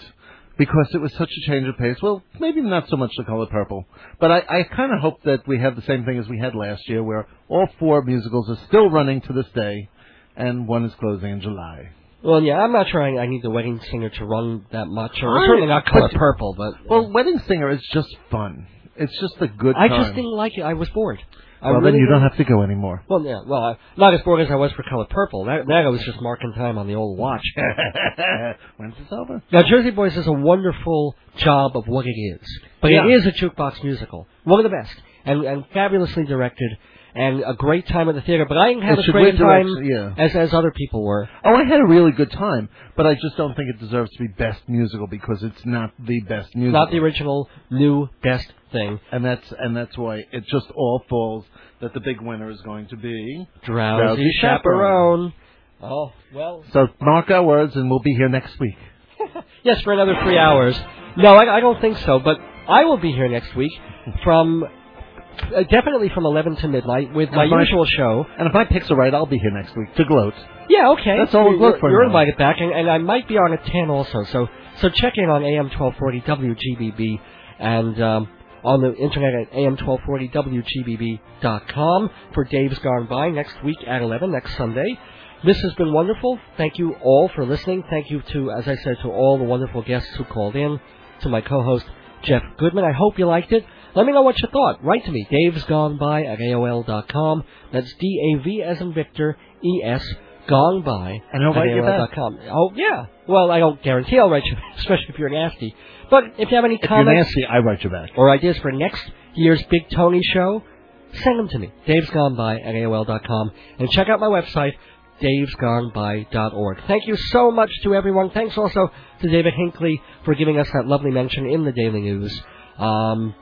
[SPEAKER 2] because it was such a change of pace. Well, maybe not so much The Color Purple, but I, I kind of hope that we have the same thing as we had last year, where all four musicals are still running to this day, and one is closing in July.
[SPEAKER 1] Well, yeah, I'm not sure I, I need the wedding singer to run that much, or
[SPEAKER 2] I-
[SPEAKER 1] certainly not color
[SPEAKER 2] but-
[SPEAKER 1] purple. But
[SPEAKER 2] Well, Wedding Singer is just fun. It's just a good
[SPEAKER 1] I
[SPEAKER 2] time.
[SPEAKER 1] just didn't like it. I was bored. I
[SPEAKER 2] well,
[SPEAKER 1] really
[SPEAKER 2] then you don't
[SPEAKER 1] didn't-
[SPEAKER 2] have to go anymore.
[SPEAKER 1] Well, yeah, well, I, not as bored as I was for color purple. That, that I was just marking time on the old watch.
[SPEAKER 2] When's this over?
[SPEAKER 1] Now, Jersey Boys does a wonderful job of what it is, but
[SPEAKER 2] Yeah.
[SPEAKER 1] it is a jukebox musical, one of the best, and, and fabulously directed, and a great time at the theater. But I didn't have
[SPEAKER 2] It
[SPEAKER 1] as
[SPEAKER 2] should
[SPEAKER 1] great a
[SPEAKER 2] win
[SPEAKER 1] time
[SPEAKER 2] direction, yeah.
[SPEAKER 1] as as other people were.
[SPEAKER 2] Oh, I had a really good time, but I just don't think it deserves to be best musical because it's not the best musical.
[SPEAKER 1] Not the original new best thing.
[SPEAKER 2] and that's and that's why it just all falls that the big winner is going to be
[SPEAKER 1] Drowsy, chaperone. Oh well.
[SPEAKER 2] So mark our words, and we'll be here next week.
[SPEAKER 1] Yes, for another three hours. No, I, I don't think so. But I will be here next week from uh, definitely from eleven to midnight with my
[SPEAKER 2] And if my-
[SPEAKER 1] usual show.
[SPEAKER 2] And if my picks are right, I'll be here next week to gloat.
[SPEAKER 1] Yeah, okay.
[SPEAKER 2] That's all we'll
[SPEAKER 1] You're-
[SPEAKER 2] look for
[SPEAKER 1] You're
[SPEAKER 2] now.
[SPEAKER 1] invited back, and, and I might be on at ten also. So so check in on AM twelve forty WGBB and. Um, on the internet at am1240wgbb.com for Dave's Gone By next week at 11, next Sunday. This has been wonderful. Thank you all for listening. Thank you to, as I said, to all the wonderful guests who called in, to my co-host Jeff Goodman. I hope you liked it. Let me know what you thought. Write to me, Dave's Gone By at AOL.com. That's D-A-V as in Victor, E-S, Gone By
[SPEAKER 2] And I'll
[SPEAKER 1] at
[SPEAKER 2] write you back.
[SPEAKER 1] AOL.com. Oh, yeah. Well, I don't guarantee I'll write you, especially if you're nasty. But if you have any
[SPEAKER 2] If you're
[SPEAKER 1] comments
[SPEAKER 2] nasty, I write you back.
[SPEAKER 1] or ideas for next year's Big Tony show, send them to me. Dave's Gone By at AOL.com. And check out my website, davesgoneby.org. Thank you so much to everyone. Thanks also to David Hinckley for giving us that lovely mention in the Daily News. Um,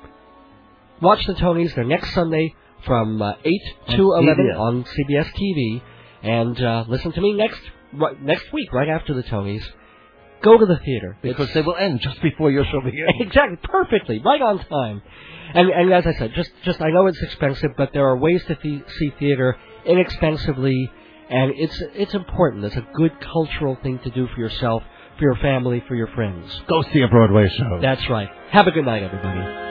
[SPEAKER 1] watch the Tonys. They're next Sunday from uh, 8
[SPEAKER 2] On
[SPEAKER 1] to 11
[SPEAKER 2] CBS.
[SPEAKER 1] on CBS TV. And uh, listen to me next right, next week, right after the Tonys. Go to the theater. It's-
[SPEAKER 2] Because they will end just before your show begins.
[SPEAKER 1] Exactly, perfectly, right on time. And and as I said, just just I know it's expensive, but there are ways to the- see theater inexpensively and it's it's important. It's a good cultural thing to do for yourself, for your family, for your friends.
[SPEAKER 2] Go see a Broadway show.
[SPEAKER 1] That's right. Have a good night, everybody.